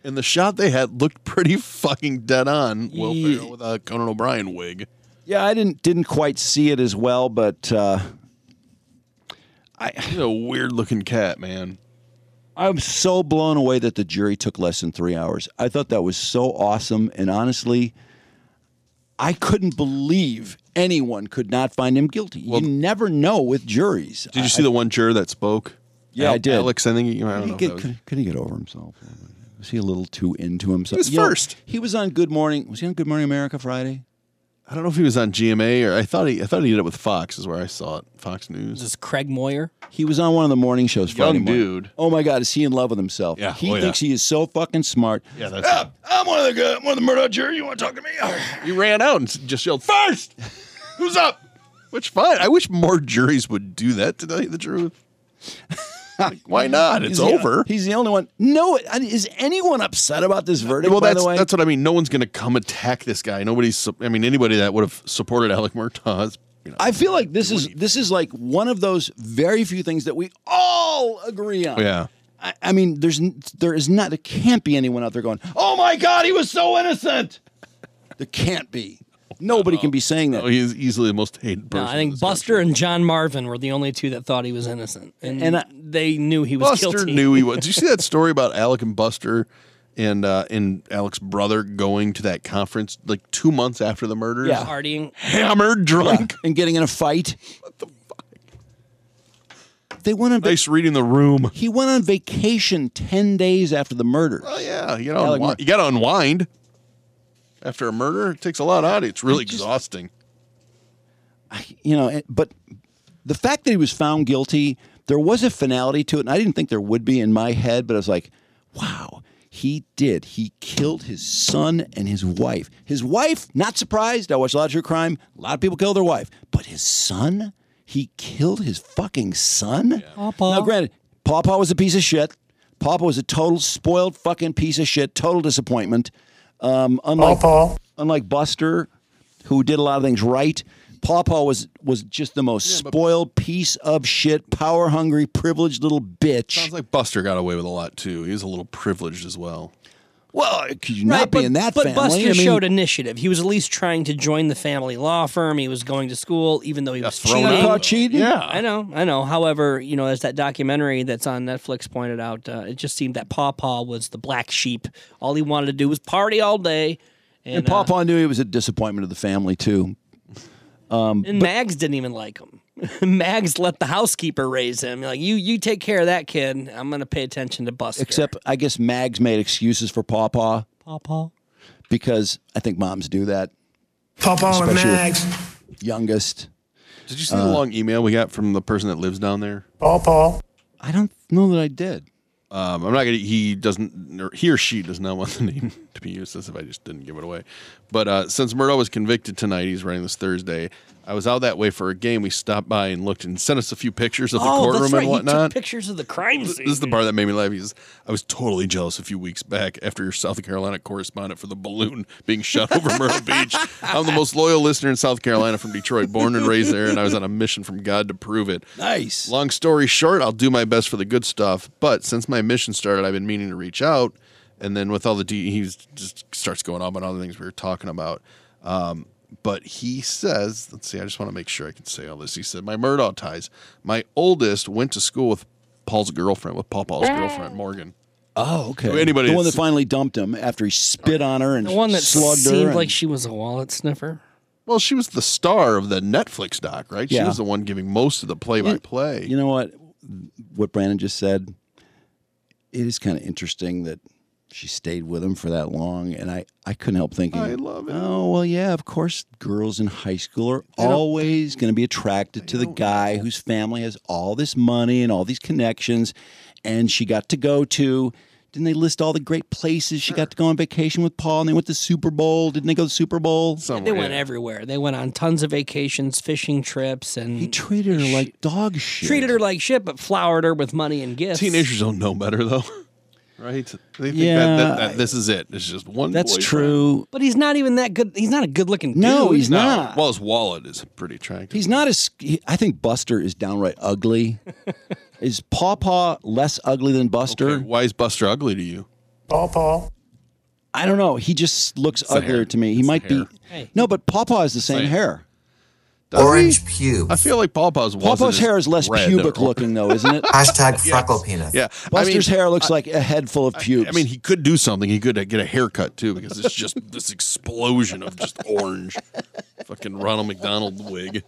S2: and the shot they had looked pretty fucking dead on. Will
S1: Ye-
S2: Ferrell with a Conan O'Brien wig.
S1: Yeah, I didn't didn't quite see it as well, but uh,
S2: He's a weird looking cat, man.
S1: I'm so blown away that the jury took less than three hours. I thought that was so awesome, and honestly, I couldn't believe anyone could not find him guilty. you never know with juries.
S2: Did you see the one juror that spoke?
S1: Yeah, I did.
S2: Alex, I think he,
S1: Could
S2: I don't know.
S1: he,
S2: if
S1: get,
S2: that was-
S1: could, could he get over himself? Was he a little too into himself?
S2: was
S1: You know,
S2: first.
S1: he was on Good Morning. Was he on Good Morning America Friday?
S2: I don't know if he was on GMA or I thought he I thought he did it with Fox is where I saw it. Fox News.
S4: This is Craig Moyer.
S1: He was on one of the morning shows Friday
S2: Young
S1: morning.
S2: dude.
S1: Oh my God, is he in love with himself?
S2: Yeah,
S1: He
S2: oh yeah.
S1: thinks he is so fucking smart. Ah,
S2: Yeah, that's I'm one of the good, one of the murder jurors. You want to talk to me? he ran out and s- just yelled, first! Who's up? Which fine. I wish more juries would do that to tell you the truth. Like, why not?
S1: He's
S2: It's
S1: the-
S2: over.
S1: he's the only one. No, I- is anyone upset about this verdict?
S2: well,
S1: by
S2: that's
S1: the way,
S2: that's what I mean. No one's going to come attack this guy. Nobody's. su- I mean, anybody that would have supported Alec Murtaugh's. You know,
S1: I feel like this is this is like one of those very few things that we all agree on.
S2: Oh, yeah.
S1: I, I mean, there's n- there is not there can't be anyone out there going, "Oh my God, he was so innocent." there can't be. Nobody can be saying that.
S2: Oh, he is easily the most hated
S4: No,
S2: person.
S4: I think Buster and John Marvin were the only two that thought he was innocent, and,
S1: And I-
S4: they knew he was
S2: Buster
S4: guilty.
S2: knew he was. Did you see that story about Alec and Buster and uh, and Alec's brother going to that conference like two months after the murders?
S1: Yeah.
S4: partying.
S2: hammered, drunk.
S1: and getting in a fight. What the fuck? They went on. va-
S2: Nice reading the room.
S1: he went on vacation ten days after the murder.
S2: Oh yeah, you know
S1: Alec Mur-
S2: you got to unwind after a murder. It takes a lot out. of you. It's really
S1: I just-
S2: exhausting.
S1: you know, it- but the fact that he was found guilty, there was a finality to it, and I didn't think there would be in my head, but I was like, wow, he did. He killed his son and his wife. His wife, not surprised. I watch a lot of true crime. A lot of people kill their wife, but his son, he killed his fucking son.
S4: Papa.
S1: Now, granted, Papa was a piece of shit. Papa was a total spoiled fucking piece of shit. Total disappointment. Um, unlike unlike Buster, who did a lot of things right. Pawpaw was was just the most spoiled piece of shit, power hungry, privileged little bitch.
S2: Sounds like Buster got away with a lot too. He was a little privileged as well.
S1: Well, could you not be in that
S4: but
S1: family?
S4: Buster
S1: I mean,
S4: showed initiative. He was at least trying to join the family law firm. He was going to school, even though he was
S2: thrown
S4: cheating.
S2: out.
S1: caught cheating.
S4: I know, I know. However, you know, as that documentary that's on Netflix pointed out, uh, it just seemed that Pawpaw was the black sheep. All he wanted to do was party all day, and,
S1: and
S4: uh,
S1: Pawpaw knew he was a disappointment to the family too. Um,
S4: and Mags didn't even like him. Mags let the housekeeper raise him. Like you, you take care of that kid. I'm gonna pay attention to Buster.
S1: Except, I guess Mags made excuses for Pawpaw
S4: Pawpaw.
S1: because I think moms do that.
S13: Papa and
S1: Especially with-
S13: Mags.
S1: Youngest. Uh,
S2: Did you see the long email we got from the person that lives down there?
S13: Papa.
S1: I don't know that I did.
S2: Um, I'm not gonna. He doesn't. Or he or she does not want the name to be used. As if I just didn't give it away. But uh, since Murdo was convicted tonight, he's running this Thursday. I was out that way for a game. We stopped by and looked and sent us a few pictures of the
S4: Oh,
S2: courtroom
S4: that's right.
S2: and
S4: He
S2: whatnot.
S4: took pictures of the crime scene.
S2: This is the part that made me laugh. He's, I was totally jealous a few weeks back after your South Carolina correspondent for the balloon being shot over Myrtle Beach. I'm the most loyal listener in South Carolina from Detroit, born and raised there, and I was on a mission from God to prove it.
S1: Nice.
S2: Long story short, I'll do my best for the good stuff. But since my mission started, I've been meaning to reach out. And then with all the D, he was- just starts going on about all the things we were talking about. Um, but he says, let's see, I just want to make sure I can say all this. He said, my Murdaugh ties. My oldest went to school with Paul's girlfriend, with Paw Paw's girlfriend, Morgan.
S1: Oh, okay.
S2: Anybody
S1: the one that
S2: that's-
S1: finally dumped him after he spit on her and
S4: The one that
S1: slugged her
S4: seemed
S1: and-
S4: like she was a wallet sniffer.
S2: Well, she was the star of the Netflix doc, right? She
S1: Yeah.
S2: was the one giving most of the play by play.
S1: You know what? What Brandon just said. It is kind of interesting that she stayed with him for that long, and I, I couldn't help thinking,
S2: I love it.
S1: oh well, yeah, of course, girls in high school are
S2: They don't-
S1: always going to be attracted to the guy whose family has all this money and all these connections, and she got to go to. Didn't they list all the great places she got to go on vacation with Paul? And they went to Super Bowl. Didn't they go to Super Bowl?
S4: They went everywhere. They went on tons of vacations, fishing trips, and he
S1: treated her like dog shit.
S4: Treated her like shit, but flowered her with money and gifts.
S2: Teenagers don't know better though, right? They think
S1: Yeah,
S2: that, that, that this is it. It's just one.
S1: That's
S2: boyfriend.
S1: true.
S4: But he's not even that good. He's not a good-looking.
S1: No,
S4: dude.
S1: he's not.
S2: Well, his wallet is pretty attractive.
S1: He's not as. he- I think Buster is downright ugly. is Paw Paw less ugly than Buster?
S2: Why is Buster ugly to you?
S1: Paw Paw. I don't know. He just looks
S2: the
S1: uglier
S2: hair.
S1: to me. He
S2: It's the
S1: might be.
S2: hair. Hey.
S1: No, but Paw Paw has the same
S2: Same.
S1: hair.
S2: Orange pubes. I feel like Pawpaw's
S1: Paw Paw's hair is less pubic looking, though, isn't it?
S2: Hashtag freckle penis. Yeah, I
S1: Buster's
S2: mean,
S1: hair looks
S2: I-
S1: like a head full of pubes.
S2: I mean, he could do something. He could uh, get a haircut too, because it's just this explosion of just orange, fucking Ronald McDonald wig.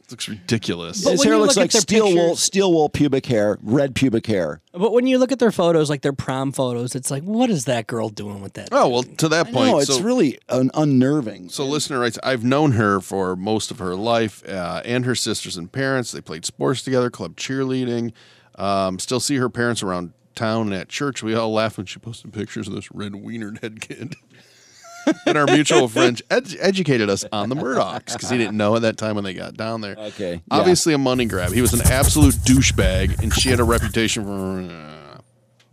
S2: It looks ridiculous.
S1: his hair looks like steel wool, steel wool pubic hair, red pubic hair.
S4: But when you look at their photos, like their prom photos, it's like, what is that girl doing with that?
S2: Oh well, to that point,
S1: No, it's
S2: so-
S1: really un- unnerving.
S2: So, listener writes, I've known her for most of her life uh, and her sisters and parents. They played sports together, club cheerleading. Um, still see her parents around town and at church. We all laugh when she posted pictures of this red wiener head kid. and our mutual friend ed- educated us on the Murdochs because he didn't know at that time when they got down there.
S1: Okay.
S2: Obviously, a money grab. He was an absolute douchebag, and she had a reputation for.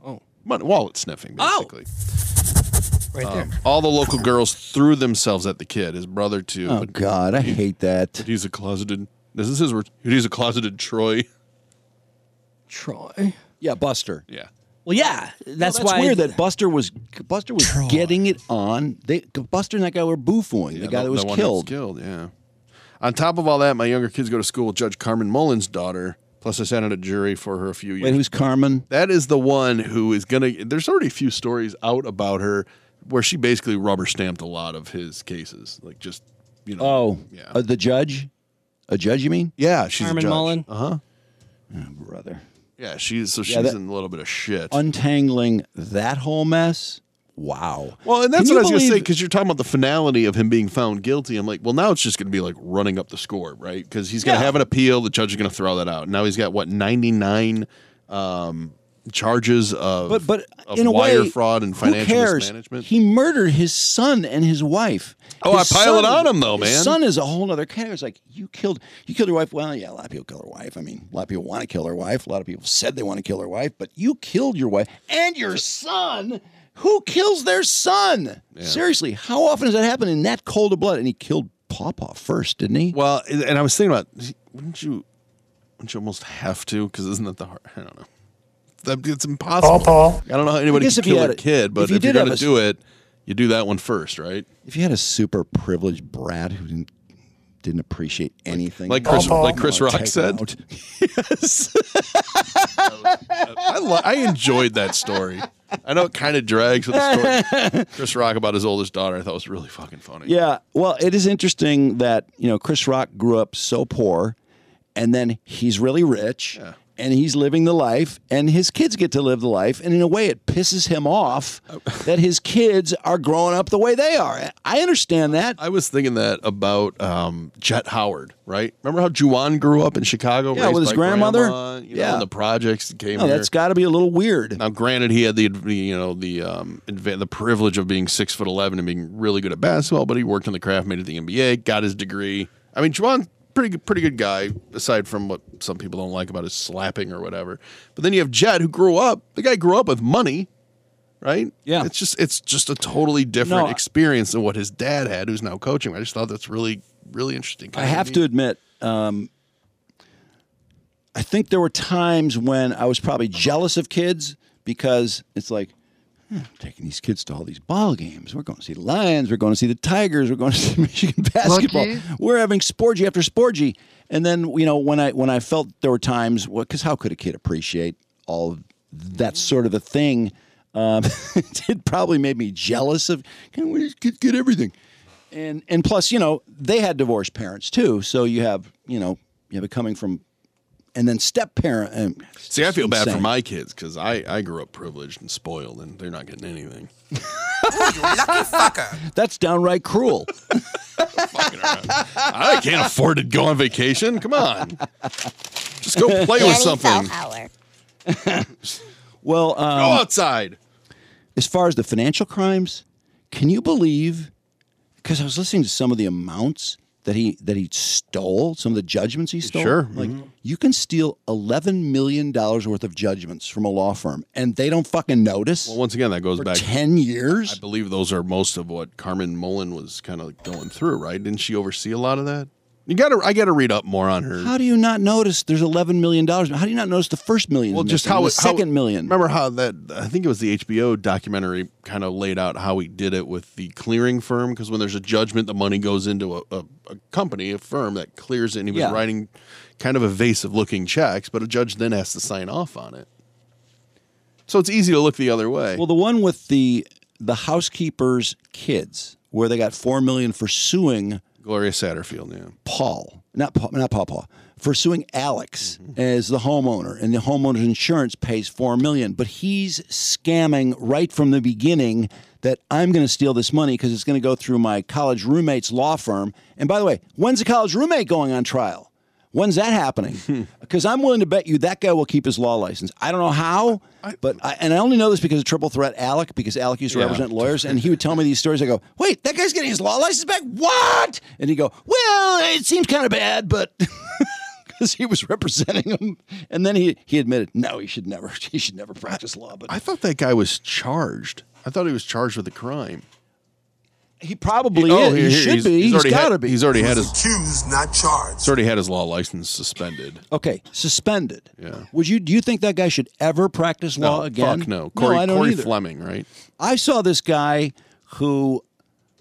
S4: Oh.
S2: Money, wallet sniffing,
S1: Oh.
S2: basically.
S4: Right
S1: Uh,
S2: Um, all the local girls threw themselves at the kid, his brother too.
S1: Oh God, I hate that.
S2: He's a closeted. This is his word. He's a closeted Troy.
S4: Troy.
S1: Yeah, Buster.
S2: Yeah.
S4: Well, yeah,
S1: That's,
S4: that's, why
S1: weird that Buster was Buster was getting it on. They Buster and that guy were boofooing. the guy that was
S2: one
S1: killed.
S2: Killed. Yeah. On top of all that, my younger kids go to school with Judge Carmen Mullen's daughter. Plus, I sat on a jury for her a few years.
S1: Wait, who's Carmen?
S2: That is the one who is gonna. There's already a few stories out about her where she basically rubber stamped a lot of his cases, like just you know.
S1: Oh,
S2: yeah.
S1: uh, the judge, a judge, you mean?
S2: Yeah, she's
S1: Carmen
S2: a judge.
S1: Mullen?
S2: Uh huh.
S1: brother.
S2: Yeah, she's so she's
S1: Yeah, that-
S2: in a little bit of shit.
S1: Untangling that whole mess. Wow.
S2: Well, and that's
S1: Can
S2: what I
S1: you
S2: was going to say
S1: believe-
S2: because you're talking about the finality of him being found guilty. I'm like, well, now it's just going to be like running up the score, right? Because he's going to
S1: Yeah.
S2: have an appeal. The judge is going to throw that out. Now he's got what 99 um, charges of
S1: But but
S2: of
S1: in a
S2: wire
S1: way,
S2: fraud and
S1: who
S2: financial
S1: cares?
S2: mismanagement.
S1: He murdered his son and his wife.
S2: Oh,
S1: His
S2: I pile it
S1: son-
S2: on him, though,
S1: his
S2: man.
S1: son is a whole other category. It's like you killed you killed your wife. Well, yeah, a lot of people kill their wife. I mean, a lot of people want to kill their wife. A lot of people said they want to kill their wife, but you killed your wife and your son. Who kills their son? Seriously, how often does that happen in that cold of blood? And he killed Papa first, didn't he?
S2: Well, and I was thinking about wouldn't you wouldn't you almost have to? Because isn't that the hard? I don't know. That, it's impossible.
S1: Paul.
S2: I don't know how anybody
S1: I guess
S2: can
S1: if you
S2: kill
S1: had
S2: a
S1: a-
S2: kid, but
S1: if you
S2: if, you are
S1: did have
S2: going to
S1: a-
S2: do it, you do that one first, right?
S1: If you had a super privileged brat who didn't didn't appreciate anything,
S2: like Chris- Papa. like Chris
S1: I'm gonna
S2: Rock
S1: take
S2: said.
S1: him out.
S2: I, lo- I enjoyed that story. I know it kind of drags with the story. Chris Rock about his oldest daughter, I thought was really fucking funny.
S1: Yeah. Well, it is interesting that, you know, Chris Rock grew up so poor and then he's really rich and he's living the life and his kids get to live the life. And in a way, it pisses him off that his kids are growing up the way they are. I understand that.
S2: I was thinking that about um, Jet Howard, right? Remember how Juwan grew up in Chicago?
S1: Yeah,
S2: raised
S1: with his
S2: by
S1: grandmother?
S2: grandma, you know,
S1: Yeah.
S2: and the projects that came
S1: No,
S2: here.
S1: that's got to be a little weird.
S2: Now, granted, he had the you know the um, adva- the privilege of being six foot eleven and being really good at basketball, but he worked in the craft, made it to the NBA, got his degree. I mean, Juwan, pretty good- pretty good guy, aside from what some people don't like about his slapping or whatever. But then you have Jed, who grew up. The guy grew up with money, right? Yeah, it's just it's just a totally different
S1: No, I-
S2: experience than what his dad had, who's now coaching. I just thought that's really really interesting.
S1: I have to admit, um, I think there were times when I was probably jealous of kids because it's like "Huh, I'm taking these kids to all these ball games. We're going to see the Lions. We're going to see the Tigers. We're going to see Michigan basketball.
S16: Lucky.
S1: We're having sporgy after sporgy. And then you know when I when I felt there were times because how could a kid appreciate all of that sort of a thing? Um, it probably made me jealous of can we just get, get everything? and and plus you know they had divorced parents too so you have you know you have it coming from and then um, step parent. And
S2: See, I feel bad for
S1: Insane.
S2: my kids because I, I grew up privileged and spoiled, and they're not getting anything.
S1: That's downright cruel.
S2: I can't afford to go on vacation. Come on, just go play with something.
S1: well, um,
S2: Go outside.
S1: As far as the financial crimes, can you believe? Because I was listening to some of the amounts that he that he stole, some of the judgments he stole.
S2: Sure. Mm-hmm.
S1: like you can steal eleven million dollars worth of judgments from a law firm, and they don't fucking notice.
S2: Well, once again, that goes
S1: For
S2: back
S1: 10 years.
S2: I believe those are most of what Carmen Mullen was kind of going through, right? Didn't she oversee a lot of that? You got to, I got to read up more on her.
S1: How do you not notice there's eleven million dollars? How do you not notice the first million?
S2: well,
S1: is
S2: just
S1: missing,
S2: how
S1: the
S2: it- how-
S1: second million.
S2: Remember how that? I think it was the HBO documentary kind of laid out how he did it with the clearing firm because when there's a judgment, the money goes into a, a, a company, a firm that clears it. And he was
S1: Yeah.
S2: writing kind of evasive looking checks, but a judge then has to sign off on it. So it's easy to look the other way.
S1: Well, the one with the the housekeeper's kids, where they got four million for suing
S2: Gloria Satterfield, yeah.
S1: Paul, not Paul, not Paul, Paul, for suing Alex
S2: Mm-hmm.
S1: as the homeowner, and the homeowner's insurance pays four million, but he's scamming right from the beginning that I'm going to steal this money because it's going to go through my college roommate's law firm. And by the way, when's the college roommate going on trial? When's that
S2: Hmm.
S1: happening? Because I'm willing to bet you that guy will keep his law license. I don't know how, but I, and I only know this because of Triple Threat Alec, because Alec used to
S2: Yeah.
S1: represent lawyers, and he would tell me these stories. I go, "Wait, that guy's getting his law license back? What?" And he would go, "Well, it seems kind of bad, but." Because he was representing him, and then he, he admitted, no, he should never he should never practice law. But
S2: I thought that guy was charged. I thought he was charged with a crime.
S1: he probably
S2: Oh,
S1: is.
S2: here-
S1: he
S2: here,
S1: should
S2: he's-
S1: be.
S2: he's
S1: he's
S2: already
S1: got to
S2: had-
S1: be.
S2: he's already had his-
S7: Accused, not charged.
S2: He's already had his law license suspended.
S1: Okay, suspended.
S2: Yeah.
S1: Would you do you think that guy should ever practice law
S2: no,
S1: again?
S2: Fuck no. Corey,
S1: I don't
S2: Corey
S1: either.
S2: Fleming, right?
S1: I saw this guy who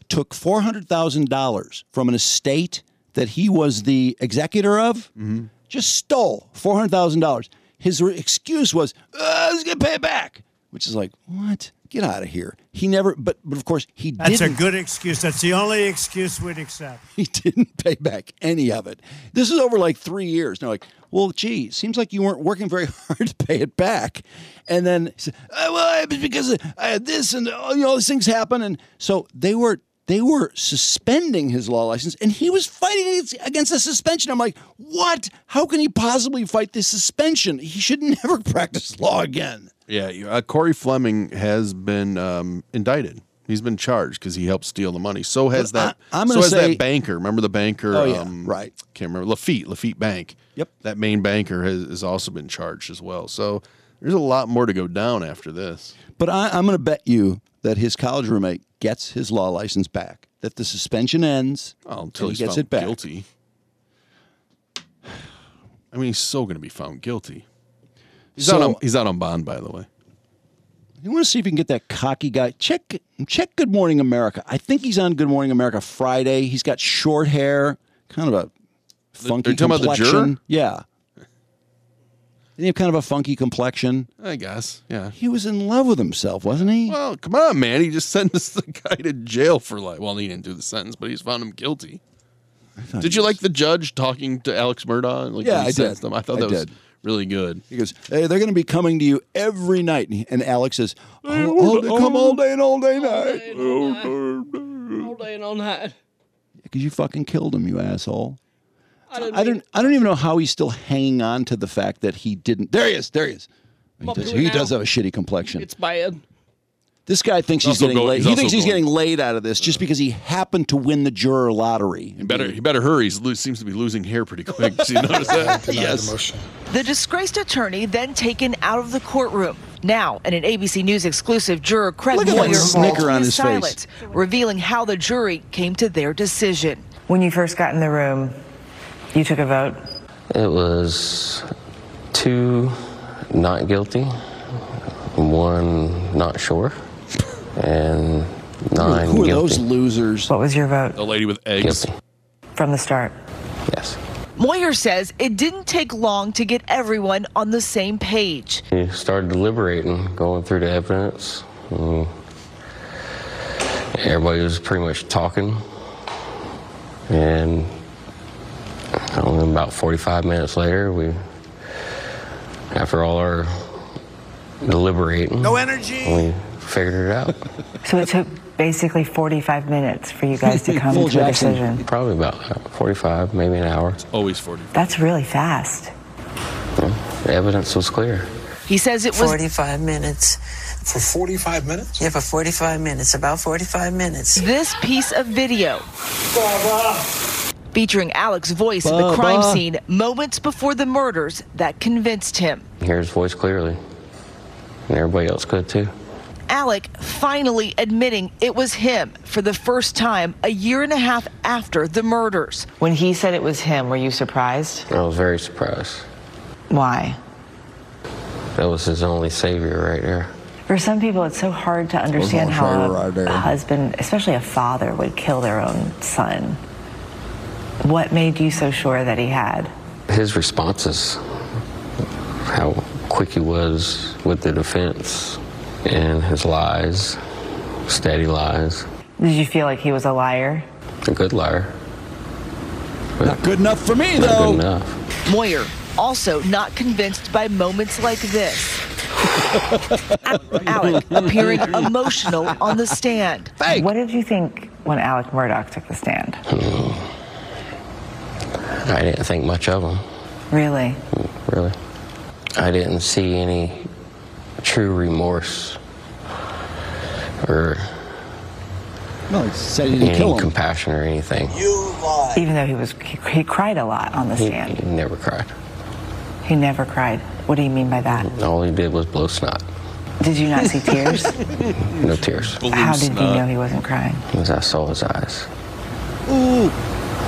S1: took four hundred thousand dollars from an estate that he was the executor of.
S2: Mm-hmm.
S1: Just stole four hundred thousand dollars. His re- excuse was, "Uh, "I was gonna pay it back," which is like, what? Get out of here. He never. But but of course he
S16: That's
S1: didn't.
S16: a good excuse. That's the only excuse we'd accept.
S1: he didn't pay back any of it. This is over like three years. Now, like, well, gee, seems like you weren't working very hard to pay it back. And then, he said, "Oh, well, it was because I had this and all, you know, all these things happen. And so they were they were suspending his law license, and he was fighting against- against the suspension. I'm like, what? How can he possibly fight this suspension? He should never practice law again.
S2: Yeah, you- uh, Corey Fleming has been um, indicted. He's been charged because he helped steal the money. So has
S1: But
S2: that.
S1: I- I'm
S2: so
S1: gonna
S2: has
S1: say-
S2: that banker. Remember the banker?
S1: Oh, yeah,
S2: right. Can't remember Lafitte. Lafitte Bank. Yep. That main banker has, has also been charged as well. So there's a lot more to go down after this.
S1: But I, I'm going to bet you that his college roommate gets his law license back. That the suspension ends
S2: Oh, until
S1: and
S2: he's
S1: he gets
S2: found
S1: it back.
S2: guilty. I mean, he's so going to be found guilty. He's
S1: So-
S2: out. On, he's out on bond, by the way.
S1: You want to see if you can get that cocky guy? Check check Good Morning America. I think he's on Good Morning America Friday. He's got short hair, kind of a funky
S2: they're talking about the
S1: complexion.
S2: juror?
S1: Yeah. He have kind of a funky complexion.
S2: I guess. Yeah.
S1: He was in love with himself, wasn't he?
S2: Well, come on, man. He just sentenced the guy to jail for life. Well, he didn't do the sentence, but he's found him guilty.
S1: thought
S2: Did you like the judge talking to Alex Murdaugh? Like,
S1: Yeah,
S2: when
S1: I
S2: he
S1: did.
S2: sentenced him? I thought
S1: I
S2: that was
S1: did.
S2: really good.
S1: He goes, "Hey, they're going to be coming to you every night." And, he- and Alex says,
S4: They
S1: "Oh, oh,
S4: would
S1: they come all
S4: all-
S1: day and all day night."
S4: All day and all night.
S1: Because you fucking killed him, you asshole.
S4: I didn't
S1: I don't. I don't even know how he's still hanging on to the fact that he didn't. There he is. There he is. He,
S4: I'm up
S1: does,
S4: to it
S1: he
S4: now.
S1: does have a shitty complexion.
S4: It's bad.
S1: This guy thinks
S2: He's
S1: he's
S2: also
S1: getting
S2: going-
S1: laid.
S2: he's
S1: He
S2: also
S1: thinks he's
S2: going-
S1: getting laid out of this just because he happened to win the juror lottery.
S2: He better, he better hurry. He seems to be losing hair pretty quick. Did you notice that? yes.
S17: The disgraced attorney then taken out of the courtroom. Now, in an ABC News exclusive, juror Craig
S1: Look at that
S17: Moyer
S1: snicker on
S17: his
S1: his face.
S17: silence, revealing how the jury came to their decision. When you first got in the room, you took a vote.
S18: It was two not guilty, one not sure, and nine
S1: Who are
S18: guilty.
S1: those losers?
S17: What was your vote?
S2: The lady with eggs.
S17: From the start.
S18: Yes.
S17: Moyer says it didn't take long to get everyone on the same page.
S18: You started deliberating, going through the evidence. and Everybody was pretty much talking, and I don't know, about 45 minutes later, we After all our deliberating,
S12: no energy.
S18: We figured it out.
S10: So it took basically 45 minutes for you guys to come
S18: Full
S10: to a
S18: Jackson.
S10: decision.
S18: Probably about that, 45, maybe an hour.
S2: always 40.
S10: That's really fast.
S18: The evidence was clear.
S17: He says it was
S10: 45 minutes.
S17: For 45 minutes? Yeah, for 45 minutes. About 45 minutes. This piece of video. Featuring Alex's voice at the
S18: Bubba.
S17: crime scene moments before the murders that convinced him.
S18: Hear his voice clearly. And everybody else could too.
S17: Alec finally admitting it was him for the first time a year and a half after the murders.
S10: When he said it was him, were you surprised?
S18: I was very surprised.
S10: Why?
S18: That was his only savior right there.
S10: For some people, it's so hard to understand
S18: gonna
S10: how
S18: try
S10: a,
S18: to ride there.
S10: a husband, especially a father, would kill their own son. What made you so sure that he had?
S18: His responses, how quick he was with the defense, and his lies, steady lies.
S10: Did you feel like he was a liar?
S18: A good liar.
S1: Not good enough for me,
S18: Not
S1: though.
S18: good enough.
S17: Moyer, also not convinced by moments like this. Alec appearing emotional on the stand.
S10: What did you think when Alec Murdoch took the stand?
S18: I didn't think much of him,
S10: Really?
S18: really. I didn't see any true remorse or
S1: No, he said he didn't
S18: any
S1: kill him.
S18: compassion or anything.
S10: Even though he was, he, he cried a lot on the
S18: He,
S10: stand.
S18: he never cried.
S10: He never cried. What do you mean by that?
S18: All he did was blow snot.
S10: Did you not see tears?
S18: No tears.
S10: How did you
S17: uh,
S10: know he wasn't crying?
S18: Because I saw his eyes.
S17: Ooh.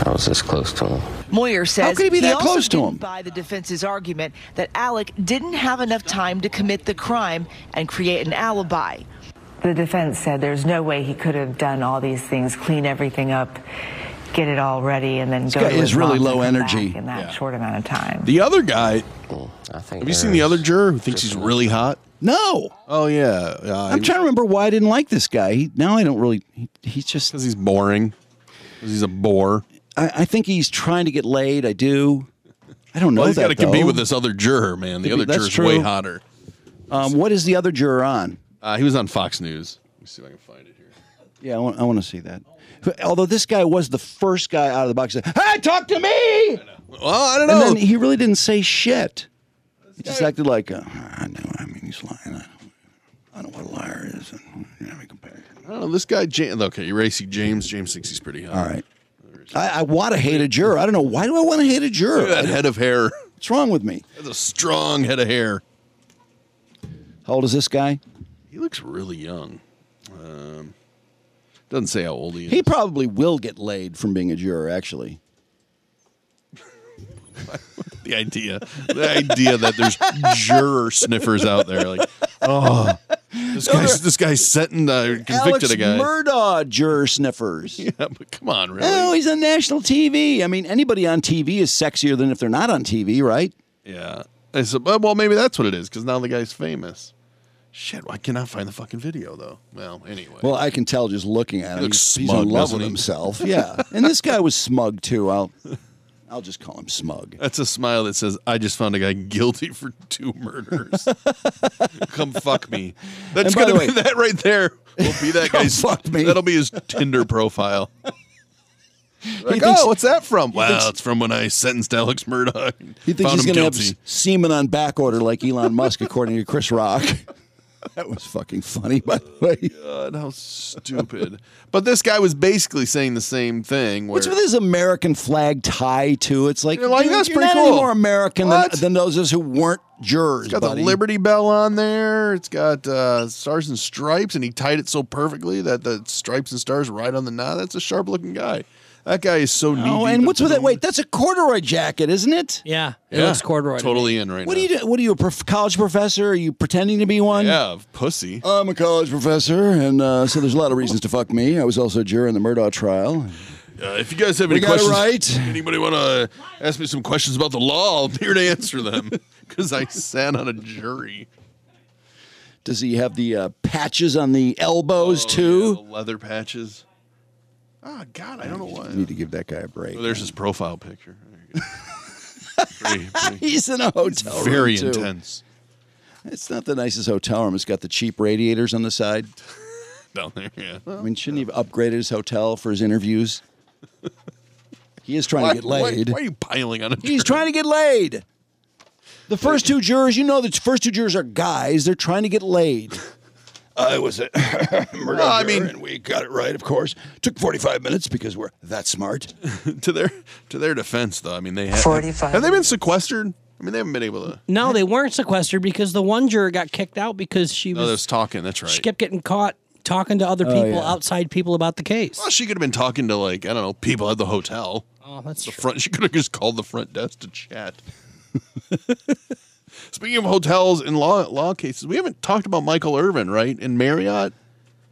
S18: I was this close to him.
S17: Moyer says
S18: could he be that
S17: also
S18: close to
S17: didn't
S18: him?
S17: buy the defense's argument that Alec didn't have enough time to commit the crime and create an alibi.
S10: The defense said there's no way he could have done all these things, clean everything up, get it all ready, and then
S2: This
S10: go.
S2: guy
S10: to his
S2: is
S10: mom
S2: really
S10: and
S2: low
S10: come
S2: energy.
S10: back in that
S2: Yeah.
S10: short amount of time.
S2: The other guy.
S17: Hmm,
S2: have you seen the
S18: there's
S2: other juror who thinks he's really hot?
S1: Uh, No.
S2: Oh yeah. Uh,
S1: I'm trying to remember why I didn't like this guy. He, now I don't really. He, he's just
S2: because he's boring. Because he's a bore.
S1: I, I think he's trying to get laid. I do. I don't know.
S2: Well, he's
S1: that,
S2: got to compete
S1: though.
S2: with this other juror, man. The
S1: Could be-
S2: other
S1: that's
S2: juror's
S1: true.
S2: way hotter.
S1: Um, what is the other juror on?
S2: Uh, he was on Fox News. Let me see if I can find it here.
S1: Yeah, I want, I want to see that. Although this guy was the first guy out of the box. that, Hey, talk to me.
S2: Well, I don't
S1: And
S2: know.
S1: then he really didn't say shit. He just acted like, uh, I know. I mean, he's lying. I, I don't know what a liar is. And, you know, I mean,
S2: I don't know. Oh, This guy, James. Okay, erasing James. James thinks he's pretty hot.
S1: All right. I, I want to hate a juror. I don't know. Why do I want to hate a juror?
S2: Look at that head of hair.
S1: What's wrong with me?
S2: That's a strong head of hair.
S1: How old is this guy?
S2: He looks really young. Um, doesn't say how old he is.
S1: He probably will get laid from being a juror, actually.
S2: the idea, the idea that there's juror sniffers out there, like, oh, this guy's this guy's setting uh, convicted
S1: Alex
S2: a guy.
S1: Murdaugh juror sniffers.
S2: yeah, but come on, really?
S1: Oh, he's on national TV. I mean, anybody on TV is sexier than if they're not on TV, right?
S2: Yeah. I said, uh, well, maybe that's what it is because now the guy's famous. Shit, I cannot find the fucking video though. Well, anyway,
S1: Well, I can tell just looking at him.
S2: looks
S1: he's, he's
S2: smug,
S1: in love
S2: doesn't
S1: with
S2: he?
S1: himself. Yeah. and this guy was smug too. I'll I'll just call him smug.
S2: that's a smile that says, "I just found a guy guilty for two murders. Come fuck me." That's
S1: And by
S2: gonna
S1: the
S2: be
S1: way-
S2: that right there. Will be that guy's fuck me. That'll be his Tinder profile. Like,
S1: thinks-
S2: oh, what's that from? Well,
S1: thinks-
S2: it's from when I sentenced Alex Murdoch.
S1: He thinks
S2: found
S1: he's going
S2: him
S1: to have
S2: guilty.
S1: s- semen on back order like Elon Musk, according to Chris Rock. That was fucking funny, by the way.
S2: God, how stupid! but this guy was basically saying the same thing. Where,
S1: What's with his American flag tie too? It's like,
S2: You're like,
S1: dude,
S2: that's
S1: you're not
S2: pretty cool.
S1: any more American than,
S2: What?
S1: than those of us who weren't jurors.
S2: It's got
S1: buddy.
S2: the Liberty Bell on there. It's got uh, stars and stripes, and he tied it so perfectly that the stripes and stars right on the knot. That's a sharp looking guy. That guy is so neat.
S1: Oh, and what's with that? Wait, that's a corduroy jacket, isn't it?
S4: Yeah, it looks corduroy. to me.
S2: Totally in right
S1: What
S2: now.
S1: do you do? What are you, a prof- college professor? Are you pretending to be one?
S2: Yeah, pussy.
S1: I'm a college professor, and uh, so there's a lot of reasons to fuck me. I was also a juror in the Murdaugh trial.
S2: Uh, if you guys have
S1: We
S2: any
S1: got it
S2: questions,
S1: right.
S2: anybody want to ask me some questions about the law? I'm here to answer them because I sat on a jury.
S1: Does he have the uh, patches on the elbows
S2: Oh,
S1: too?
S2: yeah, the leather patches. Oh God, I don't know why.
S1: You need to give that guy a break.
S2: Oh, there's his profile picture. There you go.
S1: He's in a hotel room.
S2: Very
S1: too.
S2: intense.
S1: It's not the nicest hotel room. It's got the cheap radiators on the side.
S2: down there. Yeah.
S1: I mean, shouldn't he have upgraded his hotel for his interviews? He is trying
S2: Why-
S1: to get laid.
S2: Why, why are you piling on him?
S1: He's trying to get laid. The first two jurors, you know, the first two jurors are guys. They're trying to get laid. I was a murder
S2: Well, I
S1: juror,
S2: mean-
S1: and we got it right, of course. Took 45 minutes because we're that smart.
S2: to their to their defense, though. I mean, they have
S1: 45.
S2: Have they been sequestered? I mean, they haven't been able to.
S4: No, they weren't sequestered because the one juror got kicked out because she
S2: No,
S4: was
S2: Oh, there's talking. That's right.
S4: she kept getting caught talking to other
S2: Oh,
S4: people,
S2: yeah.
S4: outside people about the case.
S2: Well, she could have been talking to like I don't know people at the hotel.
S4: Oh, that's
S2: the front. She could have just called the front desk to chat. Speaking of hotels and law law cases, we haven't talked about Michael Irvin, right? And Marriott.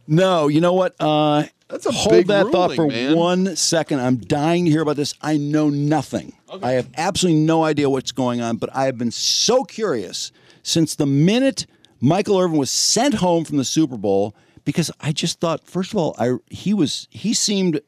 S1: No, you know what? Uh, That's
S2: a
S1: hold
S2: big
S1: that thought
S2: ruling,
S1: for
S2: man.
S1: one second. I'm dying to hear about this. I know nothing. I have absolutely no idea what's going on, but I have been so curious since the minute Michael Irvin was sent home from the Super Bowl because I just thought, first of all, I he was he seemed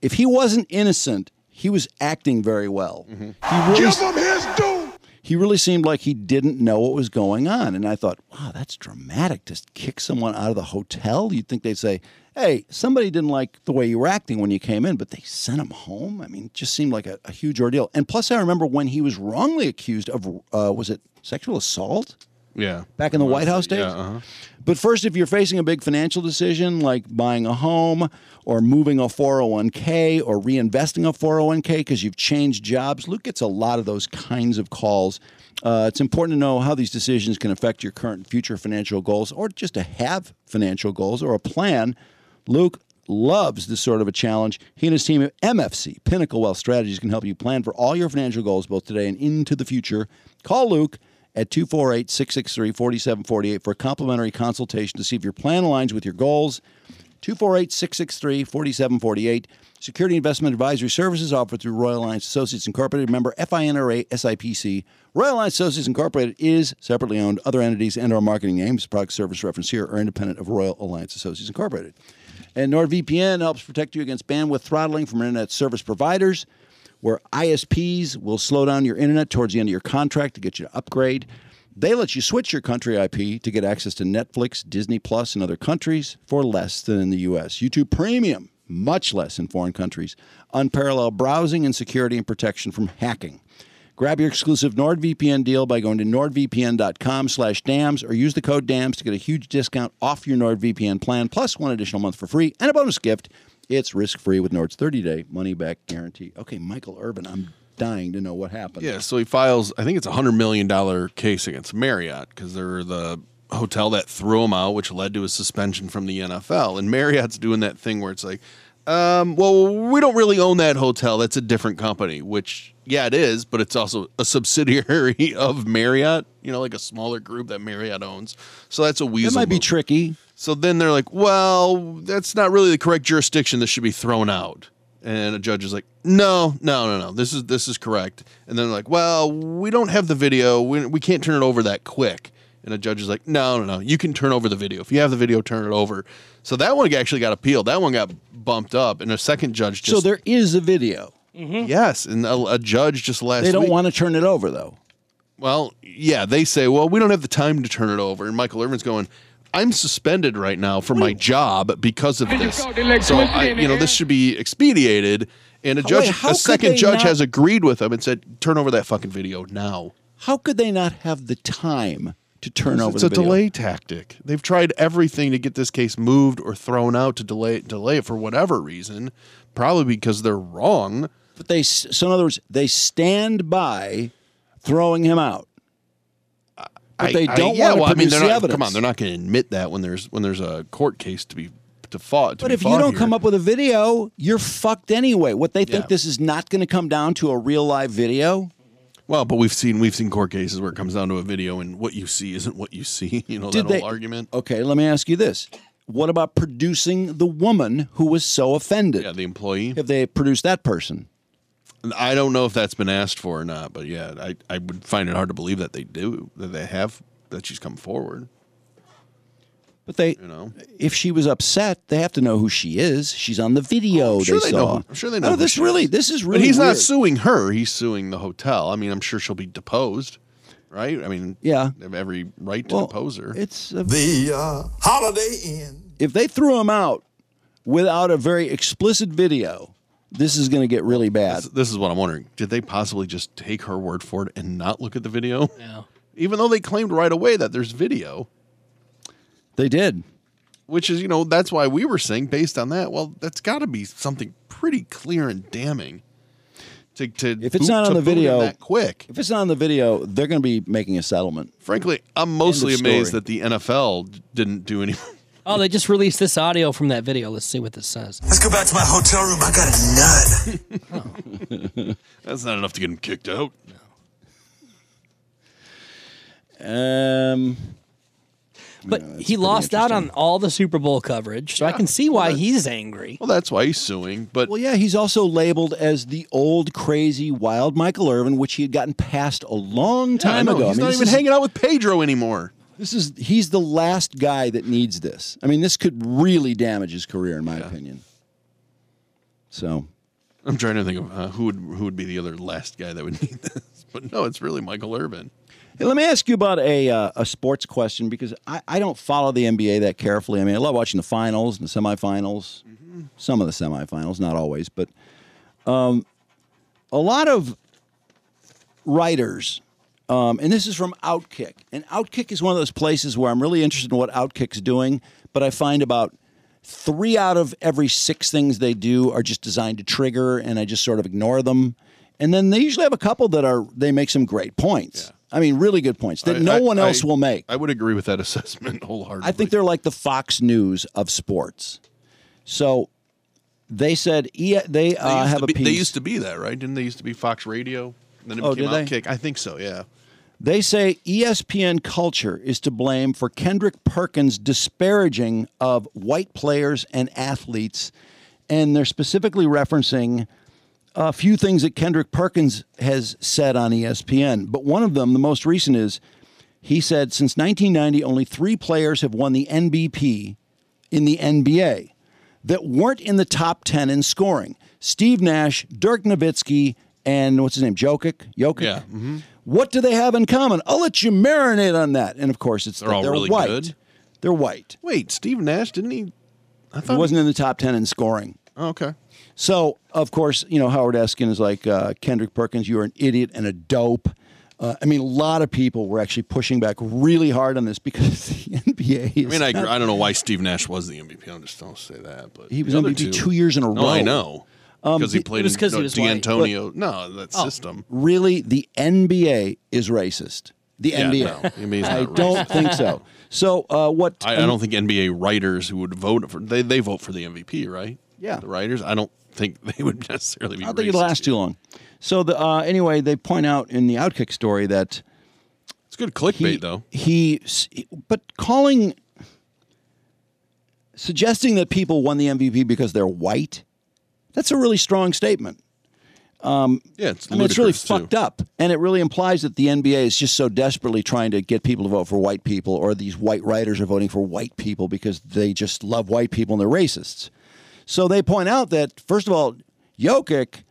S1: if he wasn't innocent, he was acting very well.
S2: Mm-hmm.
S1: He really
S8: Give him his due.
S1: he really seemed like he didn't know what was going on. And I thought,
S4: Ah,
S1: wow, that's dramatic. Just kick someone out of the hotel. You'd think they'd say, hey, somebody didn't like the way you were acting when you came in, but they sent him home. I mean, it just seemed like a, a huge ordeal. And plus, I remember when he was wrongly accused of, uh, was it sexual assault?
S2: Yeah.
S1: Back in the White House days?
S2: Yeah. Uh-huh.
S1: But first, if you're facing a big financial decision like buying a home or moving a 401k or reinvesting a 401k because you've changed jobs, Luke gets a lot of those kinds of calls. Uh, it's important to know how these decisions can affect your current and future financial goals or just to have financial goals or a plan. Luke loves this sort of a challenge. He and his team at MFC, Pinnacle Wealth Strategies, can help you plan for all your financial goals both today and into the future. Call Luke at 248 663 4748 for a complimentary consultation to see if your plan aligns with your goals. 248 663 4748. Security Investment Advisory Services offered through Royal Alliance Associates Incorporated. Member FINRA SIPC. Royal Alliance Associates Incorporated is separately owned. Other entities and our marketing names, product service reference here are independent of Royal Alliance Associates Incorporated. And NordVPN helps protect you against bandwidth throttling from internet service providers where ISPs will slow down your internet towards the end of your contract to get you to upgrade. They let you switch your country IP to get access to Netflix, Disney Plus, and other countries for less than in the US. YouTube Premium, much less in foreign countries. Unparalleled browsing and security and protection from hacking. Grab your exclusive NordVPN deal by going to nordvpn.com slash dams or use the code dams to get a huge discount off your NordVPN plan, plus one additional month for free and a bonus gift. It's risk-free with Nord's 30-day money-back guarantee. Okay, Michael Urban, I'm dying to know what happened.
S2: Yeah, so he files. I think it's a hundred million dollar case against Marriott because they're the hotel that threw him out, which led to his suspension from the NFL. And Marriott's doing that thing where it's like, um, well, we don't really own that hotel. That's a different company. Which, yeah, it is, but it's also a subsidiary of Marriott. You know, like a smaller group that Marriott owns. So that's a weasel.
S1: It might be
S2: move.
S1: tricky.
S2: So then they're like, well, that's not really the correct jurisdiction. This should be thrown out. And a judge is like, no, no, no, no. This is this is correct. And then they're like, well, we don't have the video. We, we can't turn it over that quick. And a judge is like, no, no, no. You can turn over the video. If you have the video, turn it over. So that one actually got appealed. That one got bumped up. And a second judge just
S1: so there is a video.
S19: Mm-hmm.
S2: yes, and a, a judge just last
S1: They don't
S2: week-
S1: want to turn it over, though.
S2: well, yeah, they say, well, we don't have the time to turn it over. And Michael Irvin's going, I'm suspended right now for my job because of
S19: Hey, you
S2: this.
S19: got the electricity
S2: So, I,
S19: in
S2: you know,
S19: here.
S2: this should be expedited. And a
S1: Wait,
S2: judge,
S1: how
S2: a
S1: could
S2: second
S1: they
S2: judge
S1: not-
S2: has agreed with him and said, turn over that fucking video now.
S1: How could they not have the time to turn
S2: It's-
S1: over
S2: it's
S1: the
S2: a
S1: video?
S2: delay tactic. They've tried everything to get this case moved or thrown out to delay it, delay it for whatever reason, probably because they're wrong.
S1: But they, so in other words, they stand by throwing him out. But they don't want to produce
S2: they're
S1: the
S2: not,
S1: evidence.
S2: Come on, they're not going to admit that when there's when there's a court case to be to fought. To
S1: But
S2: be
S1: if you
S2: fought
S1: don't
S2: here.
S1: come up with a video, you're fucked anyway. What they think
S2: Yeah.
S1: this is not going to come down to a real live video.
S2: Well, but we've seen we've seen court cases where it comes down to a video and what you see isn't what you see. You know that whole argument.
S1: Okay, let me ask you this: What about producing the woman who was so offended? Yeah,
S2: the employee.
S1: Have they produced that person?
S2: And I don't know if that's been asked for or not, but yeah, I, I would find it hard to believe that they do that they have that she's come forward.
S1: But they, if she was upset, they have to know who she is. She's on the video.
S2: sure
S1: Oh, they,
S2: they
S1: saw.
S2: know. Oh, I'm sure they know.
S1: No,
S2: who
S1: this
S2: she
S1: really,
S2: is.
S1: this is
S2: But
S1: really.
S2: he's not
S1: weird.
S2: suing her. He's suing the hotel. I mean, I'm sure she'll be deposed, right? I mean,
S1: Yeah.
S2: they have every right to depose her.
S1: It's
S2: The,
S1: uh,
S3: Holiday Inn.
S1: if they threw him out without a very explicit video, this is going to get really bad.
S2: This is what I'm wondering. Did they possibly just take her word for it and not look at the video? No. Even though they claimed right away that there's video.
S1: They did.
S2: Which is, you know, that's why we were saying based on that, well, that's got to be something pretty clear and damning. To, to
S1: If it's not on the video,
S2: that quick.
S1: If it's not on the video, they're going to be making a settlement.
S2: Frankly, I'm
S1: End
S2: mostly
S1: of story.
S2: amazed that the NFL didn't do any.
S4: Oh, they just released this audio from that video. Let's see what this says.
S3: Let's go back to my hotel room. I got a nut.
S1: Oh.
S2: That's not enough to get him kicked out.
S1: Um,
S4: but he lost out on all the Super Bowl coverage, so I can see why he's angry.
S2: Well, that's why he's suing. But
S1: Well, yeah, he's also labeled as the old, crazy, wild Michael Irvin, which he had gotten past a long
S2: Yeah, I
S1: time
S2: know.
S1: ago.
S2: He's not
S1: this
S2: even
S1: is-
S2: hanging out with Pedro anymore.
S1: This is he's the last guy that needs this. I mean, this could really damage his career, in my opinion. So
S2: I'm trying to think of uh, who would who would be the other last guy that would need this. But no, it's really Michael Irvin.
S1: Hey, let me ask you about a uh, a sports question because I, I don't follow the NBA that carefully. I mean, I love watching the finals and the semifinals, some of the semifinals, not always, but um, a lot of writers, um, and this is from Outkick, and Outkick is one of those places where I'm really interested in what Outkick's doing, but I find about three out of every six things they do are just designed to trigger, and I just sort of ignore them. And then they usually have a couple that are they make some great points. I mean, really good points that
S2: I-
S1: no
S2: I-
S1: one else
S2: I-
S1: will make.
S2: I would agree with that assessment wholeheartedly.
S1: I think they're like the Fox News Uh, of sports. So they said e- they,
S2: They
S1: uh,
S2: used
S1: have
S2: to
S1: a
S2: be-
S1: piece.
S2: They used to be that, right? Didn't they used to be Fox Radio? And then it
S1: Oh,
S2: became
S1: did they?
S2: Outkick. I think so. Yeah.
S1: They say E ESPN culture is to blame for Kendrick Perkins' disparaging of white players and athletes. And they're specifically referencing a few things that Kendrick Perkins has said on E ESPN. But one of them, the most recent, is he said since 1990, only three players have won the MVP in the NBA that weren't in the top 10 in scoring Steve Nash, Dirk Nowitzki, and what's his name? Jokic? Jokic?
S2: Yeah. hmm
S1: What do they have in common? I'll let you marinate on that. And of course, it's
S2: They're
S1: that
S2: all
S1: they're
S2: really
S1: white.
S2: good?
S1: They're white.
S2: Wait, Steve Nash didn't he? I
S1: he wasn't in the top ten in scoring.
S2: Oh, okay.
S1: So of course, you know Howard Eskin is like uh, Kendrick Perkins. You are an idiot and a dope. Uh, I mean, a lot of people were actually pushing back really hard on this because the NBA.
S2: I
S1: Is
S2: mean, I,
S1: not-
S2: I don't know why Steve Nash was the MVP. I'm just don't say that. But
S1: He was
S2: the other
S1: MVP two years in a
S2: No, I
S1: row.
S2: know
S1: Um,
S2: because he
S1: the-
S2: played.
S1: It was
S2: in,
S1: 'cause he
S2: no,
S1: was white.
S2: D'Antonio.
S1: But-
S2: no, that
S1: Oh.
S2: system.
S1: Really, the NBA is racist. The
S2: Yeah,
S1: NBA.
S2: no, the NBA is
S1: I
S2: not
S1: don't
S2: racist.
S1: think so. So uh, what?
S2: I, I don't think NBA writers who would vote for they they vote for the MVP, right?
S1: Yeah.
S2: the writers. I don't think they would necessarily be.
S1: I don't think
S2: racist.
S1: it'll last too long. So the uh, anyway, they point out in the Outkick story that
S2: It's good clickbait
S1: he-
S2: though.
S1: He, s- but calling, suggesting that people won the MVP because they're white, that's a really strong statement. Um,
S2: Yeah, it's
S1: I mean, it's really
S2: ludicrous, too.
S1: fucked up, and it really implies that the NBA is just so desperately trying to get people to vote for white people, or these white writers are voting for white people because they just love white people and they're racists. So they point out that first of all, Jokic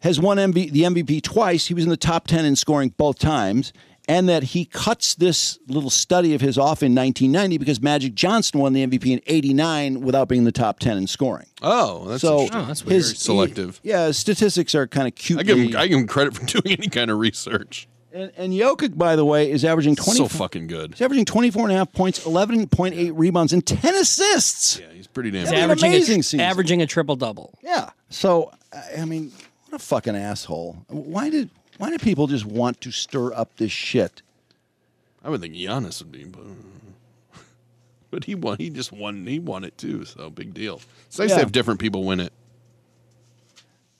S1: has won MV, the MVP twice. He was in the top 10 in scoring both times. And that he cuts this little study of his off in 1990 because Magic Johnson won the MVP in 89 without being in the top 10 in scoring.
S2: Oh, that's
S1: so
S2: interesting.
S1: his- E
S2: Very selective.
S1: Yeah, his statistics are kind of cute.
S2: I give him, I give him credit for doing any kind of research.
S1: And, and Jokic, by the way, is averaging 20.
S2: so fucking good.
S1: He's averaging 24 and a half points, 11.8 rebounds, and 10 assists.
S2: Yeah, he's pretty damn.
S1: He's
S2: good.
S1: averaging Amazing a- season.
S4: averaging a triple double.
S1: Yeah. So I I mean, what a fucking asshole. Why did why do people just want to stir up this shit?
S2: I would think Giannis would be, but, but he won. He just won. He won it too. So big deal. It's nice
S1: Yeah.
S2: to have different people win it.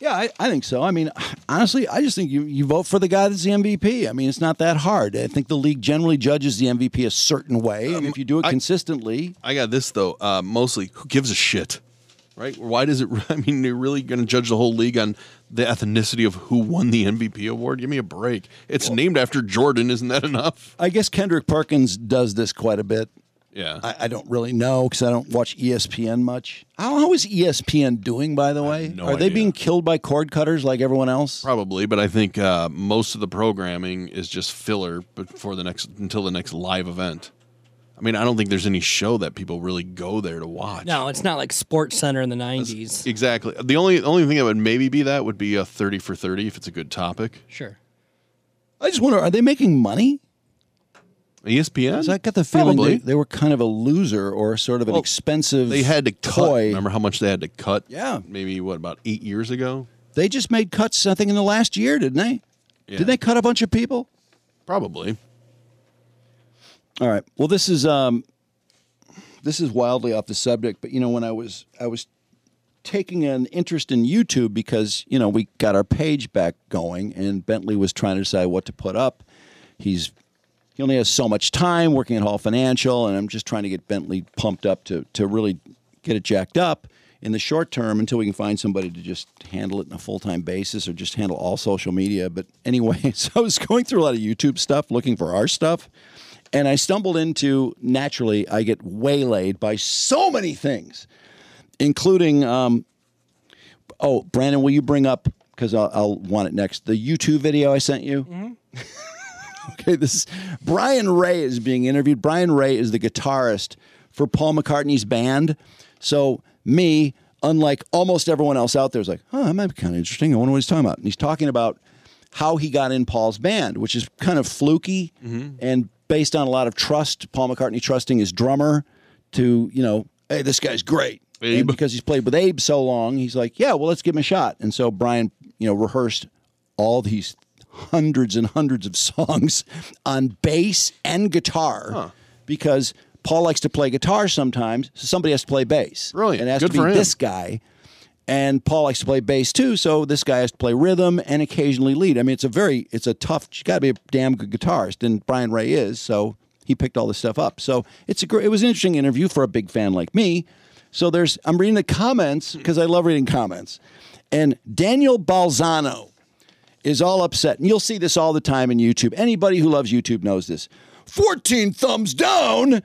S1: Yeah, I, I think so. I mean, honestly, I just think you, you vote for the guy that's the MVP. I mean, it's not that hard. I think the league generally judges the MVP a certain way, and if you do it consistently,
S2: Um, I got this though. Uh, mostly, who gives a shit, right? Why does it? I mean, you're really going to judge the whole league on the ethnicity of who won the MVP award? Give me a break. It's named after Jordan. Isn't that enough?
S1: I guess Kendrick Perkins does this quite a bit.
S2: Yeah.
S1: I, I don't really know because I don't watch E ESPN much. How, how is E ESPN doing, by the way?
S2: no
S1: Are they
S2: idea.
S1: being killed by cord cutters like everyone else?
S2: Probably, but I think uh, most of the programming is just filler before the next until the next live event. I mean, I don't think there's any show that people really go there to watch.
S4: No, it's not like Sports Center in the '90s.
S2: Exactly. The only only thing that would maybe be that would be a thirty for thirty if it's a good topic.
S4: Sure.
S1: I just wonder, are they making money?
S2: E ESPN.
S1: 'Cause I got the feeling
S2: Probably.
S1: they, they were kind of a loser or sort of an
S2: Well,
S1: expensive.
S2: They had to cut.
S1: toy.
S2: Remember how much they had to cut?
S1: Yeah.
S2: Maybe what about eight years ago?
S1: They just made cuts, I think, in the last year, didn't they?
S2: Yeah.
S1: Did they cut a bunch of people?
S2: Probably.
S1: All right. Well, this is um, this is wildly off the subject, but you know, when I was I was taking an interest in YouTube because you know we got our page back going, and Bentley was trying to decide what to put up. He's he only has so much time working at Hall Financial, and I'm just trying to get Bentley pumped up to to really get it jacked up in the short term until we can find somebody to just handle it on a full time basis or just handle all social media. But anyway, so I was going through a lot of YouTube stuff looking for our stuff, and I stumbled into naturally I get waylaid by so many things, including um, oh Brandon, will you bring up because I'll, I'll want it next the YouTube video I sent you. Okay, this is Brian Ray is being interviewed. Brian Ray is the guitarist for Paul McCartney's band. So me, unlike almost everyone else out there, is like, oh, that might be kind of interesting. I wonder what he's talking about. And he's talking about how he got in Paul's band, which is kind of fluky
S2: Mm-hmm.
S1: and based on a lot of trust. Paul McCartney trusting his drummer to, you know, hey, this guy's great. And because he's played with Abe so long, he's like, yeah, well, let's give him a shot. And so Brian, you know, rehearsed all these hundreds and hundreds of songs on bass and guitar because Paul likes to play guitar sometimes. So somebody has to play bass. Brilliant. And it has to
S2: Good
S1: be
S2: for him.
S1: this guy. And Paul likes to play bass too, so this guy has to play rhythm and occasionally lead. I mean, it's a very, it's a tough. You got to be a damn good guitarist, and Brian Ray is. So he picked all this stuff up. So it's a great. It was an interesting interview for a big fan like me. So there's, I'm reading the comments because I love reading comments, and Daniel Balzano is all upset. And you'll see this all the time in YouTube. Anybody who loves YouTube knows this. 14 thumbs down.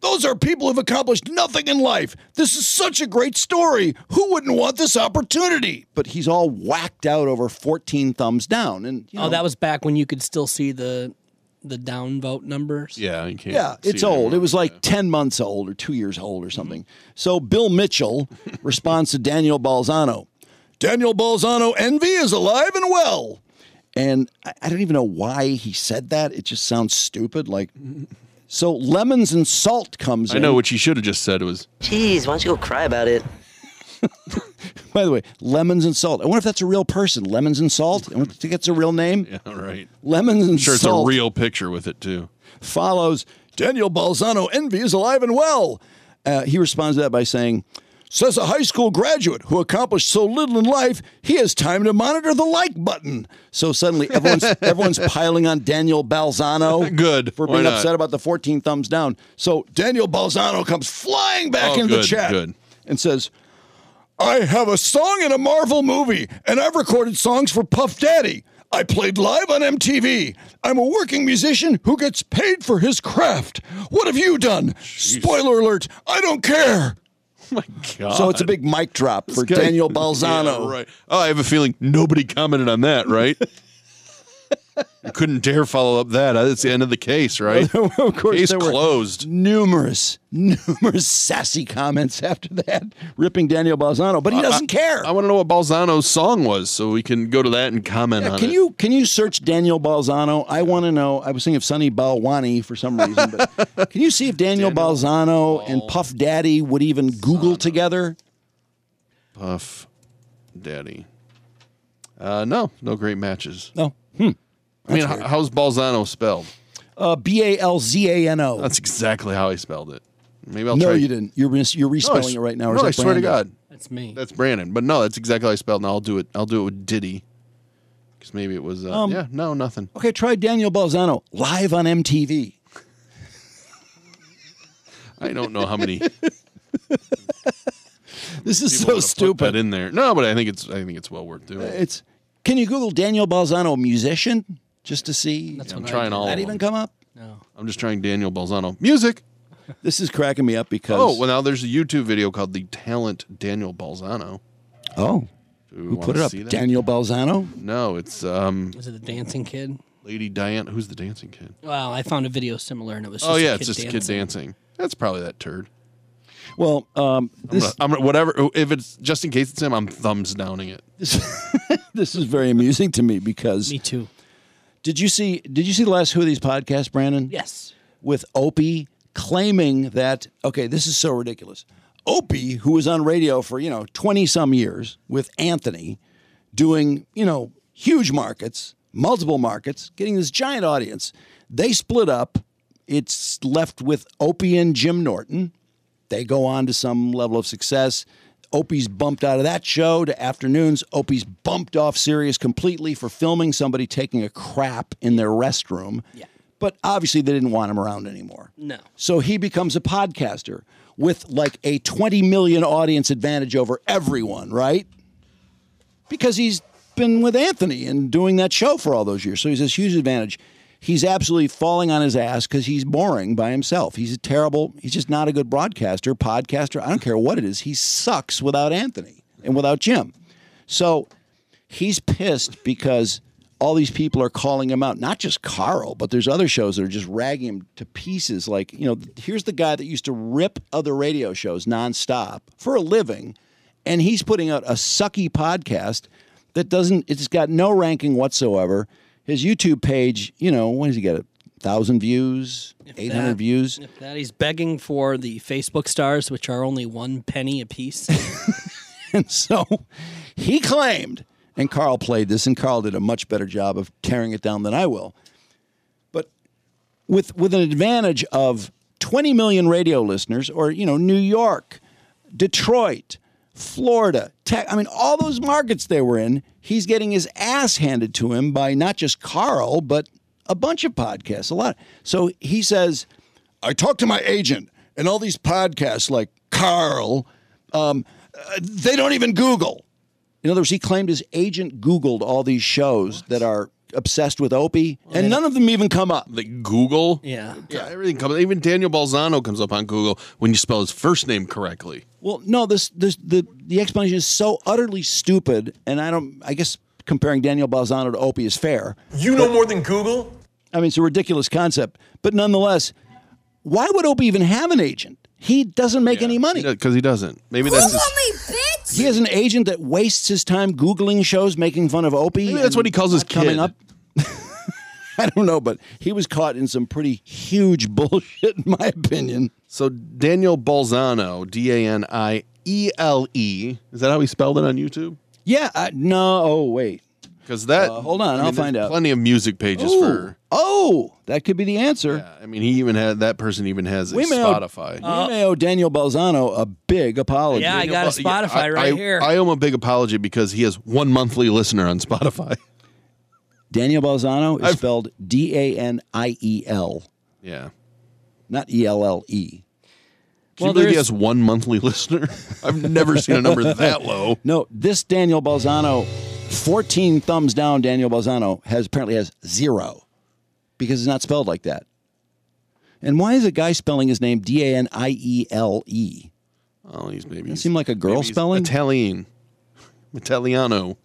S1: Those are people who've accomplished nothing in life. This is such a great story. Who wouldn't want this opportunity? But he's all whacked out over 14 thumbs down. And you know,
S4: oh, that was back when you could still see the the downvote numbers.
S2: Yeah, you can't.
S1: yeah,
S2: see
S1: it's old. It was like 10 months old or two years old or something. So Bill Mitchell responds to Daniel Balzano Daniel Balzano envy is alive and well. And I, I don't even know why he said that. It just sounds stupid. Like, so lemons and salt comes
S2: I
S1: in.
S2: know what you should have just said was
S1: Jeez, why don't you go cry about it? By the way, lemons and salt. I wonder if that's a real person. Lemons and salt. I wonder if that's a real name.
S2: yeah, right.
S1: Lemons and
S2: sure, it's a
S1: salt
S2: real picture with it too.
S1: follows Daniel Balzano Envy is alive and well. Uh, he responds to that by saying, Says a high school graduate who accomplished so little in life, he has time to monitor the like button. So suddenly everyone's everyone's piling on Daniel Balzano.
S2: Good.
S1: For
S2: Why
S1: being
S2: not?
S1: upset about the 14 thumbs down. So Daniel Balzano comes flying back
S2: Oh,
S1: into the
S2: good,
S1: chat
S2: good.
S1: and says, I have a song in a Marvel movie, and I've recorded songs for Puff Daddy. I played live on MTV. I'm a working musician who gets paid for his craft. What have you done? Spoiler alert, I don't care.
S2: God.
S1: So it's a big mic drop for
S2: This guy-
S1: Daniel Balzano.
S2: Yeah, right. Oh, I have a feeling nobody commented on that, right? You couldn't dare follow up that. Uh, That's the end of the case, right?
S1: of course,
S2: case
S1: there were
S2: closed.
S1: Numerous, numerous sassy comments after that, ripping Daniel Balzano, but he doesn't care.
S2: I want to know what Balzano's song was, so we can go to that and comment
S1: Yeah,
S2: on
S1: can
S2: it.
S1: you can you search Daniel Balzano? I want to know. I was thinking of Sonny Balwani for some reason, but can you see if Daniel, Balzano and Puff Daddy would even Google together?
S2: Puff Daddy. Uh, no, no great matches.
S1: No. Hmm.
S2: I mean,
S1: That's
S2: h-
S1: weird.
S2: how's Balzano spelled?
S1: Uh, B a l z a n o.
S2: That's exactly how I spelled it. Maybe I'll
S1: No,
S2: try.
S1: you didn't. You're mis- you're
S2: No, I
S1: respelling
S2: s-
S1: it right now. or
S2: No,
S1: is that
S2: I swear to
S1: Brandon?
S2: God,
S4: that's me.
S2: That's Brandon. But no, that's exactly how I spelled. And I'll do it. I'll do it with Diddy, because maybe it was. Uh,
S1: Um,
S2: yeah, no, nothing.
S1: Okay, try Daniel Balzano live on MTV.
S2: I don't know how many.
S1: This is
S2: people
S1: so
S2: would've put
S1: stupid.
S2: that in there. No, but I think it's. I think it's well worth doing.
S1: It's can you Google Daniel Balzano musician just to see?
S2: Yeah, I'm trying all.
S1: that
S2: of
S1: even
S2: them.
S1: come up?
S2: I'm just trying Daniel Balzano music.
S1: This is cracking me up because
S2: Oh, well, now there's a YouTube video called The Talent Daniel Balzano.
S1: Oh.
S2: Do we
S1: who
S2: wanna
S1: put it up?
S2: see that?
S1: Daniel Balzano.
S2: No, it's um
S4: Was it the dancing kid?
S2: Lady Diane. Who's the dancing kid?
S4: Well, I found a video similar, and it was. Just
S2: Oh,
S4: a
S2: yeah,
S4: kid
S2: it's just a
S4: dancing.
S2: kid dancing. That's probably that turd.
S1: Well, um,
S2: I'm
S1: this
S2: gonna- I'm gonna- whatever. If it's just in case it's him, I'm thumbs downing it.
S1: this is very amusing to me because me
S4: too.
S1: Did you see? Did you see the last Who Are These podcasts, Brandon?
S4: Yes.
S1: With Opie claiming that okay, this is so ridiculous. Opie, who was on radio for you know twenty some years with Anthony, doing you know huge markets, multiple markets, getting this giant audience. They split up. It's left with Opie and Jim Norton. They go on to some level of success. Opie's bumped out of that show to afternoons. Opie's bumped off Sirius completely for filming somebody taking a crap in their restroom. Yeah. But obviously, they didn't want him around anymore.
S4: No.
S1: So he becomes a podcaster with like a 20 million audience advantage over everyone, right? Because he's been with Anthony and doing that show for all those years. So he's this huge advantage. He's absolutely falling on his ass because he's boring by himself. He's a terrible, he's just not a good broadcaster, podcaster. I don't care what it is. He sucks without Anthony and without Jim. So he's pissed because all these people are calling him out. Not just Carl, but there's other shows that are just ragging him to pieces. Like, you know, here's the guy that used to rip other radio shows nonstop for a living, and he's putting out a sucky podcast that doesn't, it's got no ranking whatsoever. His YouTube page, you know, what does he get? A thousand views, 800
S4: that.
S1: views.
S4: If that he's begging for the Facebook stars, which are only one penny a piece.
S1: And so he claimed, and Carl played this, and Carl did a much better job of tearing it down than I will. But with with an advantage of 20 million radio listeners, or you know, New York, Detroit, Florida, tech, I mean, all those markets they were in, he's getting his ass handed to him by not just Carl, but a bunch of podcasts, a lot. So he says, I talked to my agent, and all these podcasts like Carl, um, uh, they don't even Google. In other words, he claimed his agent Googled all these shows that are obsessed with Opie, and none of them even come up.
S2: Like Google.
S4: Yeah.
S2: Yeah, everything comes. Even Daniel Balzano comes up on Google when you spell his first name correctly.
S1: Well, no, this, this the the explanation is so utterly stupid, and I don't. I guess comparing Daniel Balzano to Opie is fair.
S19: You know more than Google?
S1: I mean, it's a ridiculous concept, but nonetheless, why would Opie even have an agent? He doesn't make any money
S2: because he doesn't. Maybe that's his,
S1: He has an agent that wastes his time googling shows, making fun of Opie.
S2: Maybe that's
S1: and
S2: what he calls his
S1: not coming
S2: kid.
S1: up. I don't know, but he was caught in some pretty huge bullshit, in my opinion.
S2: So Daniel Balzano, D A N I E L E. Is that how he spelled it on YouTube?
S1: Yeah. I, no. Oh, wait.
S2: Because that.
S1: Uh, hold on,
S2: I mean,
S1: I'll find
S2: there's
S1: out.
S2: Plenty of music pages
S1: Ooh.
S2: for.
S1: Oh, that could be the answer.
S2: I mean, he even had that person even has a
S1: we may
S2: Spotify.
S1: Owe, we may owe Daniel Balzano a big apology.
S4: Uh, Yeah, I got a Spotify
S2: I-
S4: right
S2: I-
S4: here.
S2: I owe him a big apology because he has one monthly listener on Spotify.
S1: Daniel Balzano is spelled D A N I E L,
S2: Yeah.
S1: not E L L E.
S2: Can you believe he has one monthly listener? I've never seen a number that low.
S1: No, this Daniel Balzano, 14 thumbs down Daniel Balzano has apparently has zero because it's not spelled like that. And why is a guy spelling his name D A N I E L E?
S2: Oh, he's maybe.
S1: Doesn't seem like a girl
S2: maybe he's
S1: spelling.
S2: Italian. Italiano.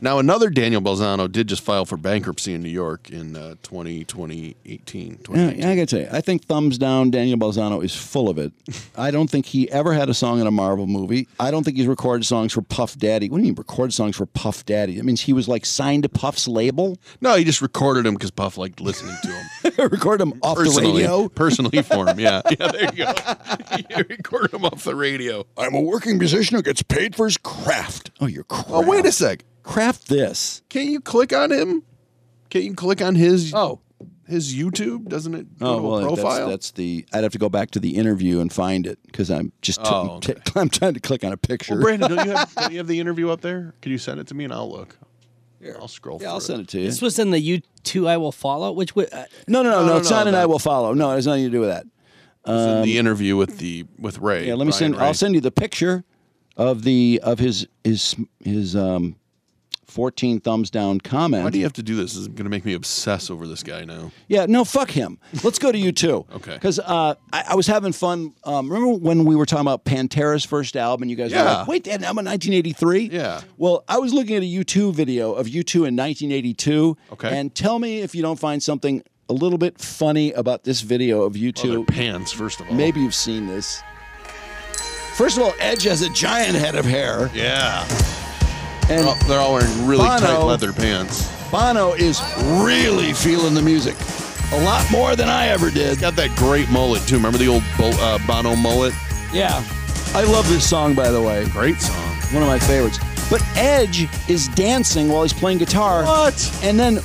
S2: Now, another Daniel Balzano did just file for bankruptcy in New York in uh, 20, 2018.
S1: Yeah, I gotta tell you, I think thumbs down Daniel Balzano is full of it. I don't think he ever had a song in a Marvel movie. I don't think he's recorded songs for Puff Daddy. What do you mean record songs for Puff Daddy? That means he was like signed to Puff's label.
S2: No, he just recorded him because Puff liked listening to him.
S1: record him off
S2: personally,
S1: the radio.
S2: Personally for him, yeah. Yeah, there you go. you record him off the radio.
S1: I'm a working musician who gets paid for his craft. Oh, you're craft.
S2: Oh, wait a sec.
S1: Craft this.
S2: Can't you click on him? Can't you click on his oh his YouTube? Doesn't it go
S1: Oh,
S2: to a
S1: well, that's-
S2: profile?
S1: That's, the. I'd have to go back to the interview and find it because I'm just. i
S2: Oh,
S1: I'm trying to click on a picture.
S2: Well, Brandon, don't you, have, don't you have the interview up there? Could you send it to me and I'll look? I'll scroll.
S1: Yeah, I'll
S2: through
S1: send it to you.
S4: this was in the U two I will follow, which would. Uh,
S1: No, no, no, no.
S2: no,
S1: it's
S2: no,
S1: not, and
S2: that-
S1: I will follow. No, it has nothing to do with that.
S2: It's in
S1: Um,
S2: the interview with the with Ray.
S1: yeah, let me
S2: Ryan
S1: send.
S2: Ray.
S1: I'll send you the picture of the of his his his um 14 thumbs down comment.
S2: Why do you have to do this? This is going to make me obsess over this guy now.
S1: Yeah, no, fuck him. Let's go to you too.
S2: Okay.
S1: Because uh, I, I was having fun. Um, remember when we were talking about Pantera's first album? You guys were
S2: Yeah.
S1: like, wait, that album in 1983? Yeah. Well, I was looking at a U2 video of U2 in 1982.
S2: Okay.
S1: And tell me if you don't find something a little bit funny about this video of U2.
S2: Well, their pants, first of all.
S1: Maybe you've seen this. First of all, Edge has a giant head of hair.
S2: Yeah.
S1: And
S2: they're, all, they're all wearing really tight
S1: Bono-
S2: leather pants.
S1: Bono is really feeling the music. A lot more than I ever did.
S2: Got that great mullet too. Remember the old Bo- uh, Bono mullet?
S1: Yeah. I love this song, by the way.
S2: Great song.
S1: One of my favorites. But Edge is dancing while he's playing guitar. What? And then,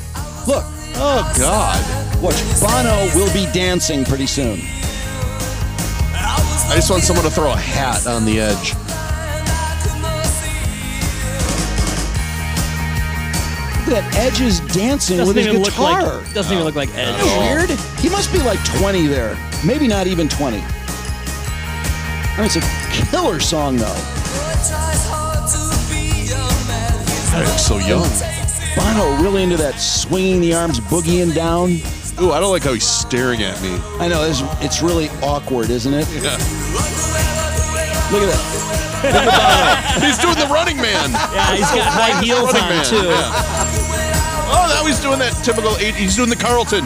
S1: look. Oh,
S2: God.
S1: Watch. Bono will be dancing pretty soon.
S2: I just want someone to throw a hat on the edge.
S1: Look at that. Edge is dancing
S4: Doesn't
S1: with his
S4: even look
S1: guitar.
S4: like- doesn't even look like Edge.
S1: Isn't that weird? He must be like 20 there. Maybe not even 20. I mean, it's a killer song, though.
S2: I look so young.
S1: Bono really into that swinging the arms, boogieing down.
S2: Ooh, I don't like how he's staring at me.
S1: I know it's, it's really awkward, isn't it?
S2: Yeah.
S1: Look at that.
S2: he's doing the running man.
S4: Yeah, he's got high heels
S2: Running
S4: on
S2: Man,
S4: too.
S2: yeah. Oh, now he's doing that typical eight. He's doing the Carlton,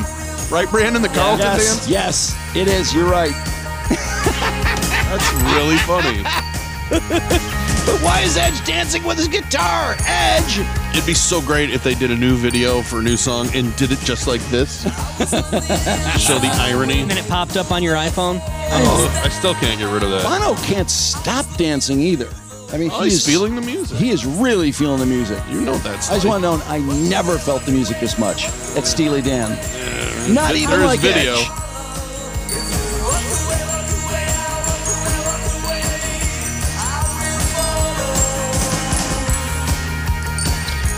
S2: right, Brandon? The Carlton
S1: yes,
S2: dance.
S1: yes, it is. You're right.
S2: That's really funny.
S1: But why is Edge dancing with his guitar? Edge.
S2: It'd be so great if they did a new video for a new song and did it just like this. Show the irony.
S4: And then it popped up on your iPhone.
S2: Oh, I still can't get rid of that.
S1: Bono can't stop dancing either. I mean,
S2: Oh,
S1: he
S2: he's
S1: is,
S2: feeling the music.
S1: He is really feeling the music.
S2: You know that's.
S1: I just want to know. I never felt the music this much at Steely Dan. Not
S2: Th-
S1: even
S2: there's
S1: like
S2: video.
S1: Edge.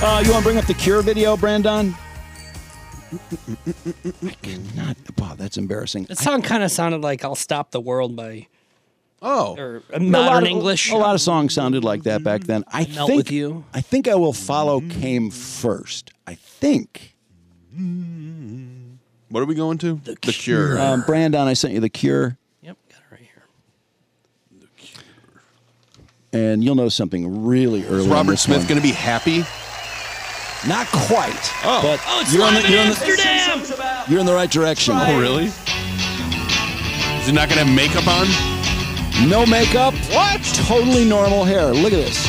S1: Uh, you want to bring up the Cure video, Brandon? I cannot. Wow, that's embarrassing.
S4: That song kind of sounded like "I'll Stop the World" by
S2: oh
S4: or uh,
S1: A lot
S4: modern
S1: of-
S4: English.
S1: A lot of songs sounded like that back then. I
S4: Melt
S1: think
S4: With You.
S1: I think I will follow
S2: Mm-hmm.
S1: came first. I think.
S2: What are we going to? The, Cure.
S1: Um, Brandon, I sent you the Cure,
S4: Yep, got it right
S1: and you'll know something really early.
S2: Is
S1: in
S2: Robert
S1: this
S2: Smith
S1: one.
S2: going to be happy?
S1: Not quite.
S2: Oh.
S1: but
S2: Oh, it's
S1: you're, on
S2: live
S1: the,
S2: in
S1: you're, on the,
S4: Amsterdam.
S1: you're in the right direction.
S2: Oh, really? Is he not going to have makeup on?
S1: No makeup. What? Totally normal hair. Look at this.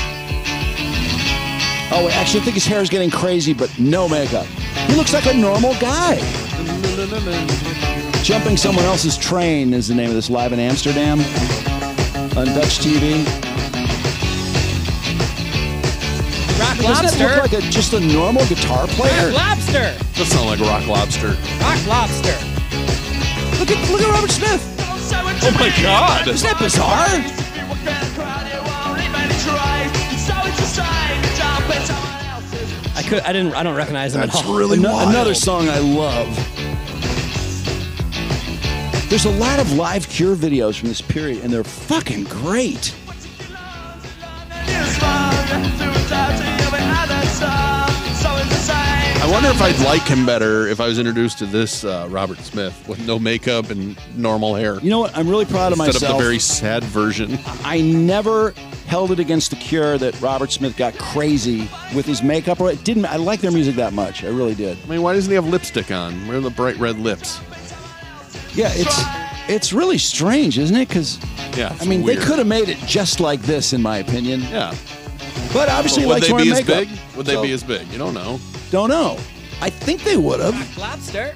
S1: Oh, actually, I think his hair is getting crazy, but no makeup. He looks like a normal guy. Jumping Someone Else's Train is the name of this live in Amsterdam on Dutch TV.
S4: Rock
S1: Doesn't
S4: Lobster.
S1: that look like a, just a normal guitar player?
S4: Rock Lobster.
S2: That's not like Rock Lobster.
S4: Rock Lobster.
S1: Look at look at Robert Smith.
S2: Oh my God!
S1: Isn't that bizarre?
S4: I could. I didn't. I don't recognize him
S2: That's
S4: at all.
S2: really
S1: Ano-
S2: wild.
S1: Another song I love. There's a lot of live Cure videos from this period, and they're fucking great.
S2: I wonder if I'd like him better if I was introduced to this uh, Robert Smith with no makeup and normal hair
S1: You know what? I'm really proud of
S2: instead
S1: myself.
S2: of the very sad version.
S1: I never held it against the Cure that Robert Smith got crazy with his makeup. Or it didn't. I like their music that much. I really did.
S2: I mean, why doesn't he have lipstick on? Where are the bright red lips?
S1: Yeah, it's it's really strange, isn't it? Because
S2: Yeah,
S1: I mean, they could have made it just like this, in my opinion.
S2: Yeah,
S1: But obviously,
S2: would
S1: he likes
S2: they
S1: wearing
S2: be as
S1: makeup.
S2: big? Would they
S1: So,
S2: be as big? You don't know.
S1: Don't know. I think they would have.
S4: Rock Lobster.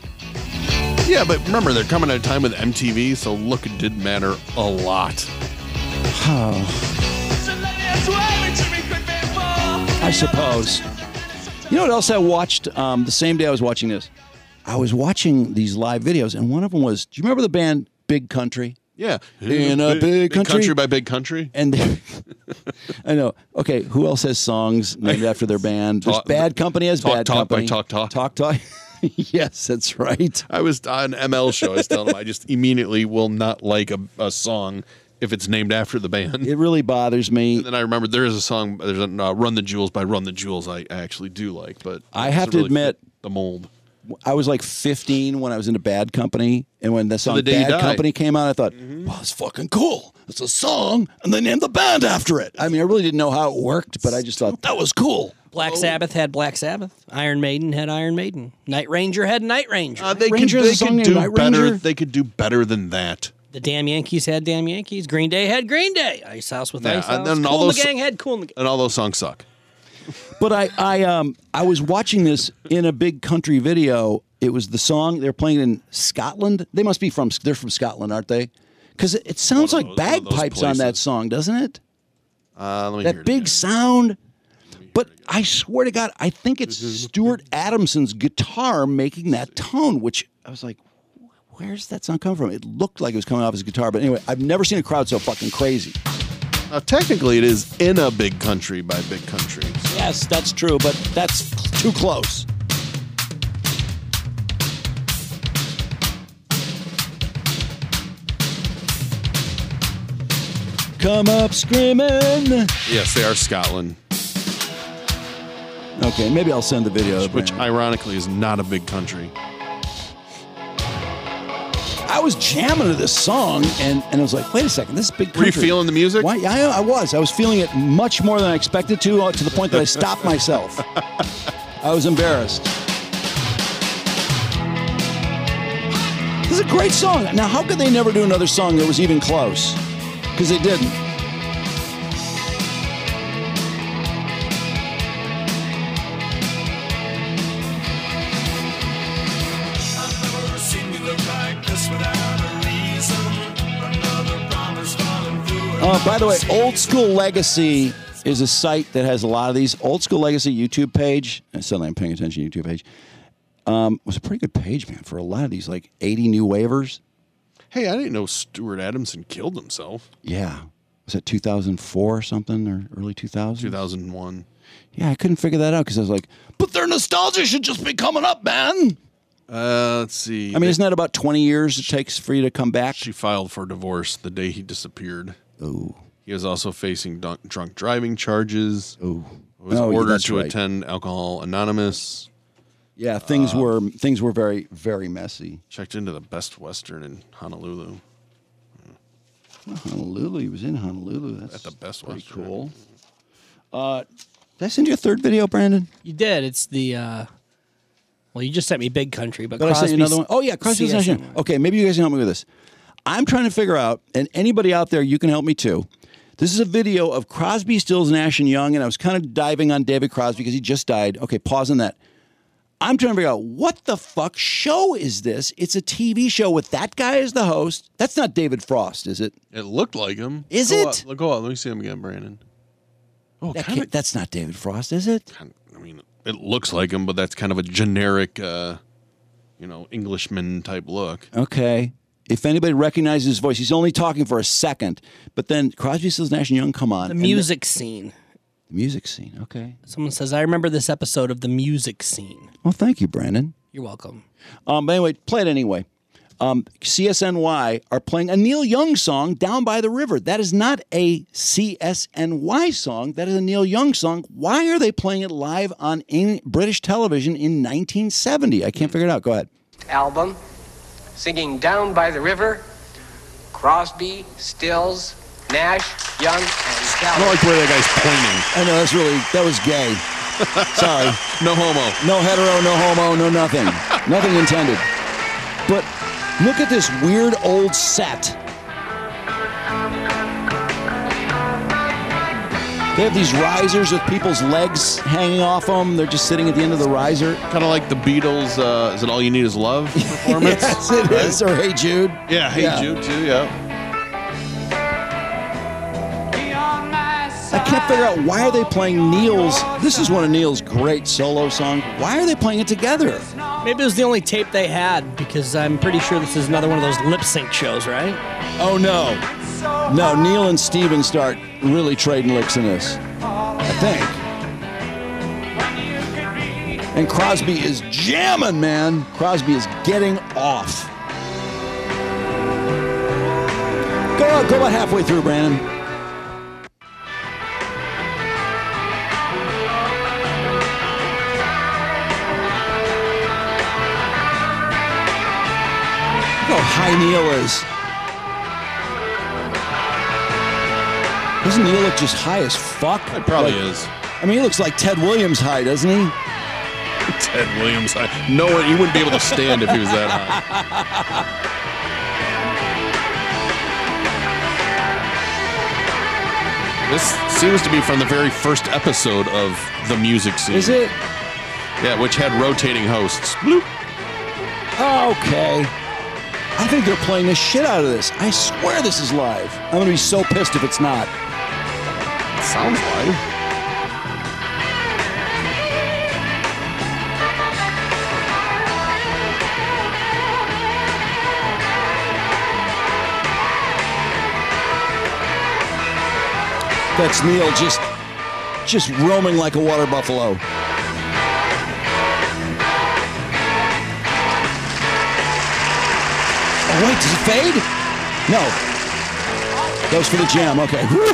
S2: Yeah, but remember, they're coming at a time with MTV, so look did matter a lot.
S1: I suppose. You know what else I watched um, the same day I was watching this? I was watching these live videos, and one of them was do you remember the band Big Country?
S2: Yeah,
S1: In a big country.
S2: by big country.
S1: And they- I know. Okay, who else has songs named after their band? There's
S2: Talk-
S1: Bad Company has
S2: Talk
S1: Bad
S2: Talk by
S1: Company.
S2: Talk Talk.
S1: Talk Talk. yes, that's right.
S2: I was on ML show. I was telling him I just immediately will not like a, a song if it's named after the band.
S1: It really bothers me.
S2: And then I remember there is a song, there's a uh, Run the Jewels by Run the Jewels I I actually do like, but
S1: I
S2: it
S1: have
S2: doesn't
S1: to
S2: really
S1: admit,
S2: fit the mold.
S1: I was like 15 when I was in a bad company, and when the song
S2: the day you Mm-hmm.
S1: "Bad
S2: died.
S1: Company" came out, I thought, "Wow, it's fucking cool. It's a song, and they named the band after it." I mean, I really didn't know how it worked, but I just thought that was cool.
S4: Black Sabbath had Black Sabbath. Iron Maiden had Iron Maiden. Night Ranger had Night Ranger.
S2: Uh, They could, they could do better. They could do better than that.
S4: The Damn Yankees had Damn Yankees. Green Day had Green Day. Ice House with
S2: Yeah,
S4: Ice
S2: and
S4: House.
S2: then
S4: Cool
S2: all
S4: and
S2: those-
S4: the Gang had Cool and the
S2: And all those songs suck.
S1: But I, I, um, I was watching this in a big country video. It was the song they're playing in Scotland. They must be from. They're from Scotland, aren't they? Because it, it sounds like bagpipes on that song, doesn't it?
S2: Uh, let me hear
S1: that big sound. But I swear to God, I think it's
S2: Mm-hmm.
S1: Stuart Adamson's guitar making that tone, which I was like, where's that sound come from? It looked like it was coming off his guitar. But anyway, I've never seen a crowd so fucking crazy.
S2: Now, technically, it is in a big country by big country.
S1: Yes, that's true, but that's too close. Come up screaming.
S2: Yes, they are Scotland,
S1: Okay, maybe I'll send the video.
S2: which ironically is not a big country.
S1: I was jamming to this song, and, and I was like, wait a second, this is big
S2: Were you
S1: country.
S2: feeling the music?
S1: Why, yeah, I, I was. I was feeling it much more than I expected to, uh, to the point that I stopped myself. I was embarrassed. This is a great song. Now, how could they never do another song that was even close? Because they didn't. Uh, by the way, Old School Legacy is a site that has a lot of these. Old School Legacy YouTube page. And suddenly I'm paying attention to YouTube page. Um, was a pretty good page, man, for a lot of these, like 80 new waivers.
S2: Hey, I didn't know Stuart Adamson killed himself.
S1: Yeah. Was that 2004 or something or early 2000?
S2: 2001.
S1: Yeah, I couldn't figure that out because I was like, but their nostalgia should just be coming up, man.
S2: Uh, let's see.
S1: I mean, isn't that about 20 years it takes for you to come back?
S2: She filed for divorce the day he disappeared.
S1: Oh.
S2: He was also facing dun- drunk driving charges.
S1: Oh.
S2: Was
S1: Oh, yeah,
S2: ordered
S1: that's
S2: to
S1: right.
S2: attend Alcohol Anonymous.
S1: Yeah, things were things were very very messy.
S2: Uh, Checked into the Best Western in Honolulu.
S1: Honolulu, he was in Honolulu. That's
S2: At the Best
S1: pretty
S2: Western.
S1: cool. Uh, did I send you a third video, Brandon?
S4: You did. It's the. uh Well, you just sent me Big Country, but
S1: Did I send
S4: Crosby.
S1: you another one? Oh yeah, Crosby, Stills, Nash- Okay, maybe you guys can help me with this. I'm trying to figure out, and anybody out there, you can help me too. This is a video of Crosby, Stills, Nash and Young, and I was kind of diving on David Crosby because he just died. Okay, pause on that. I'm trying to figure out what the fuck show is this? It's a TV show with that guy as the host. That's not David Frost, is it?
S2: It looked like him. Oh,
S1: Is
S2: Go
S1: it?
S2: Out, go out. Let me see him again, Brandon. Oh,
S1: That
S2: kinda-
S1: can't- that's not David Frost, is it?
S2: I mean, it looks like him, but that's kind of a generic, uh, you know, Englishman type look.
S1: Okay. If anybody recognizes his voice, he's only talking for a second. But then Crosby, Stills, Nash and Young come on.
S4: The
S1: and
S4: music scene.
S1: the music scene. Okay.
S4: Someone says, "I remember this episode of the music scene."
S1: Well, thank you, Brandon.
S4: You're welcome.
S1: Um, but anyway, play it anyway. Um, CSNY are playing a Neil Young song, Down by the River. That is not a CSNY song. That is a Neil Young song. Why are they playing it live on in British television in 1970? I can't figure it out. Go ahead.
S19: album, singing Down by the River, Crosby, Stills, Nash, Young, and
S2: I
S19: Gallagher.
S2: like the way that guy's pointing.
S1: I know, that's really, that was gay. Sorry.
S2: no homo.
S1: No hetero, no homo, no nothing. nothing intended. But look at this weird old set. They have these risers with people's legs hanging off them. They're just sitting at the end of the riser.
S2: Kind of like the Beatles. Uh, is it all you need is love? Performance.
S1: yes, it is. Or Hey Jude.
S2: Yeah, Hey Jude too. Yeah.
S1: I can't figure out why are they playing Neil's. This is one of Neil's great solo songs. Why are they playing it together?
S4: Maybe it was the only tape they had because I'm pretty sure this is another one of those lip sync shows, right?
S1: Oh no. No, Neil and Steven start really trading licks in this. I think. And Crosby is jamming, man. Crosby is getting off. Go, go about halfway through, Brandon. Look how high Neil is. Doesn't Neil look just high as fuck? It
S2: probably is.
S1: I mean, he looks like Ted Williams high, doesn't he?
S2: Ted Williams. I, no one, you wouldn't be able to stand if he was that high. This seems to be from the very first episode of the music scene.
S1: Is it?
S2: Yeah, which had rotating hosts. Bloop.
S1: Okay. I think they're playing the shit out of this. I swear this is live. I'm gonna be so pissed if it's not.
S2: Sounds live.
S1: That's Neil just just roaming like a water buffalo. Oh wait, does it fade? No. Goes for the jam. Okay. Whew.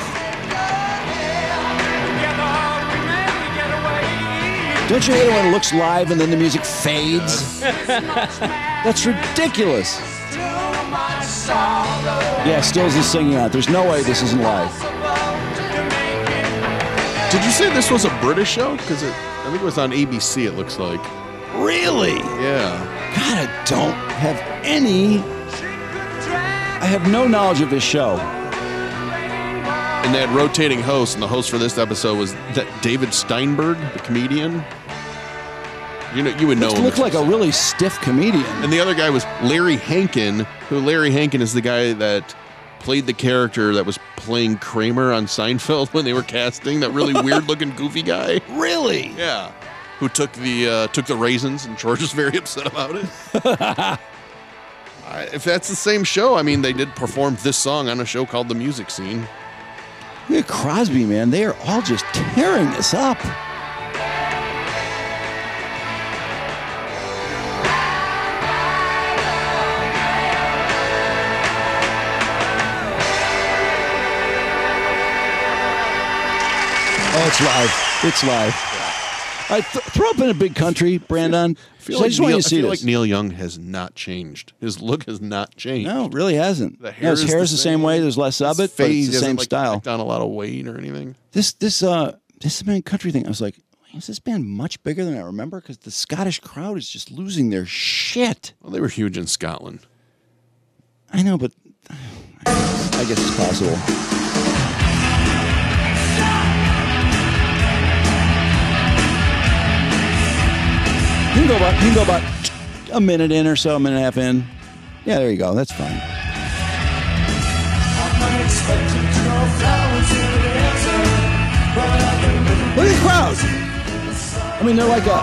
S1: Don't you hate it when it looks live and then the music fades? That's ridiculous. Yeah, Stills is singing out. There's no way this isn't live.
S2: Did you say this was a British show? Because I think it was on ABC. It looks like.
S1: Really?
S2: Yeah.
S1: God, I don't have any. I have no knowledge of this show.
S2: And they had rotating hosts, and the host for this episode was that David Steinberg, the comedian. You know, you would know
S1: Looks-
S2: him.
S1: looked like a really stiff comedian.
S2: And the other guy was Larry Hankin, who Larry Hankin is the guy that played the character that was playing Kramer on Seinfeld when they were casting that really weird looking goofy guy.
S1: Really?
S2: Yeah. Who took the uh, took the raisins and George was very upset about it. I, if that's the same show, I mean, they did perform this song on a show called The Music Scene.
S1: Look at Crosby, man. They are all just tearing this up. Oh, it's live. It's live. All right, th- throw up in a big country, Brandon.
S2: feel
S1: So I
S2: like
S1: just want
S2: Neil-
S1: you to
S2: I
S1: see
S2: feel
S1: this.
S2: like Neil Young has not changed. His look has not changed.
S1: No, it really hasn't.
S2: The
S1: No,
S2: hair
S1: his
S2: is
S1: hair
S2: the
S1: is the same way. There's less of it, but it's
S2: he
S1: the
S2: hasn't,
S1: same
S2: like,
S1: style.
S2: tacked on a lot of weight or anything.
S1: This this uh this band country thing. I was like, is this band much bigger than I remember? Because the Scottish crowd is just losing their shit.
S2: Well, they were huge in Scotland.
S1: I know, but I guess it's possible. You can go about you can go about a minute in or so, a minute and a half in. Yeah, there you go. That's fine. Look at the crowd. I mean, they're like a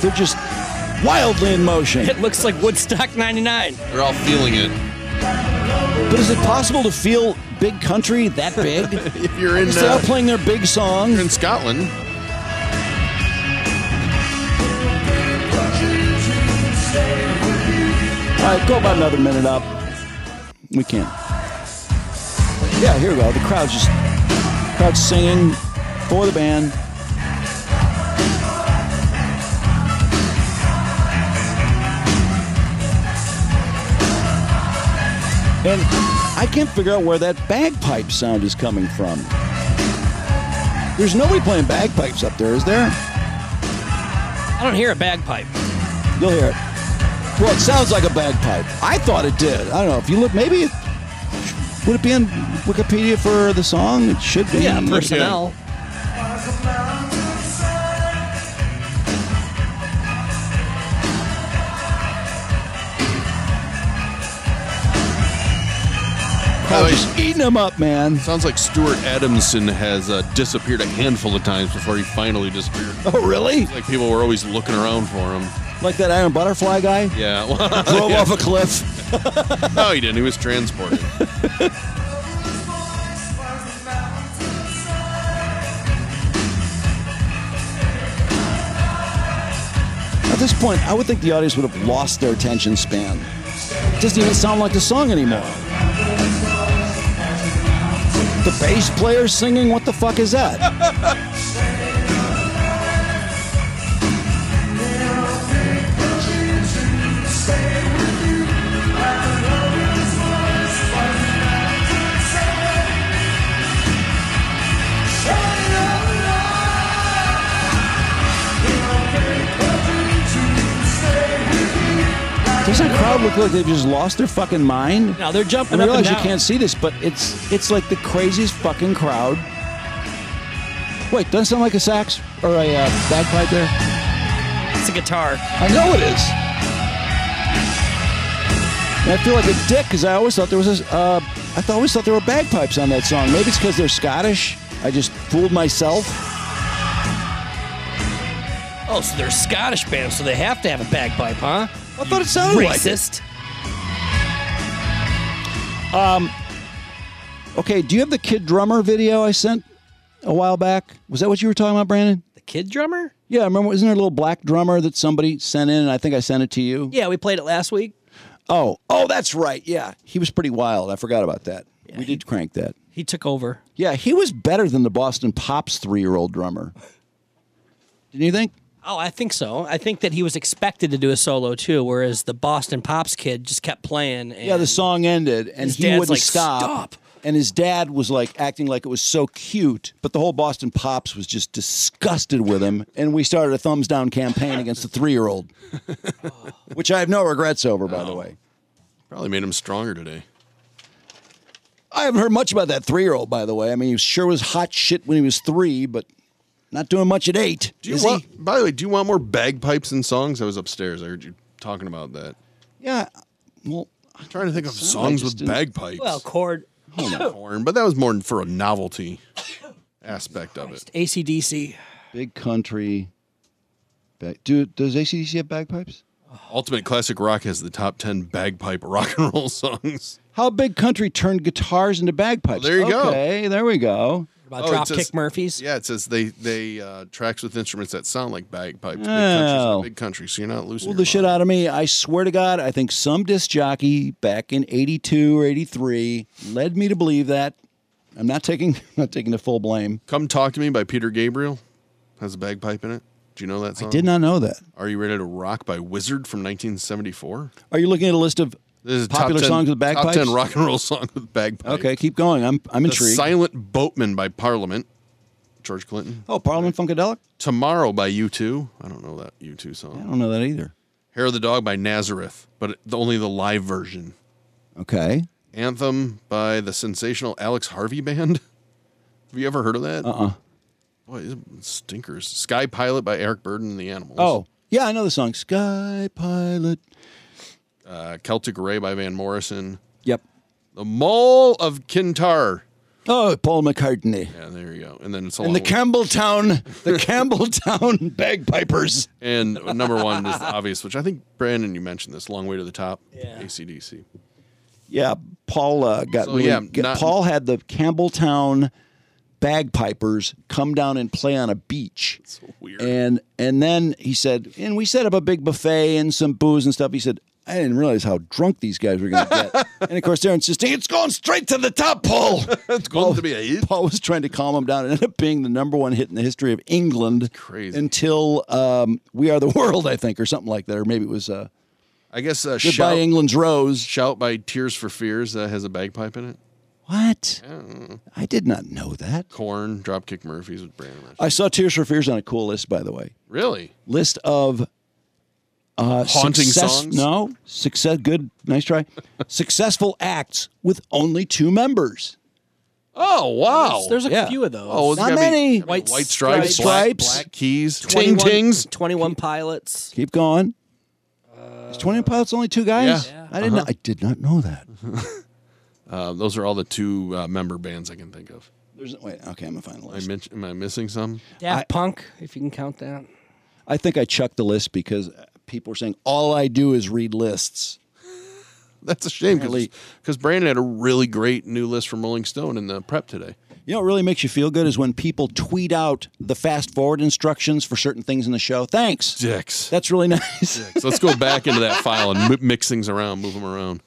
S1: they're just wildly in motion.
S4: It looks like Woodstock 99.
S2: They're all feeling it.
S1: But is it possible to feel big country that big?
S2: if you're in,
S1: they're all
S2: uh,
S1: playing their big song.
S2: in Scotland.
S1: All right, go about another minute up. We can't. Yeah, here we go. The crowd's just crowd's singing for the band. And I can't figure out where that bagpipe sound is coming from. There's nobody playing bagpipes up there, is there?
S4: I don't hear a bagpipe.
S1: You'll hear it. Well, it sounds like a bagpipe. I thought it did. I don't know. If you look, maybe it would it be on Wikipedia for the song? It should be.
S4: Yeah, personnel.
S1: Oh, just eating them up, man.
S2: Sounds like Stuart Adamson has uh, disappeared a handful of times before he finally disappeared.
S1: Oh, really?
S2: It's like people were always looking around for him.
S1: Like that Iron Butterfly guy
S2: Yeah.
S1: drove
S2: yeah.
S1: off a cliff.
S2: no, he didn't. He was transported.
S1: At this point, I would think the audience would have lost their attention span. It doesn't even sound like the song anymore. The bass player singing? What the fuck is that? Doesn't that crowd look like they've just lost their fucking mind?
S4: No, they're jumping
S1: I
S4: up
S1: realize
S4: and down.
S1: you can't see this, but it's it's like the craziest fucking crowd. Wait, doesn't it sound like a sax or a uh, bagpipe there?
S4: It's a guitar.
S1: I know it is. And I feel like a dick because I always thought there was this. Uh, I th- always thought there were bagpipes on that song. Maybe it's because they're Scottish. I just fooled myself.
S4: Oh, so they're a Scottish band, so they have to have a bagpipe, huh? I
S1: thought it sounded like it.
S4: racist.
S1: Um, okay, do you have the kid drummer video I sent a while back? Was that what you were talking about, Brandon?
S4: The kid drummer?
S1: Yeah, I remember. Isn't there a little black drummer that somebody sent in? And I think I sent it to you.
S4: Yeah, we played it last week.
S1: Oh, oh, that's right. Yeah, he was pretty wild. I forgot about that. we did crank that.
S4: He took over.
S1: Yeah, he was better than the Boston Pops three-year-old drummer. Didn't you think?
S4: Oh, I think so. I think that he was expected to do a solo too, whereas the Boston Pops kid just kept playing. And
S1: yeah, the song ended, and
S4: His
S1: he
S4: dad's
S1: wouldn't
S4: like,
S1: stop.
S4: "Stop."
S1: And his dad was like acting like it was so cute, but the whole Boston Pops was just disgusted with him. And we started a thumbs down campaign against the three year old, which I have no regrets over, by the way.
S2: Probably made him stronger today.
S1: I haven't heard much about that three year old, by the way. I mean, he sure was hot shit when he was three, but not doing much at eight.
S2: Do you
S1: is he?
S2: want? By the way, do you want more bagpipes and songs? I was upstairs. I heard you talking about that.
S1: Yeah. Well, I'm
S2: trying to think of songs with bagpipes.
S4: Well, chord.
S2: Hold on, horn, but that was more for a novelty aspect of it.
S4: ACDC.
S1: Big country. Bag- Do, does ACDC have bagpipes?
S2: Ultimate classic rock has the top ten bagpipe rock and roll songs.
S1: How big country turned guitars into bagpipes?
S2: Well, there you go. Oh,
S1: Okay, there we go.
S4: About
S2: it
S4: Dropkick
S2: says-
S4: Murphys?
S2: Yeah, it says they they uh, tracks with instruments that sound like bagpipes. Big
S1: Oh.
S2: country's big country, so you're not losing.
S1: Pull
S2: your
S1: the shit out of me. I swear to God, I think some disc jockey back in 82 or 83 led me to believe that. I'm not taking not taking the full blame.
S2: Come Talk to Me by Peter Gabriel has a bagpipe in it. Do you know that song?
S1: Did not know that.
S2: Are You Ready to Rock by Wizard from 1974?
S1: Are you looking at a list of
S2: This is top
S1: popular
S2: 10
S1: songs with
S2: top
S1: bagpipes?
S2: 10 rock and roll song with bagpipes.
S1: Okay, keep going. I'm I'm
S2: The
S1: intrigued.
S2: Silent Boatman by Parliament. George Clinton.
S1: oh, Parliament Funkadelic?
S2: Tomorrow by U2. I don't know that U2 song.
S1: I don't know that either.
S2: Hair of the Dog by Nazareth, but it- only the live version.
S1: Okay.
S2: Anthem by the sensational Alex Harvey Band. Have you ever heard of that?
S1: Uh-uh.
S2: Boy, these are stinkers. Sky Pilot by Eric Burden and the Animals.
S1: Oh, yeah, I know the song. Sky Pilot.
S2: uh, Celtic Ray by Van Morrison.
S1: Yep.
S2: The Mole of Kintar.
S1: Oh, Paul McCartney.
S2: Yeah, there you go. And then it's a
S1: And the
S2: long one.
S1: Campbelltown, the Campbelltown bagpipers.
S2: and number one is the obvious, which I think Brandon, you mentioned this. Long way to the top. Yeah. ACDC.
S1: Yeah, Paul uh, got
S2: So,
S1: really,
S2: yeah,
S1: get-
S2: not-
S1: Paul had the Campbelltown bagpipers come down and play on a beach.
S2: weird.
S1: And and then he said, and we set up a big buffet and some booze and stuff. He said, I didn't realize how drunk these guys were going to get. and of course, they're insisting it's going straight to the top, Paul.
S2: it's going to be a hit.
S1: Paul was trying to calm him down. It ended up being the number one hit in the history of England.
S2: Crazy.
S1: Until um, We Are the World, I think, or something like that, or maybe it was. Uh,
S2: I guess uh,
S1: Goodbye,
S2: Shout,
S1: England's Rose.
S2: Shout by Tears for Fears uh, has a bagpipe in it.
S1: What? I did not know Oh, that.
S2: Corn, Dropkick Murphys with Brandon. Routh.
S1: I saw Tears for Fears on a cool list, by the way.
S2: Really?
S1: List of uh,
S2: Haunting
S1: success-
S2: songs?
S1: No, success. Good, nice try. Successful acts with only two members.
S2: Oh wow!
S4: There's a
S1: Yeah.
S4: few of those.
S2: Oh, there's
S1: Not
S2: gotta be-
S1: many.
S2: gotta be White,
S1: White
S2: stripes,
S1: Stripes.
S2: Black, black keys, ting
S4: 21
S2: tings.
S4: 21 pilots.
S1: Keep going. Is Twenty Pilots only two guys?
S2: Uh, Yeah. Uh-huh.
S1: I did not. I did not know that.
S2: Uh, those are all the two uh, member bands I can think of.
S1: There's wait. Okay, I'm gonna find the
S2: I men- am I missing some?
S4: Daft Punk, if you can count that.
S1: I think I chucked the list because people were saying all I do is read lists.
S2: That's a shame
S1: Apparently-
S2: because Brandon had a really great new list from Rolling Stone in the prep today.
S1: You know what really makes you feel good is when people tweet out the fast forward instructions for certain things in the show. Thanks.
S2: Dicks.
S1: That's really nice.
S2: So let's go back into that file and mi- mix things around, move them around.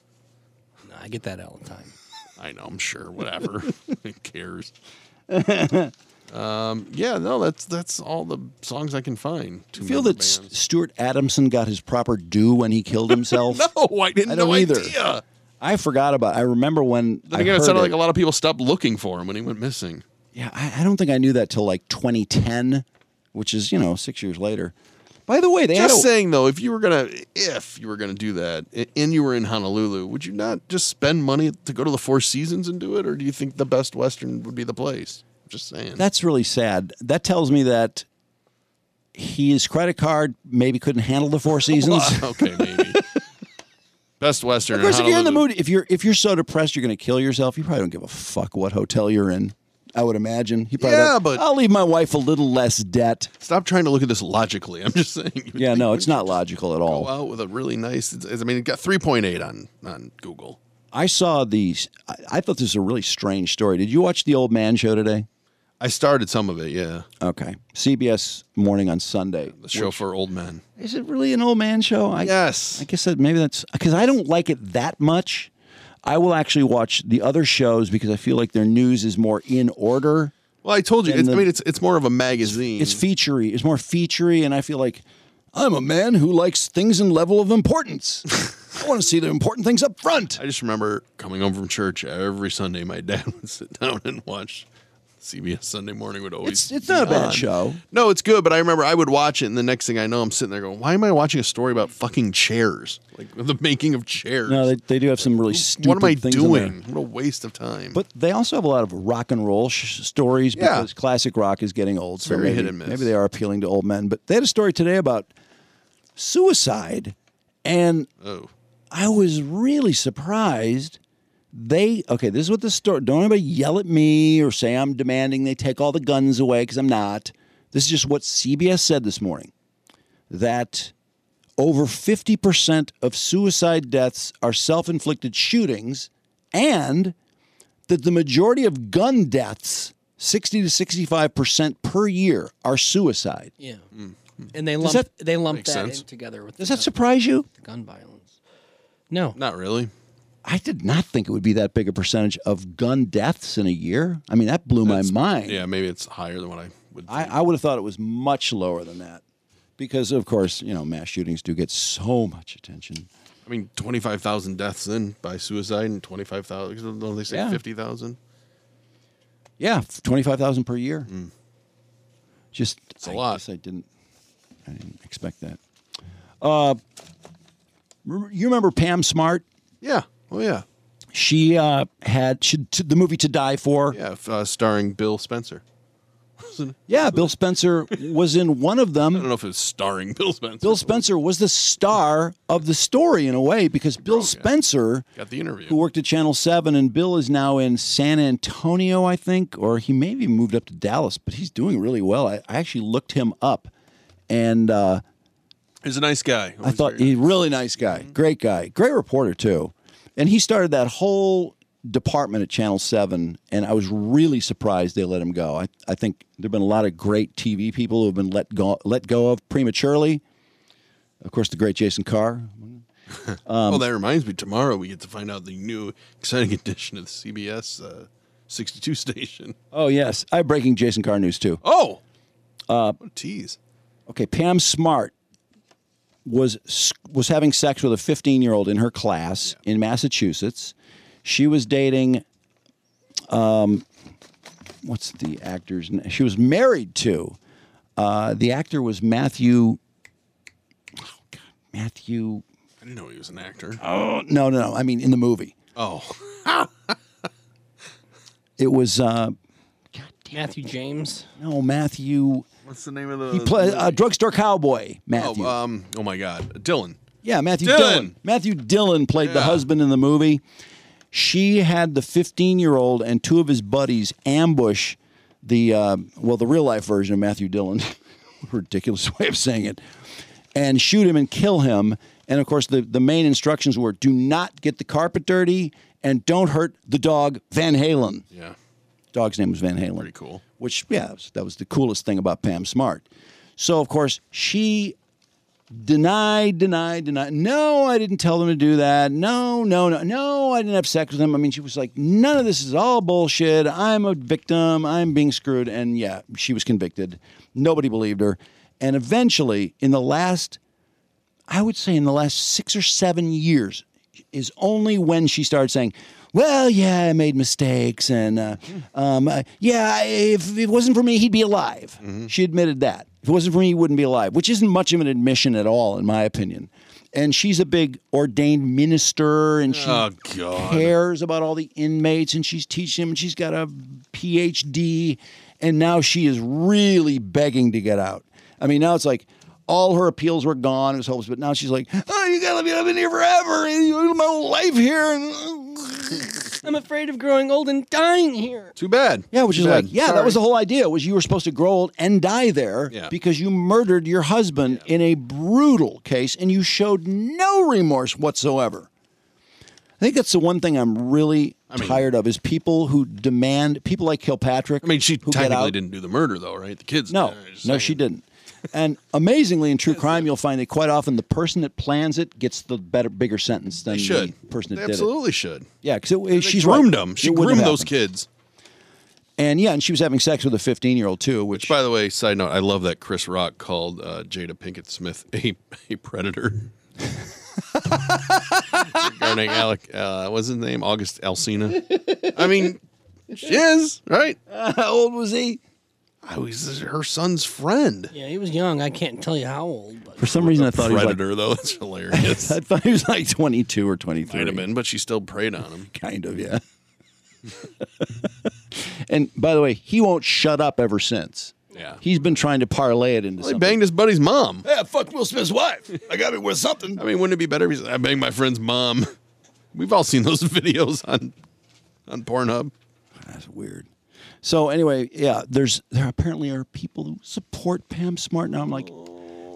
S4: I get that all the time.
S2: I know, I'm sure. Whatever. Who cares? um, yeah, no, that's that's all the songs I can find.
S1: Do you feel that S- Stuart Adamson got his proper due when he killed himself?
S2: No, I didn't
S1: I don't
S2: know
S1: either.
S2: idea.
S1: I forgot about. I remember when
S2: Then
S1: I
S2: again, it
S1: heard
S2: sounded
S1: it.
S2: like a lot of people stopped looking for him when he went missing.
S1: Yeah, I, I don't think I knew that till like 2010, which is you know six years later. By the way, they had
S2: just
S1: a-
S2: saying though, if you were gonna, if you were gonna do that, a- and you were in Honolulu, would you not just spend money to go to the Four Seasons and do it, or do you think the Best Western would be the place? Just saying.
S1: That's really sad. That tells me that his credit card maybe couldn't handle the Four Seasons.
S2: okay, maybe. Best Western.
S1: Of course,
S2: in
S1: if you're in the
S2: Honolulu.
S1: mood, if you're if you're so depressed you're going to kill yourself, you probably don't give a fuck what hotel you're in. I would imagine. He probably
S2: Yeah,
S1: thought,
S2: but-
S1: I'll leave my wife a little less debt.
S2: Stop trying to look at this logically. I'm just saying. you would
S1: Yeah,
S2: think
S1: no,
S2: when
S1: it's
S2: you
S1: not logical at all.
S2: Go out with a really nice. it's- it's- I mean, it got 3.8 on on Google.
S1: I saw these. I, I thought this was a really strange story. Did you watch the Old Man Show today?
S2: I started some of it. Yeah,
S1: Okay. CBS Morning on Sunday.
S2: the show for old men.
S1: Is it really an old man show? I,
S2: yes.
S1: I guess that maybe that's because I don't like it that much. I will actually watch the other shows because I feel like their news is more in order.
S2: Well, I told you.
S1: And
S2: It's,
S1: the-
S2: I mean, it's it's more of a magazine.
S1: It's featurey. It's more featurey, and I feel like I'm a man who likes things in level of importance. I want to see the important things up front.
S2: I just remember coming home from church every Sunday. My dad would sit down and watch CBS Sunday Morning. Would
S1: It's-
S2: always
S1: it's not a
S2: be
S1: bad
S2: on.
S1: show.
S2: No, it's good. But I remember I would watch it, and the next thing I know, I'm sitting there going, "Why am I watching a story about fucking chairs? Like the making of chairs?
S1: No, they, they do have some really stupid.
S2: what am I
S1: things in there.
S2: doing? What a waste of time."
S1: But they also have a lot of rock and roll sh- stories
S2: Mm. Yeah.
S1: because classic rock is getting old. So
S2: Very
S1: maybe,
S2: hit and miss.
S1: maybe they are appealing to old men. But they had a story today about suicide, and
S2: oh,
S1: I was really surprised. They okay. This is what the story. Don't anybody yell at me or say I'm demanding they take all the guns away because I'm not. This is just what CBS said this morning. That over 50% of suicide deaths are self inflicted shootings, and that the majority of gun deaths, 60 to 65% per year, are suicide.
S4: Yeah. And they
S1: Does
S4: lump
S1: that-
S4: they lump
S1: Makes
S4: that in
S1: sense.
S4: together with
S1: Does
S4: the,
S1: that surprise you?
S4: the gun violence. No.
S2: Not really.
S1: I did not think it would be that big a percentage of gun deaths in a year. I mean, that blew my mind.
S2: yeah, maybe it's higher than what I would.
S1: I, I would have thought it was much lower than that because, of course, you know, mass shootings do get so much attention.
S2: I mean, twenty five thousand deaths in by suicide, and twenty five thousand. Don't they say
S1: Yeah.
S2: fifty thousand?
S1: Yeah, f- 25,000 per year. Just it's a
S2: Mm. lot.
S1: Guess I didn't I didn't expect that. Uh rem- you remember Pam Smart?
S2: Yeah. Oh yeah.
S1: She uh had she, t- the movie to die for.
S2: Yeah, f- uh, starring Bill Spencer.
S1: Yeah, Bill Spencer was in one of them.
S2: I don't know if it's starring Bill Spencer.
S1: Bill Spencer was the star of the story in a way because Bill Spencer
S2: Oh, Got the interview.
S1: who worked at Channel 7 and Bill is now in San Antonio, I think, or he maybe moved up to Dallas, but he's doing really well. I, I actually looked him up and uh,
S2: He's a nice guy.
S1: I thought he's really nice guy, great guy, great reporter too. And he started that whole department at Channel 7 and I was really surprised they let him go. I, I think there've been a lot of great TV people who have been let go let go of prematurely. Of course, the great Jason Carr. Um,
S2: oh, that reminds me. Tomorrow we get to find out the new exciting edition of the CBS uh, 62 station.
S1: Oh yes, I'm breaking Jason Carr news too.
S2: Oh,
S1: Uh,
S2: what a tease.
S1: Okay, Pam Smart was was having sex with a 15 year old in her class in Massachusetts. She was dating, um, what's the actor's? name? She was married to. Uh, the actor was Matthew. oh, God, Matthew.
S2: I didn't know he was an actor.
S1: Oh no, no, no. I mean, in the movie,
S2: Oh,
S1: it was uh,
S4: Matthew James.
S1: no Matthew.
S2: what's the name of the?
S1: He played a drugstore cowboy. Matthew.
S2: Oh, um, oh my God, Dylan.
S1: Yeah, Matthew
S2: Dillon.
S1: Dillon. Matthew Dillon played the
S2: Yeah.
S1: husband in the movie. She had the 15 year old and two of his buddies ambush the, uh, well, the real life version of Matthew Dillon. Ridiculous way of saying it. And shoot him and kill him. And of course, the, the main instructions were do not get the carpet dirty and don't hurt the dog, Van Halen.
S2: Yeah.
S1: Dog's name was Van Halen. Pretty
S2: cool.
S1: Which, yeah, that was- that was the coolest thing about Pam Smart. So, of course, she denied, denied, denied. No, I didn't tell them to do that. No, no, no, no, I didn't have sex with them. I mean, she was like, none of this is all bullshit. I'm a victim. I'm being screwed. And yeah, she was convicted. Nobody believed her. And eventually, in the last, I would say in the last six or seven years, is only when she started saying, well, yeah, I made mistakes, and uh, um, uh, yeah, if it wasn't for me, he'd be alive.
S2: Mm-hmm.
S1: She admitted that. If it wasn't for me, he wouldn't be alive, which isn't much of an admission at all, in my opinion. And she's a big ordained minister, and she
S2: Oh, God.
S1: cares about all the inmates, and she's teaching them, and she's got a PhD, and now she is really begging to get out. I mean, now it's like all her appeals were gone, it was hopeless, but now she's like, oh, you gotta be, I've been here forever, and you- my whole life here, and
S4: I'm afraid of growing old and dying here.
S2: Too bad.
S1: Yeah, which
S2: Too
S1: is
S2: bad.
S1: like, yeah, that
S2: Sorry.
S1: was the whole idea was you were supposed to grow old and die there
S2: Yeah.
S1: because you murdered your husband in a brutal case and you showed no remorse whatsoever. I think that's the one thing I'm really tired of is people who demand people like Kilpatrick. I mean, she who get out,
S2: Technically, didn't do the murder though, right? The kids.
S1: no, no, she didn't. And amazingly, in true crime, you'll find that quite often the person that plans it gets the better, bigger sentence than
S2: They should.
S1: the person that
S2: They
S1: did it.
S2: absolutely should.
S1: Yeah, because she's
S2: groomed
S1: right.
S2: them. Um, She
S1: It wouldn't have
S2: groomed those
S1: happened.
S2: kids.
S1: And yeah, and she was having sex with a 15 year old too, which
S2: Which, by the way, side note, I love that Chris Rock called uh, Jada Pinkett Smith a, a predator. Regarding Alec, uh, what's his name? August Alsina. I mean, she is right.
S1: how old was he?
S2: I was her son's friend.
S4: Yeah, he was young. I can't tell you how old.
S1: For some reason, I thought
S2: predator,
S1: he was like,
S2: though. It's hilarious.
S1: I thought he was like 22 or 23.
S2: Might have been, but she still preyed on him.
S1: Kind of, yeah. And by the way, he won't shut up ever since.
S2: Yeah.
S1: He's been trying to parlay it into
S2: Well, he
S1: something.
S2: banged his buddy's mom.
S1: Yeah, fuck Will Smith's wife. I gotta be worth something.
S2: I mean, wouldn't it be better if he said, I banged my friend's mom? We've all seen those videos on on Pornhub.
S1: That's weird. So anyway, yeah, there's there apparently are people who support Pam Smart. Now I'm like,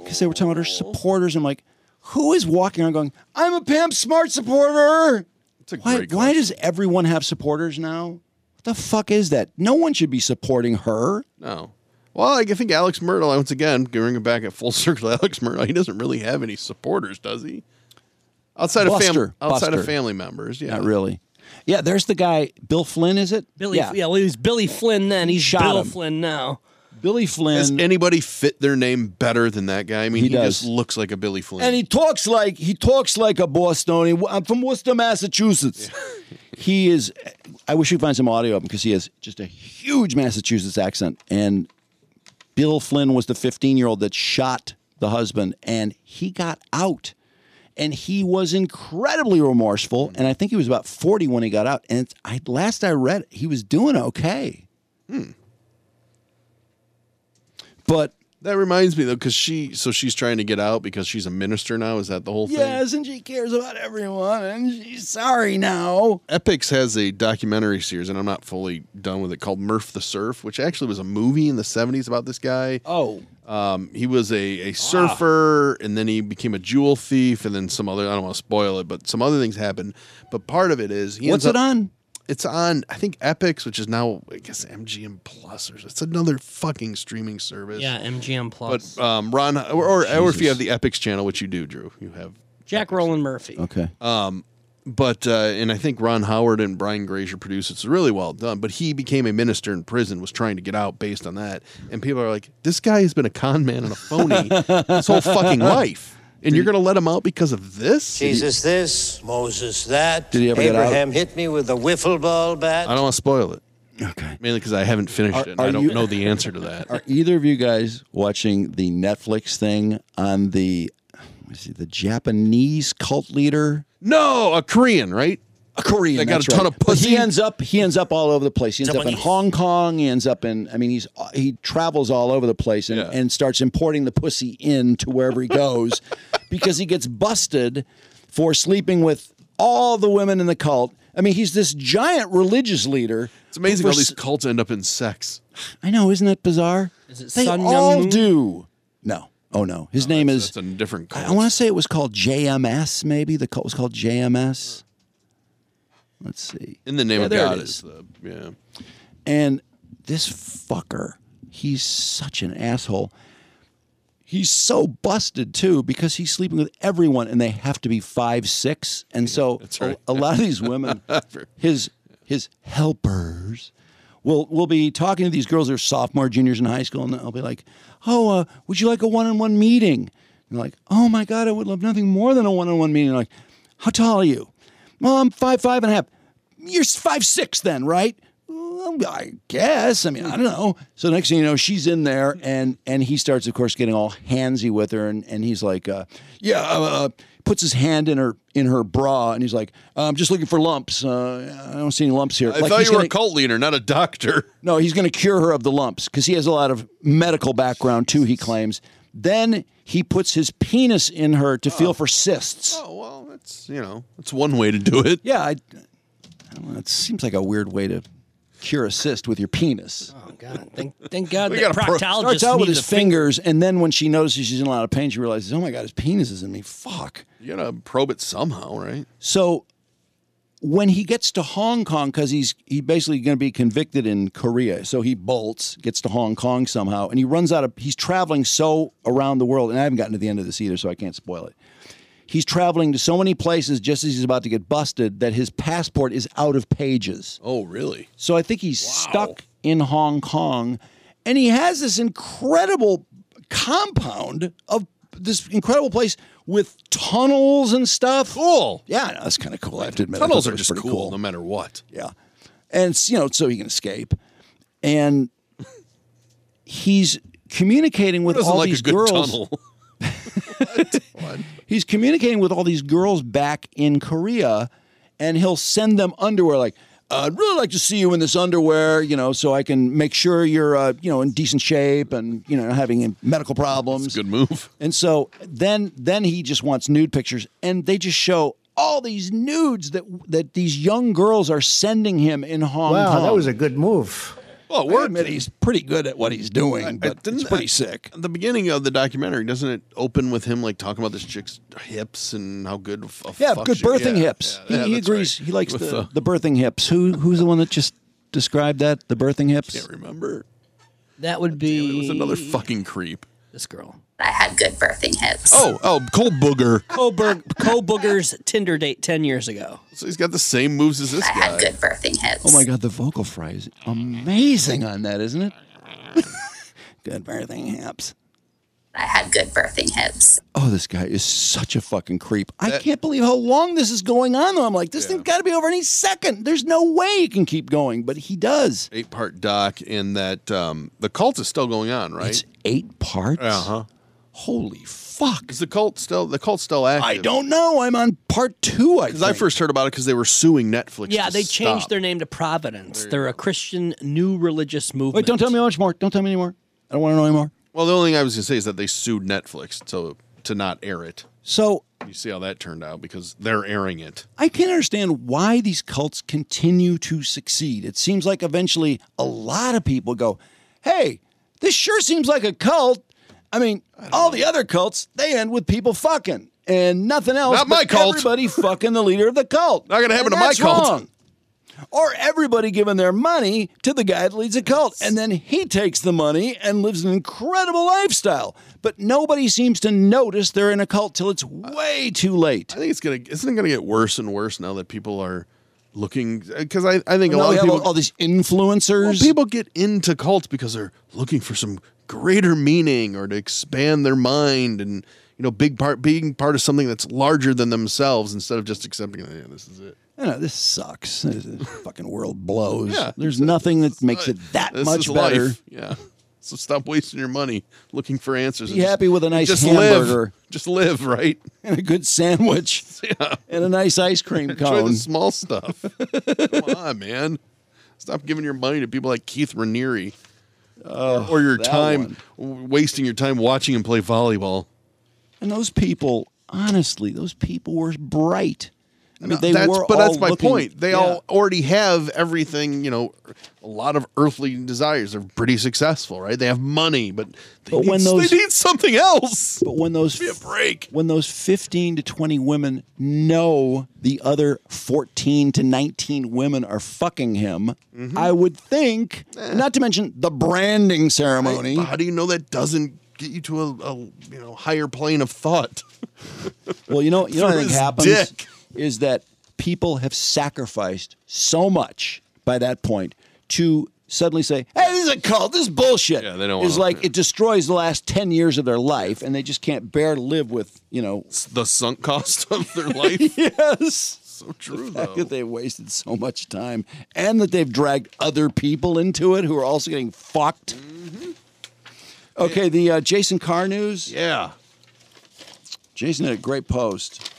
S1: because they were talking about her supporters. I'm like, who is walking around going, I'm a Pam Smart supporter? why, why does everyone have supporters now? What the fuck is that? No one should be supporting her.
S2: No. Well, I think Alex Myrtle, once again, bring it back at full circle. Alex Myrtle, he doesn't really have any supporters, does he? Outside of family,
S1: Buster,
S2: outside
S1: Buster.
S2: of family members, yeah.
S1: Not really. Yeah, there's the guy, Bill Flynn, is it?
S4: Billy, yeah. well, he was Billy Flynn then. He's
S1: Shot
S4: Bill
S1: him.
S4: Flynn now.
S1: Billy Flynn.
S2: Does anybody fit their name better than that guy? I mean,
S1: He
S2: he,
S1: does.
S2: just looks like a Billy Flynn.
S1: And he talks like he talks like a Bostonian. I'm from Worcester, Massachusetts. he is. I wish we could find some audio of him because he has just a huge Massachusetts accent. And Bill Flynn was the 15 year old that shot the husband, and he got out. And he was incredibly remorseful. And I think he was about 40 when he got out. And it's, I, last I read, he was doing okay. But
S2: that reminds me though, because she, so she's trying to get out because she's a minister now. Is that the whole thing?
S1: Yes, and she cares about everyone, and she's sorry now.
S2: Epix has a documentary series, and I'm not fully done with it, called Murph the Surf, which actually was a movie in the 70s about this guy.
S1: Oh.
S2: Um, he was a, a surfer, and then he became a jewel thief, and then some other, I don't want to spoil it, but some other things happened. But part of it is. He
S1: What's
S2: ends
S1: it
S2: up-
S1: on?
S2: It's on, I think, Epix, which is now, I guess, MGM Plus. Or, it's another fucking streaming service.
S4: Yeah, MGM Plus.
S2: But um, Ron, or, or, or if you have the Epix channel, which you do, Drew, you have
S4: Jack Roland Murphy.
S1: Okay.
S2: um, but uh, and I think Ron Howard and Brian Grazer produced it. It's really well done. But he became a minister in prison, was trying to get out based on that. And people are like, this guy has been a con man and a phony his whole fucking life, and you're gonna let him out because of this?
S20: Jesus this, Moses that.
S2: Did he ever get out?
S20: Abraham hit me with a wiffle ball bat.
S2: I don't want to spoil it. Okay. Mainly because I haven't finished
S1: Are-
S2: it. And
S1: are
S2: I don't
S1: you-
S2: know the answer to that.
S1: Are either of you guys watching the Netflix thing on the let me see the Japanese cult leader?
S2: No, a Korean, right?
S1: A Korean.
S2: They got
S1: that's
S2: a ton
S1: right.
S2: of
S1: But
S2: pussy.
S1: He ends up he ends up all over the place. He ends up in
S2: Japanese.
S1: Hong Kong. He ends up in I mean he's he travels all over the place and, and starts importing the pussy in to wherever he goes because he gets busted for sleeping with all the women in the cult. I mean he's this giant religious leader.
S2: It's amazing
S1: who
S2: how
S1: for
S2: these cults end up in sex.
S1: I know, isn't that bizarre?
S4: Is it
S1: they
S4: Sun Young
S1: all
S4: Moon?
S1: do. No. Oh no. His name is
S2: It's a different cult.
S1: I want to say it was called JMS maybe. The cult was called JMS. Let's see.
S2: In the name
S1: Yeah,
S2: of
S1: there it
S2: God
S1: is.
S2: is the yeah.
S1: And this fucker, he's such an asshole. He's so busted too because he's sleeping with everyone, and they have to be five six, and so a, a lot of these women, his his helpers, will will be talking to these girls who are sophomore, juniors in high school, and I'll be like, "Oh, uh, would you like a one on one meeting?" And they're like, "Oh my God, I would love nothing more than a one on one meeting." like, "How tall are you?" Well, I'm five five and a half. You're five six then, right? Well, I guess. I mean, I don't know. So next thing you know, she's in there, and and he starts, of course, getting all handsy with her, and and he's like, uh, yeah, uh, uh, puts his hand in her in her bra, and he's like, I'm just looking for lumps. Uh, I don't see any lumps here.
S2: I
S1: Like,
S2: thought
S1: he's
S2: you were
S1: gonna-
S2: a cult leader, not a doctor.
S1: no, he's going to cure her of the lumps because he has a lot of medical background too. He claims. Then he puts his penis in her to feel for cysts.
S2: Oh well, that's you know, that's one way to do it.
S1: Yeah, I, I don't know, it seems like a weird way to cure a cyst with your penis.
S4: Oh God! Thank, thank God
S1: We
S4: that
S1: got a pro-
S4: proctologist
S1: starts out with
S4: needs
S1: his
S4: a finger.
S1: fingers, and then when she notices she's in a lot of pain, she realizes, oh my God, his penis is in me. Fuck.
S2: You gotta probe it somehow, right?
S1: So when he gets to Hong Kong, because he's he basically going to be convicted in Korea, so he bolts, gets to Hong Kong somehow, and he runs out of. He's traveling so around the world, and I haven't gotten to the end of this either, so I can't spoil it. He's traveling to so many places just as he's about to get busted that his passport is out of pages.
S2: Oh, really?
S1: So I think he's stuck in Hong Kong, and he has this incredible compound of this incredible place with tunnels and stuff.
S2: Cool.
S1: Yeah, no, that's kind of cool. I have to admit, I
S2: Tunnels
S1: thought
S2: are
S1: that was
S2: just
S1: pretty
S2: cool, no matter what.
S1: Yeah, and it's, you know, so he can escape, and he's communicating with
S2: Who doesn't
S1: all
S2: like a
S1: these
S2: good
S1: girls.
S2: tunnel?
S1: He's communicating with all these girls back in Korea, and he'll send them underwear like, "I'd really like to see you in this underwear, you know, so I can make sure you're, uh, you know, in decent shape and you know, not having medical problems."
S2: good move.
S1: And so then, then he just wants nude pictures, and they just show all these nudes that that these young girls are sending him in Hong
S21: wow,
S1: Kong.
S21: that was a good move.
S2: Well,
S1: we're admit he's pretty good at what he's doing, but it's pretty sick.
S2: At the beginning of the documentary, doesn't it open with him like talking about this chick's hips and how good? f- a
S1: Yeah,
S2: fuck
S1: good
S2: she-
S1: birthing
S2: yeah,
S1: hips.
S2: yeah,
S1: he he
S2: that's
S1: agrees.
S2: right.
S1: He likes
S2: With
S1: the,
S2: the-
S1: the birthing hips. Who who's the one that just described that? The birthing hips.
S2: Can't remember.
S4: That would be.
S2: It was another fucking creep.
S4: This girl.
S22: I had good birthing hips.
S2: Oh, oh, Cole Booger.
S4: Coburg, Coburger's Tinder date ten years ago.
S2: So he's got the same moves as this
S4: I
S2: guy.
S4: had good birthing hips.
S1: Oh my god, the vocal fry is amazing on that, isn't it? good birthing hips.
S22: I had good birthing hips.
S1: Oh, this guy is such a fucking creep. I can't believe how long this is going on though. I'm like, this thing's got to be over any second. There's no way it can keep going, but he does.
S2: Eight part doc, and that um, the cult is still going on, right? It's
S1: eight parts.
S2: Uh huh.
S1: Holy fuck!
S2: Is the cult still the cult still active?
S1: I don't know. I'm on part two. I
S2: because I first heard about it because they were suing Netflix.
S4: Yeah,
S2: to
S4: they changed
S2: stop.
S4: their name to Providence. They're a Christian new religious movement.
S1: Wait, don't tell me much more. Don't tell me any more. I don't want to know anymore.
S2: Well, the only thing I was gonna say is that they sued Netflix to to not air it.
S1: So
S2: You see how that turned out because they're airing it.
S1: I can't understand why these cults continue to succeed. It seems like eventually a lot of people go, hey, this sure seems like a cult. I mean, all the other cults, they end with people fucking and nothing else.
S2: Not my
S1: but
S2: cult.
S1: Everybody fucking the leader of the cult. Not
S2: gonna happen to my
S1: that's
S2: cult.
S1: Wrong. Or everybody giving their money to the guy that leads a cult. And then he takes the money and lives an incredible lifestyle. But nobody seems to notice they're in a cult till it's way too late.
S2: I think it's gonna isn't it gonna get worse and worse now that people are looking because uh, I, I think a
S1: Now
S2: lot
S1: we
S2: of
S1: have
S2: people
S1: all- all these influencers.
S2: Well, people get into cults because they're looking for some greater meaning or to expand their mind and you know big part being part of something that's larger than themselves instead of just accepting yeah, this is it.
S1: I know, this sucks. This this fucking world blows.
S2: Yeah.
S1: There's nothing that makes it that
S2: This
S1: much
S2: is
S1: better.
S2: life. Yeah. So stop wasting your money looking for answers.
S1: Be
S2: and just-
S1: happy with a nice
S2: just Live.
S1: hamburger.
S2: Just live, right?
S1: And a good sandwich. And a nice ice cream
S2: Enjoy
S1: cone.
S2: the small stuff. Come on, man. Stop giving your money to people like Keith Raniere. or your
S1: Oh, that
S2: time w- wasting your time watching him play volleyball.
S1: And those people, honestly, those people were bright. I mean,
S2: No,
S1: they
S2: that's,
S1: were.
S2: but
S1: all
S2: that's my
S1: looking-
S2: point. They
S1: Yeah.
S2: all already have everything, you know, a lot of earthly desires. They're pretty successful, right? They have money, but they,
S1: But
S2: need,
S1: when those-
S2: they need something else.
S1: But when those
S2: Give me a break.
S1: when those 15 to 20 women know the other 14 to 19 women are fucking him,
S2: Mm-hmm. Eh.
S1: I would think. Not to mention the branding ceremony.
S2: How do you know that doesn't get you to a, a you know higher plane of thought.
S1: Well, you know, you know what I think
S2: Through his
S1: happens
S2: dick.
S1: is that people have sacrificed so much by that point to suddenly say, "Hey, this is a cult. This is bullshit." Yeah, they
S2: don't
S1: It's
S2: wanna-
S1: like it destroys the last ten years of their life, and they just can't bear to live with you know
S2: the sunk cost of their life.
S1: yes.
S2: So true,
S1: the fact
S2: though.
S1: that they wasted so much time and that they've dragged other people into it who are also getting fucked.
S2: Mm-hmm.
S1: Okay, the uh, Jason Carr news.
S2: Yeah.
S1: Jason had a great post.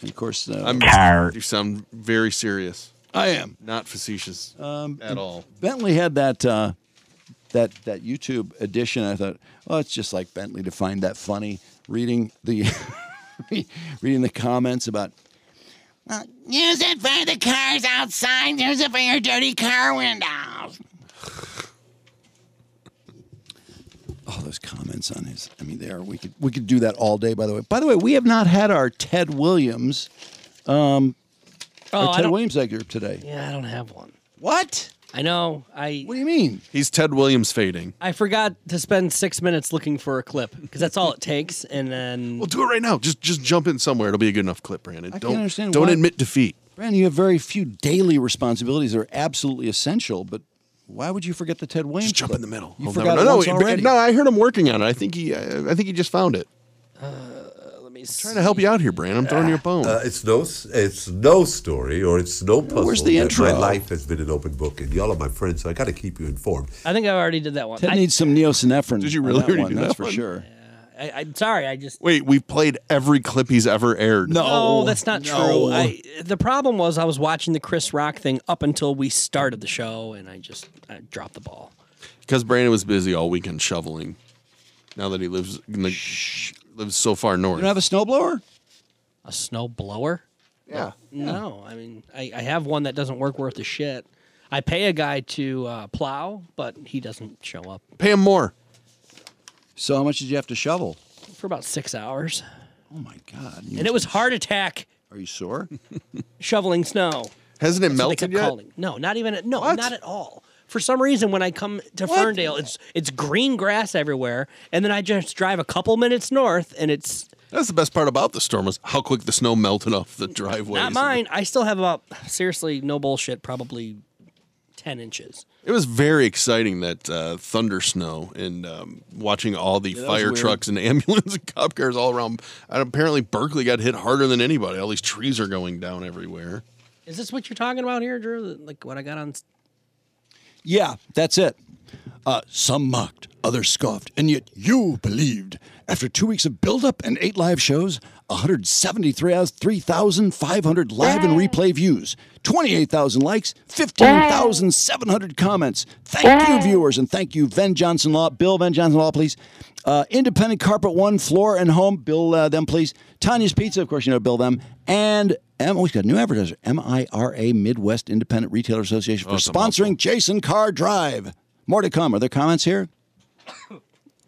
S1: And of course, uh,
S2: I'm, you sound very serious.
S1: I am
S2: not facetious
S1: um,
S2: at all.
S1: Bentley had that uh, that that YouTube edition. I thought, oh, it's just like Bentley to find that funny reading the reading the comments about
S6: Uh, Use it for the cars outside. Use it for your dirty car windows.
S1: all those comments on his. I mean, there we could we could do that all day. By the way, by the way, we have not had our Ted Williams, um,
S4: Oh, I
S1: our Ted
S4: don't-
S1: Williams excerpt today.
S4: Yeah, I don't have one.
S1: What?
S4: I know. I.
S1: What do you mean?
S2: He's Ted Williams fading.
S4: I forgot to spend six minutes looking for a clip because that's all it takes, and then
S2: Well, do it right now. Just just jump in somewhere. It'll be a good enough clip, Brandon.
S1: I can't
S2: don't
S1: understand
S2: don't
S1: why-
S2: admit defeat.
S1: Brandon, you have very few daily responsibilities that are absolutely essential, but why would you forget the Ted Williams? Just jump in the middle. You
S2: We'll
S1: forgot
S2: never
S1: it
S2: know.
S1: once
S2: no,
S1: already.
S2: no, I heard him working on it. I think he I, I think he just found it.
S4: Uh, let me.
S2: trying to help you out here, Brandon. I'm throwing you a bone.
S21: Uh, it's no, s- it's no story or it's no puzzle.
S1: Where's the
S21: that
S1: intro?
S21: My life has been an open book, and y'all are my friends, so I got to keep you informed.
S4: I think I already did that one.
S1: Ted
S4: I,
S1: needs some neosinephrine.
S2: Did you
S1: on
S2: really
S1: that
S2: already
S1: one,
S2: do
S1: That's
S2: that
S1: for
S2: one?
S1: sure.
S4: I, I'm sorry. I just.
S2: Wait, we've played every clip he's ever aired.
S4: that's not true. I, the problem was I was watching the Chris Rock thing up until we started the show, and I just I dropped the ball.
S2: because Brandon was busy all weekend shoveling. Now that he lives in the, lives so far north,
S1: You don't have a snowblower?
S4: A snow blower?
S2: Yeah.
S4: No, I mean I, I have one that doesn't work worth a shit. I pay a guy to uh, plow, but he doesn't show up
S2: pay him more.
S1: So how much did you have to shovel?
S4: for about six hours,
S1: Oh my god!
S4: and it was heart attack
S1: Are you sore?
S4: shoveling snow.
S2: Hasn't it
S4: That's what they
S2: melted
S4: kept
S2: yet?
S4: calling. No, not even at, no, not at all. For some reason, when I come to Ferndale, it's it's green grass everywhere, and then I just drive a couple minutes north, and it's
S2: That's the best part about the storm was how quick the snow melted off the driveway.
S4: not mine. I still have about seriously no bullshit, probably ten inches.
S2: It was very exciting that uh, thunder snow and um, watching all the
S4: Yeah, that was
S2: fire
S4: weird.
S2: trucks and ambulance and cop cars all around. And apparently Berkeley got hit harder than anybody. All these trees are going down everywhere.
S4: Is this what you're talking about here, Drew? Like what I got on? s-
S1: Yeah, that's it. Uh, some mocked, others scoffed, and yet you believed. After two weeks of build-up and eight live shows, 173 hours, 3,500 live and replay views, 28,000 likes, 15,700 comments. Thank you, viewers, and thank you, Ven Johnson Law, Bill Ven Johnson Law, please. Uh, Independent Carpet One, Floor and Home, Bill uh, them, please. Tanya's Pizza, of course, you know, Bill them. And M- oh, we've got a new advertiser, MIRA Midwest Independent Retailer Association, for
S2: Oh, it's a
S1: sponsoring Jason Carr Drive. More to come. Are there comments here?
S4: Uh,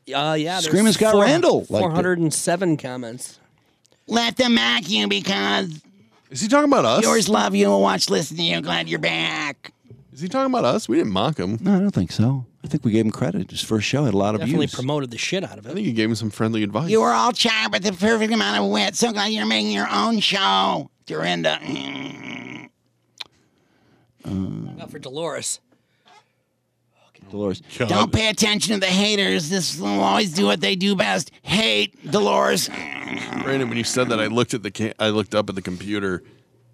S4: yeah, there's
S1: Screaming Scott
S4: four-
S1: Randall liked it.
S4: 407 comments.
S6: Let them mock you because
S2: Is he talking about us?
S6: yours love you and watch listen to you. Glad you're back.
S2: Is he talking about us? We didn't mock him.
S1: No, I don't think so. I think we gave him credit. His first show had a lot of
S4: Definitely
S1: views.
S4: promoted the shit out of
S2: I
S4: it.
S2: think you gave him some friendly advice.
S6: You were all charmed with the perfect amount of wit. So glad you're making your own show. Dorinda. Mm.
S1: Uh,
S4: Not for Dolores.
S1: Dolores.
S6: Don't pay attention to the haters. This will always do what they do best. Hate Dolores.
S2: Brandon, when you said that, I looked at the ca- I looked up at the computer,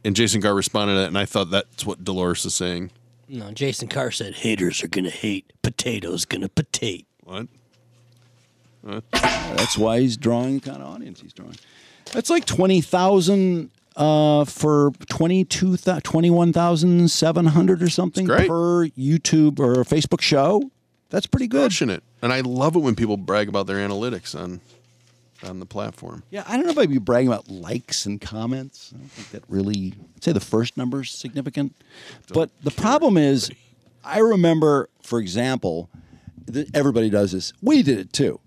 S2: and Jason Carr responded to that, and I thought that's what Dolores is saying.
S4: No, Jason Carr said haters are gonna hate, potatoes gonna potate.
S2: What?
S1: That's why he's drawing the kind of audience he's drawing. That's like 20,000 uh, for 22, 21,700 or something
S2: great.
S1: per YouTube or Facebook show. That's pretty good.
S2: Pushing it, and I love it when people brag about their analytics on on the platform.
S1: Yeah, I don't know if I'd be bragging about likes and comments. I don't think that really, I'd say the first number's significant. but the problem is, I remember, for example, that everybody does this. We did it too.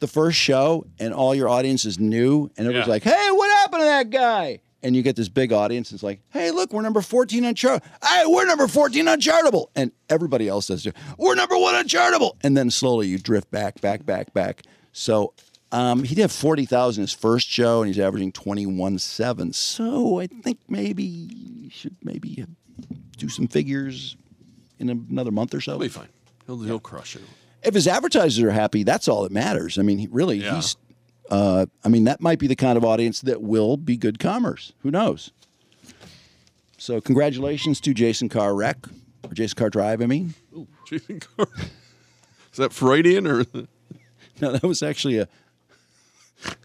S1: The first show, and all your audience is new, and it was
S2: Yeah.
S1: like, hey, what happened to that guy? and you get this big audience. It's like, hey, look, we're number 14 on chart. Hey, we're number 14 on Chartable. And everybody else does too. We're number one on Chartable. And then slowly you drift back, back, back, back. So um, he did 40,000 his first show, and he's averaging 21.7. So Oh, I think maybe you should maybe do some figures in another month or so.
S2: He'll be fine. He'll, he'll crush it.
S1: If his advertisers are happy, that's all that matters. I mean, he- really, he's. Uh, I mean, that might be the kind of audience that will be good commerce. Who knows? So, congratulations to Jason Carr Wreck or Jason Carr Drive. I mean,
S2: Ooh, Jason Carr. Is that Freudian or?
S1: no, that was actually a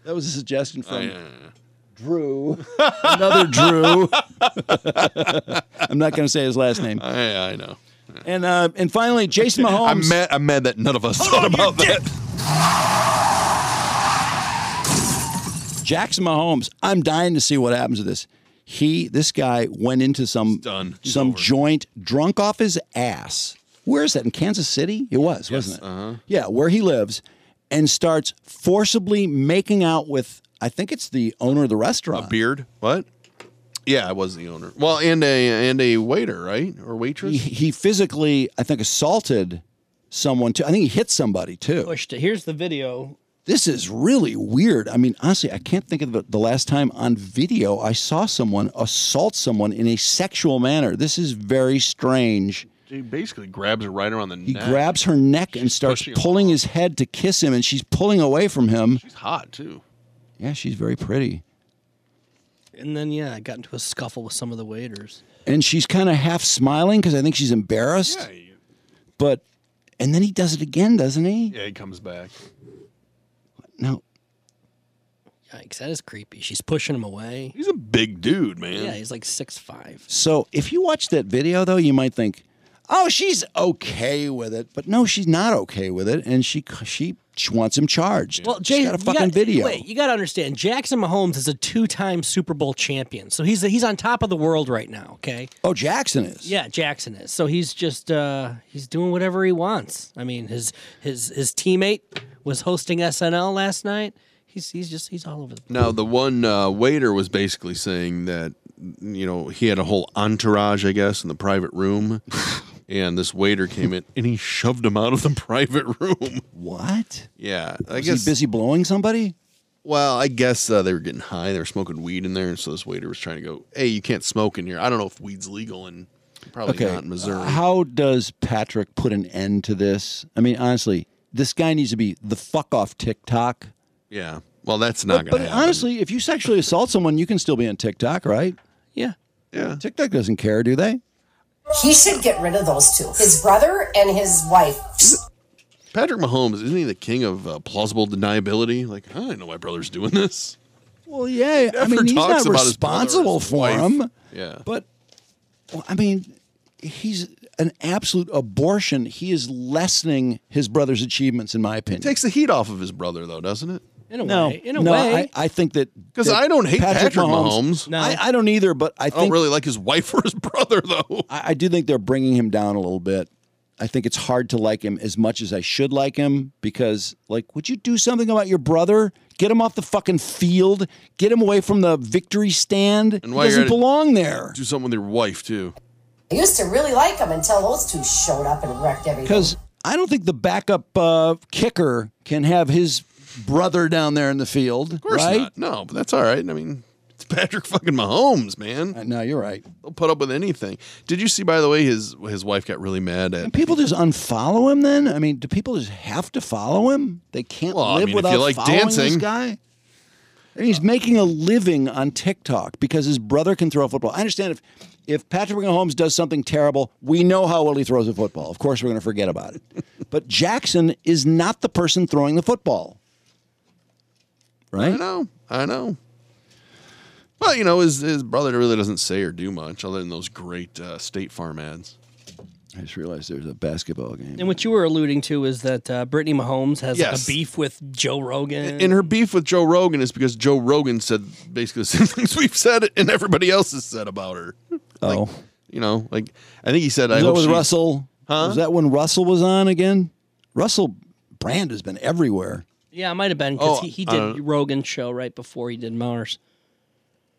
S1: that was a suggestion
S2: Oh,
S1: from Drew. Another Drew. I'm not going to say his last name.
S2: Oh, I, I know.
S1: And uh, and finally, Jason Mahomes. Oh,
S2: I'm mad. I'm mad that none of us thought about that.
S1: Jackson Mahomes, I'm dying to see what happens to this. He, this guy, went into some some joint, drunk off his ass. Where is that in Kansas City? It was, wasn't it?
S2: Uh-huh.
S1: Yeah, where he lives, and starts forcibly making out with. I think it's the owner of the restaurant.
S2: Beard. What? Yeah, I was the owner. Well, and a and a waiter, right, or waitress.
S1: He, he physically, I think, assaulted someone too. I think he hit somebody too.
S4: Pushed it. Here's the video.
S1: This is really weird. I mean, honestly, I can't think of the, the last time on video I saw someone assault someone in a sexual manner. This is very strange.
S2: He basically grabs her right around the
S1: He
S2: neck.
S1: grabs her neck and starts
S2: pushing him
S1: pulling his head to kiss him, and she's pulling away from him.
S2: She's hot too.
S1: Yeah, she's very pretty.
S4: And then yeah, I got into a scuffle with some of the waiters.
S1: And she's kind of half smiling because I think she's embarrassed. But, and then he does it again, doesn't he?
S2: Yeah, he comes back.
S1: No.
S4: Yikes, that is creepy. She's pushing him away.
S2: He's a big dude, man.
S4: Yeah, he's like six five.
S1: So if you watch that video, though, you might think, "Oh, she's okay with it," but no, she's not okay with it, and she she, she wants him charged.
S4: Well,
S1: she's
S4: Jason,
S1: got a
S4: you
S1: fucking video.
S4: Wait, you got to understand. Jackson Mahomes is a two-time Super Bowl champion, so he's he's on top of the world right now. Okay.
S1: Oh, Jackson is.
S4: Yeah, Jackson is. So he's just uh, he's doing whatever he wants. I mean, his his his teammate was hosting SNL last night. He's he's just he's all over the.
S2: Now, the one uh, waiter was basically saying that, you know, he had a whole entourage, I guess, in the private room. and this waiter came in and he shoved him out of the private room.
S1: What?
S2: Yeah. I
S1: Was
S2: guess.
S1: he busy blowing somebody?
S2: Well, I guess uh, they were getting high. They were smoking weed in there. And so this waiter was trying to go, hey, you can't smoke in here. I don't know if weed's legal in probably
S1: okay.
S2: not in Missouri.
S1: Uh, how does Patrick put an end to this? I mean, honestly, this guy needs to be the fuck off TikTok.
S2: yeah. Well, that's not
S1: but
S2: going
S1: but
S2: to happen.
S1: honestly, if you sexually assault someone, you can still be on TikTok, right?
S4: Yeah.
S2: Yeah.
S1: TikTok doesn't care, do they?
S5: He should get rid of those two his brother and his wife.
S2: Patrick Mahomes, isn't he the king of uh, plausible deniability? Like, I didn't know my brother's doing this.
S1: Well, yeah. I
S2: Never
S1: mean, he's not
S2: talks about his brother or
S1: responsible
S2: his
S1: for
S2: wife.
S1: him.
S2: Yeah.
S1: But well, I mean, he's an absolute abortion. He is lessening his brother's achievements, in my opinion.
S2: Takes the heat off of his brother, though, doesn't it?
S4: In a
S1: no,
S4: way, in a
S1: no,
S4: way.
S1: I, I think that
S2: 'Cause
S1: that
S2: I don't hate Patrick Mahomes. No.
S1: I, I don't either, but I,
S2: I
S1: think
S2: don't really like his wife or his brother, though.
S1: I, I do think they're bringing him down a little bit. I think it's hard to like him as much as I should like him because, like, would you do something about your brother? Get him off the fucking field. Get him away from the victory stand.
S2: And
S1: he
S2: why
S1: doesn't belong there.
S2: Do something with your wife too.
S5: I used to really like him until those two showed up and wrecked everything.
S1: Because I don't think the backup uh, kicker can have his brother down there in the field.
S2: Of course
S1: right?
S2: not. No, but that's all right. I mean, it's Patrick fucking Mahomes, man.
S1: No, you're right.
S2: They'll put up with anything. Did you see, by the way, his his wife got really mad at.
S1: And people just unfollow him then? I mean, do people just have to follow him? They can't
S2: Well, I
S1: live
S2: mean, if
S1: without
S2: you like
S1: following this
S2: dancing-
S1: guy? And he's making a living on TikTok because his brother can throw a football. I understand if if Patrick Mahomes does something terrible, we know how well he throws a football. Of course, we're going to forget about it. but Jackson is not the person throwing the football. Right?
S2: I know. I know. Well, you know, his his brother really doesn't say or do much other than those great uh, State Farm ads.
S1: I just realized there's a basketball game.
S4: And what you were alluding to is that uh, Brittany Mahomes has like,
S2: Yes.
S4: a beef with Joe Rogan.
S2: And her beef with Joe Rogan is because Joe Rogan said basically the same things we've said and everybody else has said about her.
S1: Oh.
S2: You know, like I think he said, "I
S1: Was that
S2: hope
S1: was
S2: she-
S1: Russell?
S2: Huh?
S1: Was that when Russell was on again? Russell Brand has been everywhere.
S4: yeah, it might have been because
S1: Oh,
S4: he, he
S1: I
S4: did
S1: don't-
S4: Rogan's show right before he did Mars.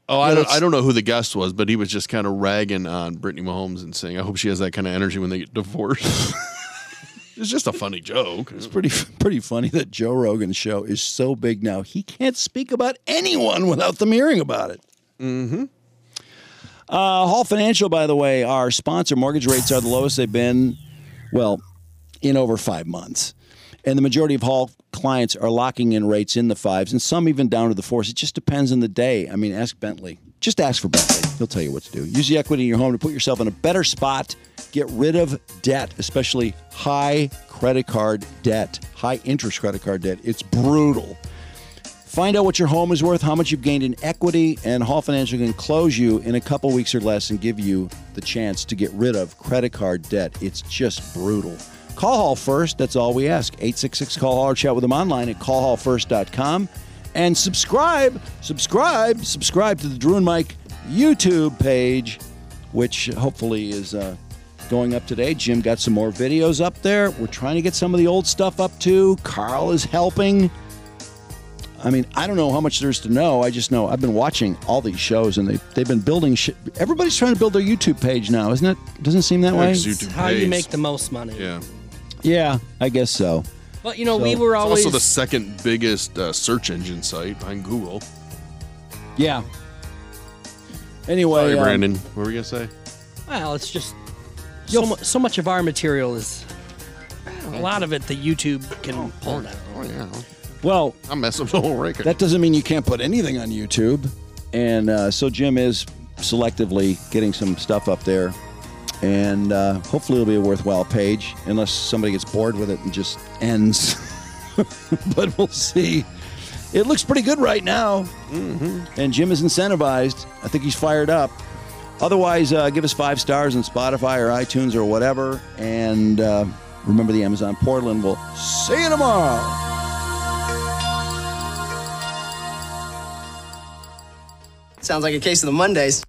S2: Oh,
S4: You
S2: I
S4: know,
S2: don't,
S4: it's-
S2: I don't know who the guest was, but he was just kind of ragging on Brittany Mahomes and saying, I hope she has that kind of energy when they get divorced. it's just a funny joke. It's
S1: pretty pretty funny that Joe Rogan's show is so big now he can't speak about anyone without them hearing about it. Mm-hmm. Uh, Hall Financial, by the way, our sponsor. Mortgage rates are the lowest they've been, well, in over five months, and the majority of Hall clients are locking in rates in the fives, and some even down to the fours. It just depends on the day. I mean, ask Bentley. Just ask for Bentley. He'll tell you what to do. Use the equity in your home to put yourself in a better spot. Get rid of debt, especially high credit card debt, high interest credit card debt. It's brutal. Find out what your home is worth, how much you've gained in equity, and Hall Financial can close you in a couple weeks or less and give you the chance to get rid of credit card debt. It's just brutal. Call Hall first. That's all we ask. 866 call Hall or chat with them online at callhallfirst.com. And subscribe, subscribe, subscribe to the Drew and Mike YouTube page, which hopefully is uh, going up today. Jim got some more videos up there. We're trying to get some of the old stuff up too. Carl is helping. I mean, I don't know how much there's to know. I just know I've been watching all these shows, and they they've been building. Sh- Everybody's trying to build their YouTube page now, isn't it? Doesn't it seem that way.
S4: It's how you make the most money.
S2: Yeah.
S1: Yeah, I guess so.
S4: But you know, we were
S2: It's
S4: always
S2: also the second biggest uh, search engine site behind Google.
S1: Yeah. Anyway,
S2: Sorry,
S1: um,
S2: Brandon. What were we going to say?
S4: well. It's just so, mu- so much of our material is Oh, a lot of it that YouTube can pull down.
S1: Well,
S2: I'm messing with the whole record.
S1: That doesn't mean you can't put anything on YouTube. And uh, so Jim is selectively getting some stuff up there. And uh, hopefully it'll be a worthwhile page, unless somebody gets bored with it and just ends. but we'll see. It looks pretty good right now.
S2: Mm-hmm.
S1: And Jim is incentivized. I think he's fired up. Otherwise, uh, give us five stars on Spotify or iTunes or whatever. And uh, remember the Amazon portal, and we'll see you tomorrow.
S9: Sounds like a case of the Mondays.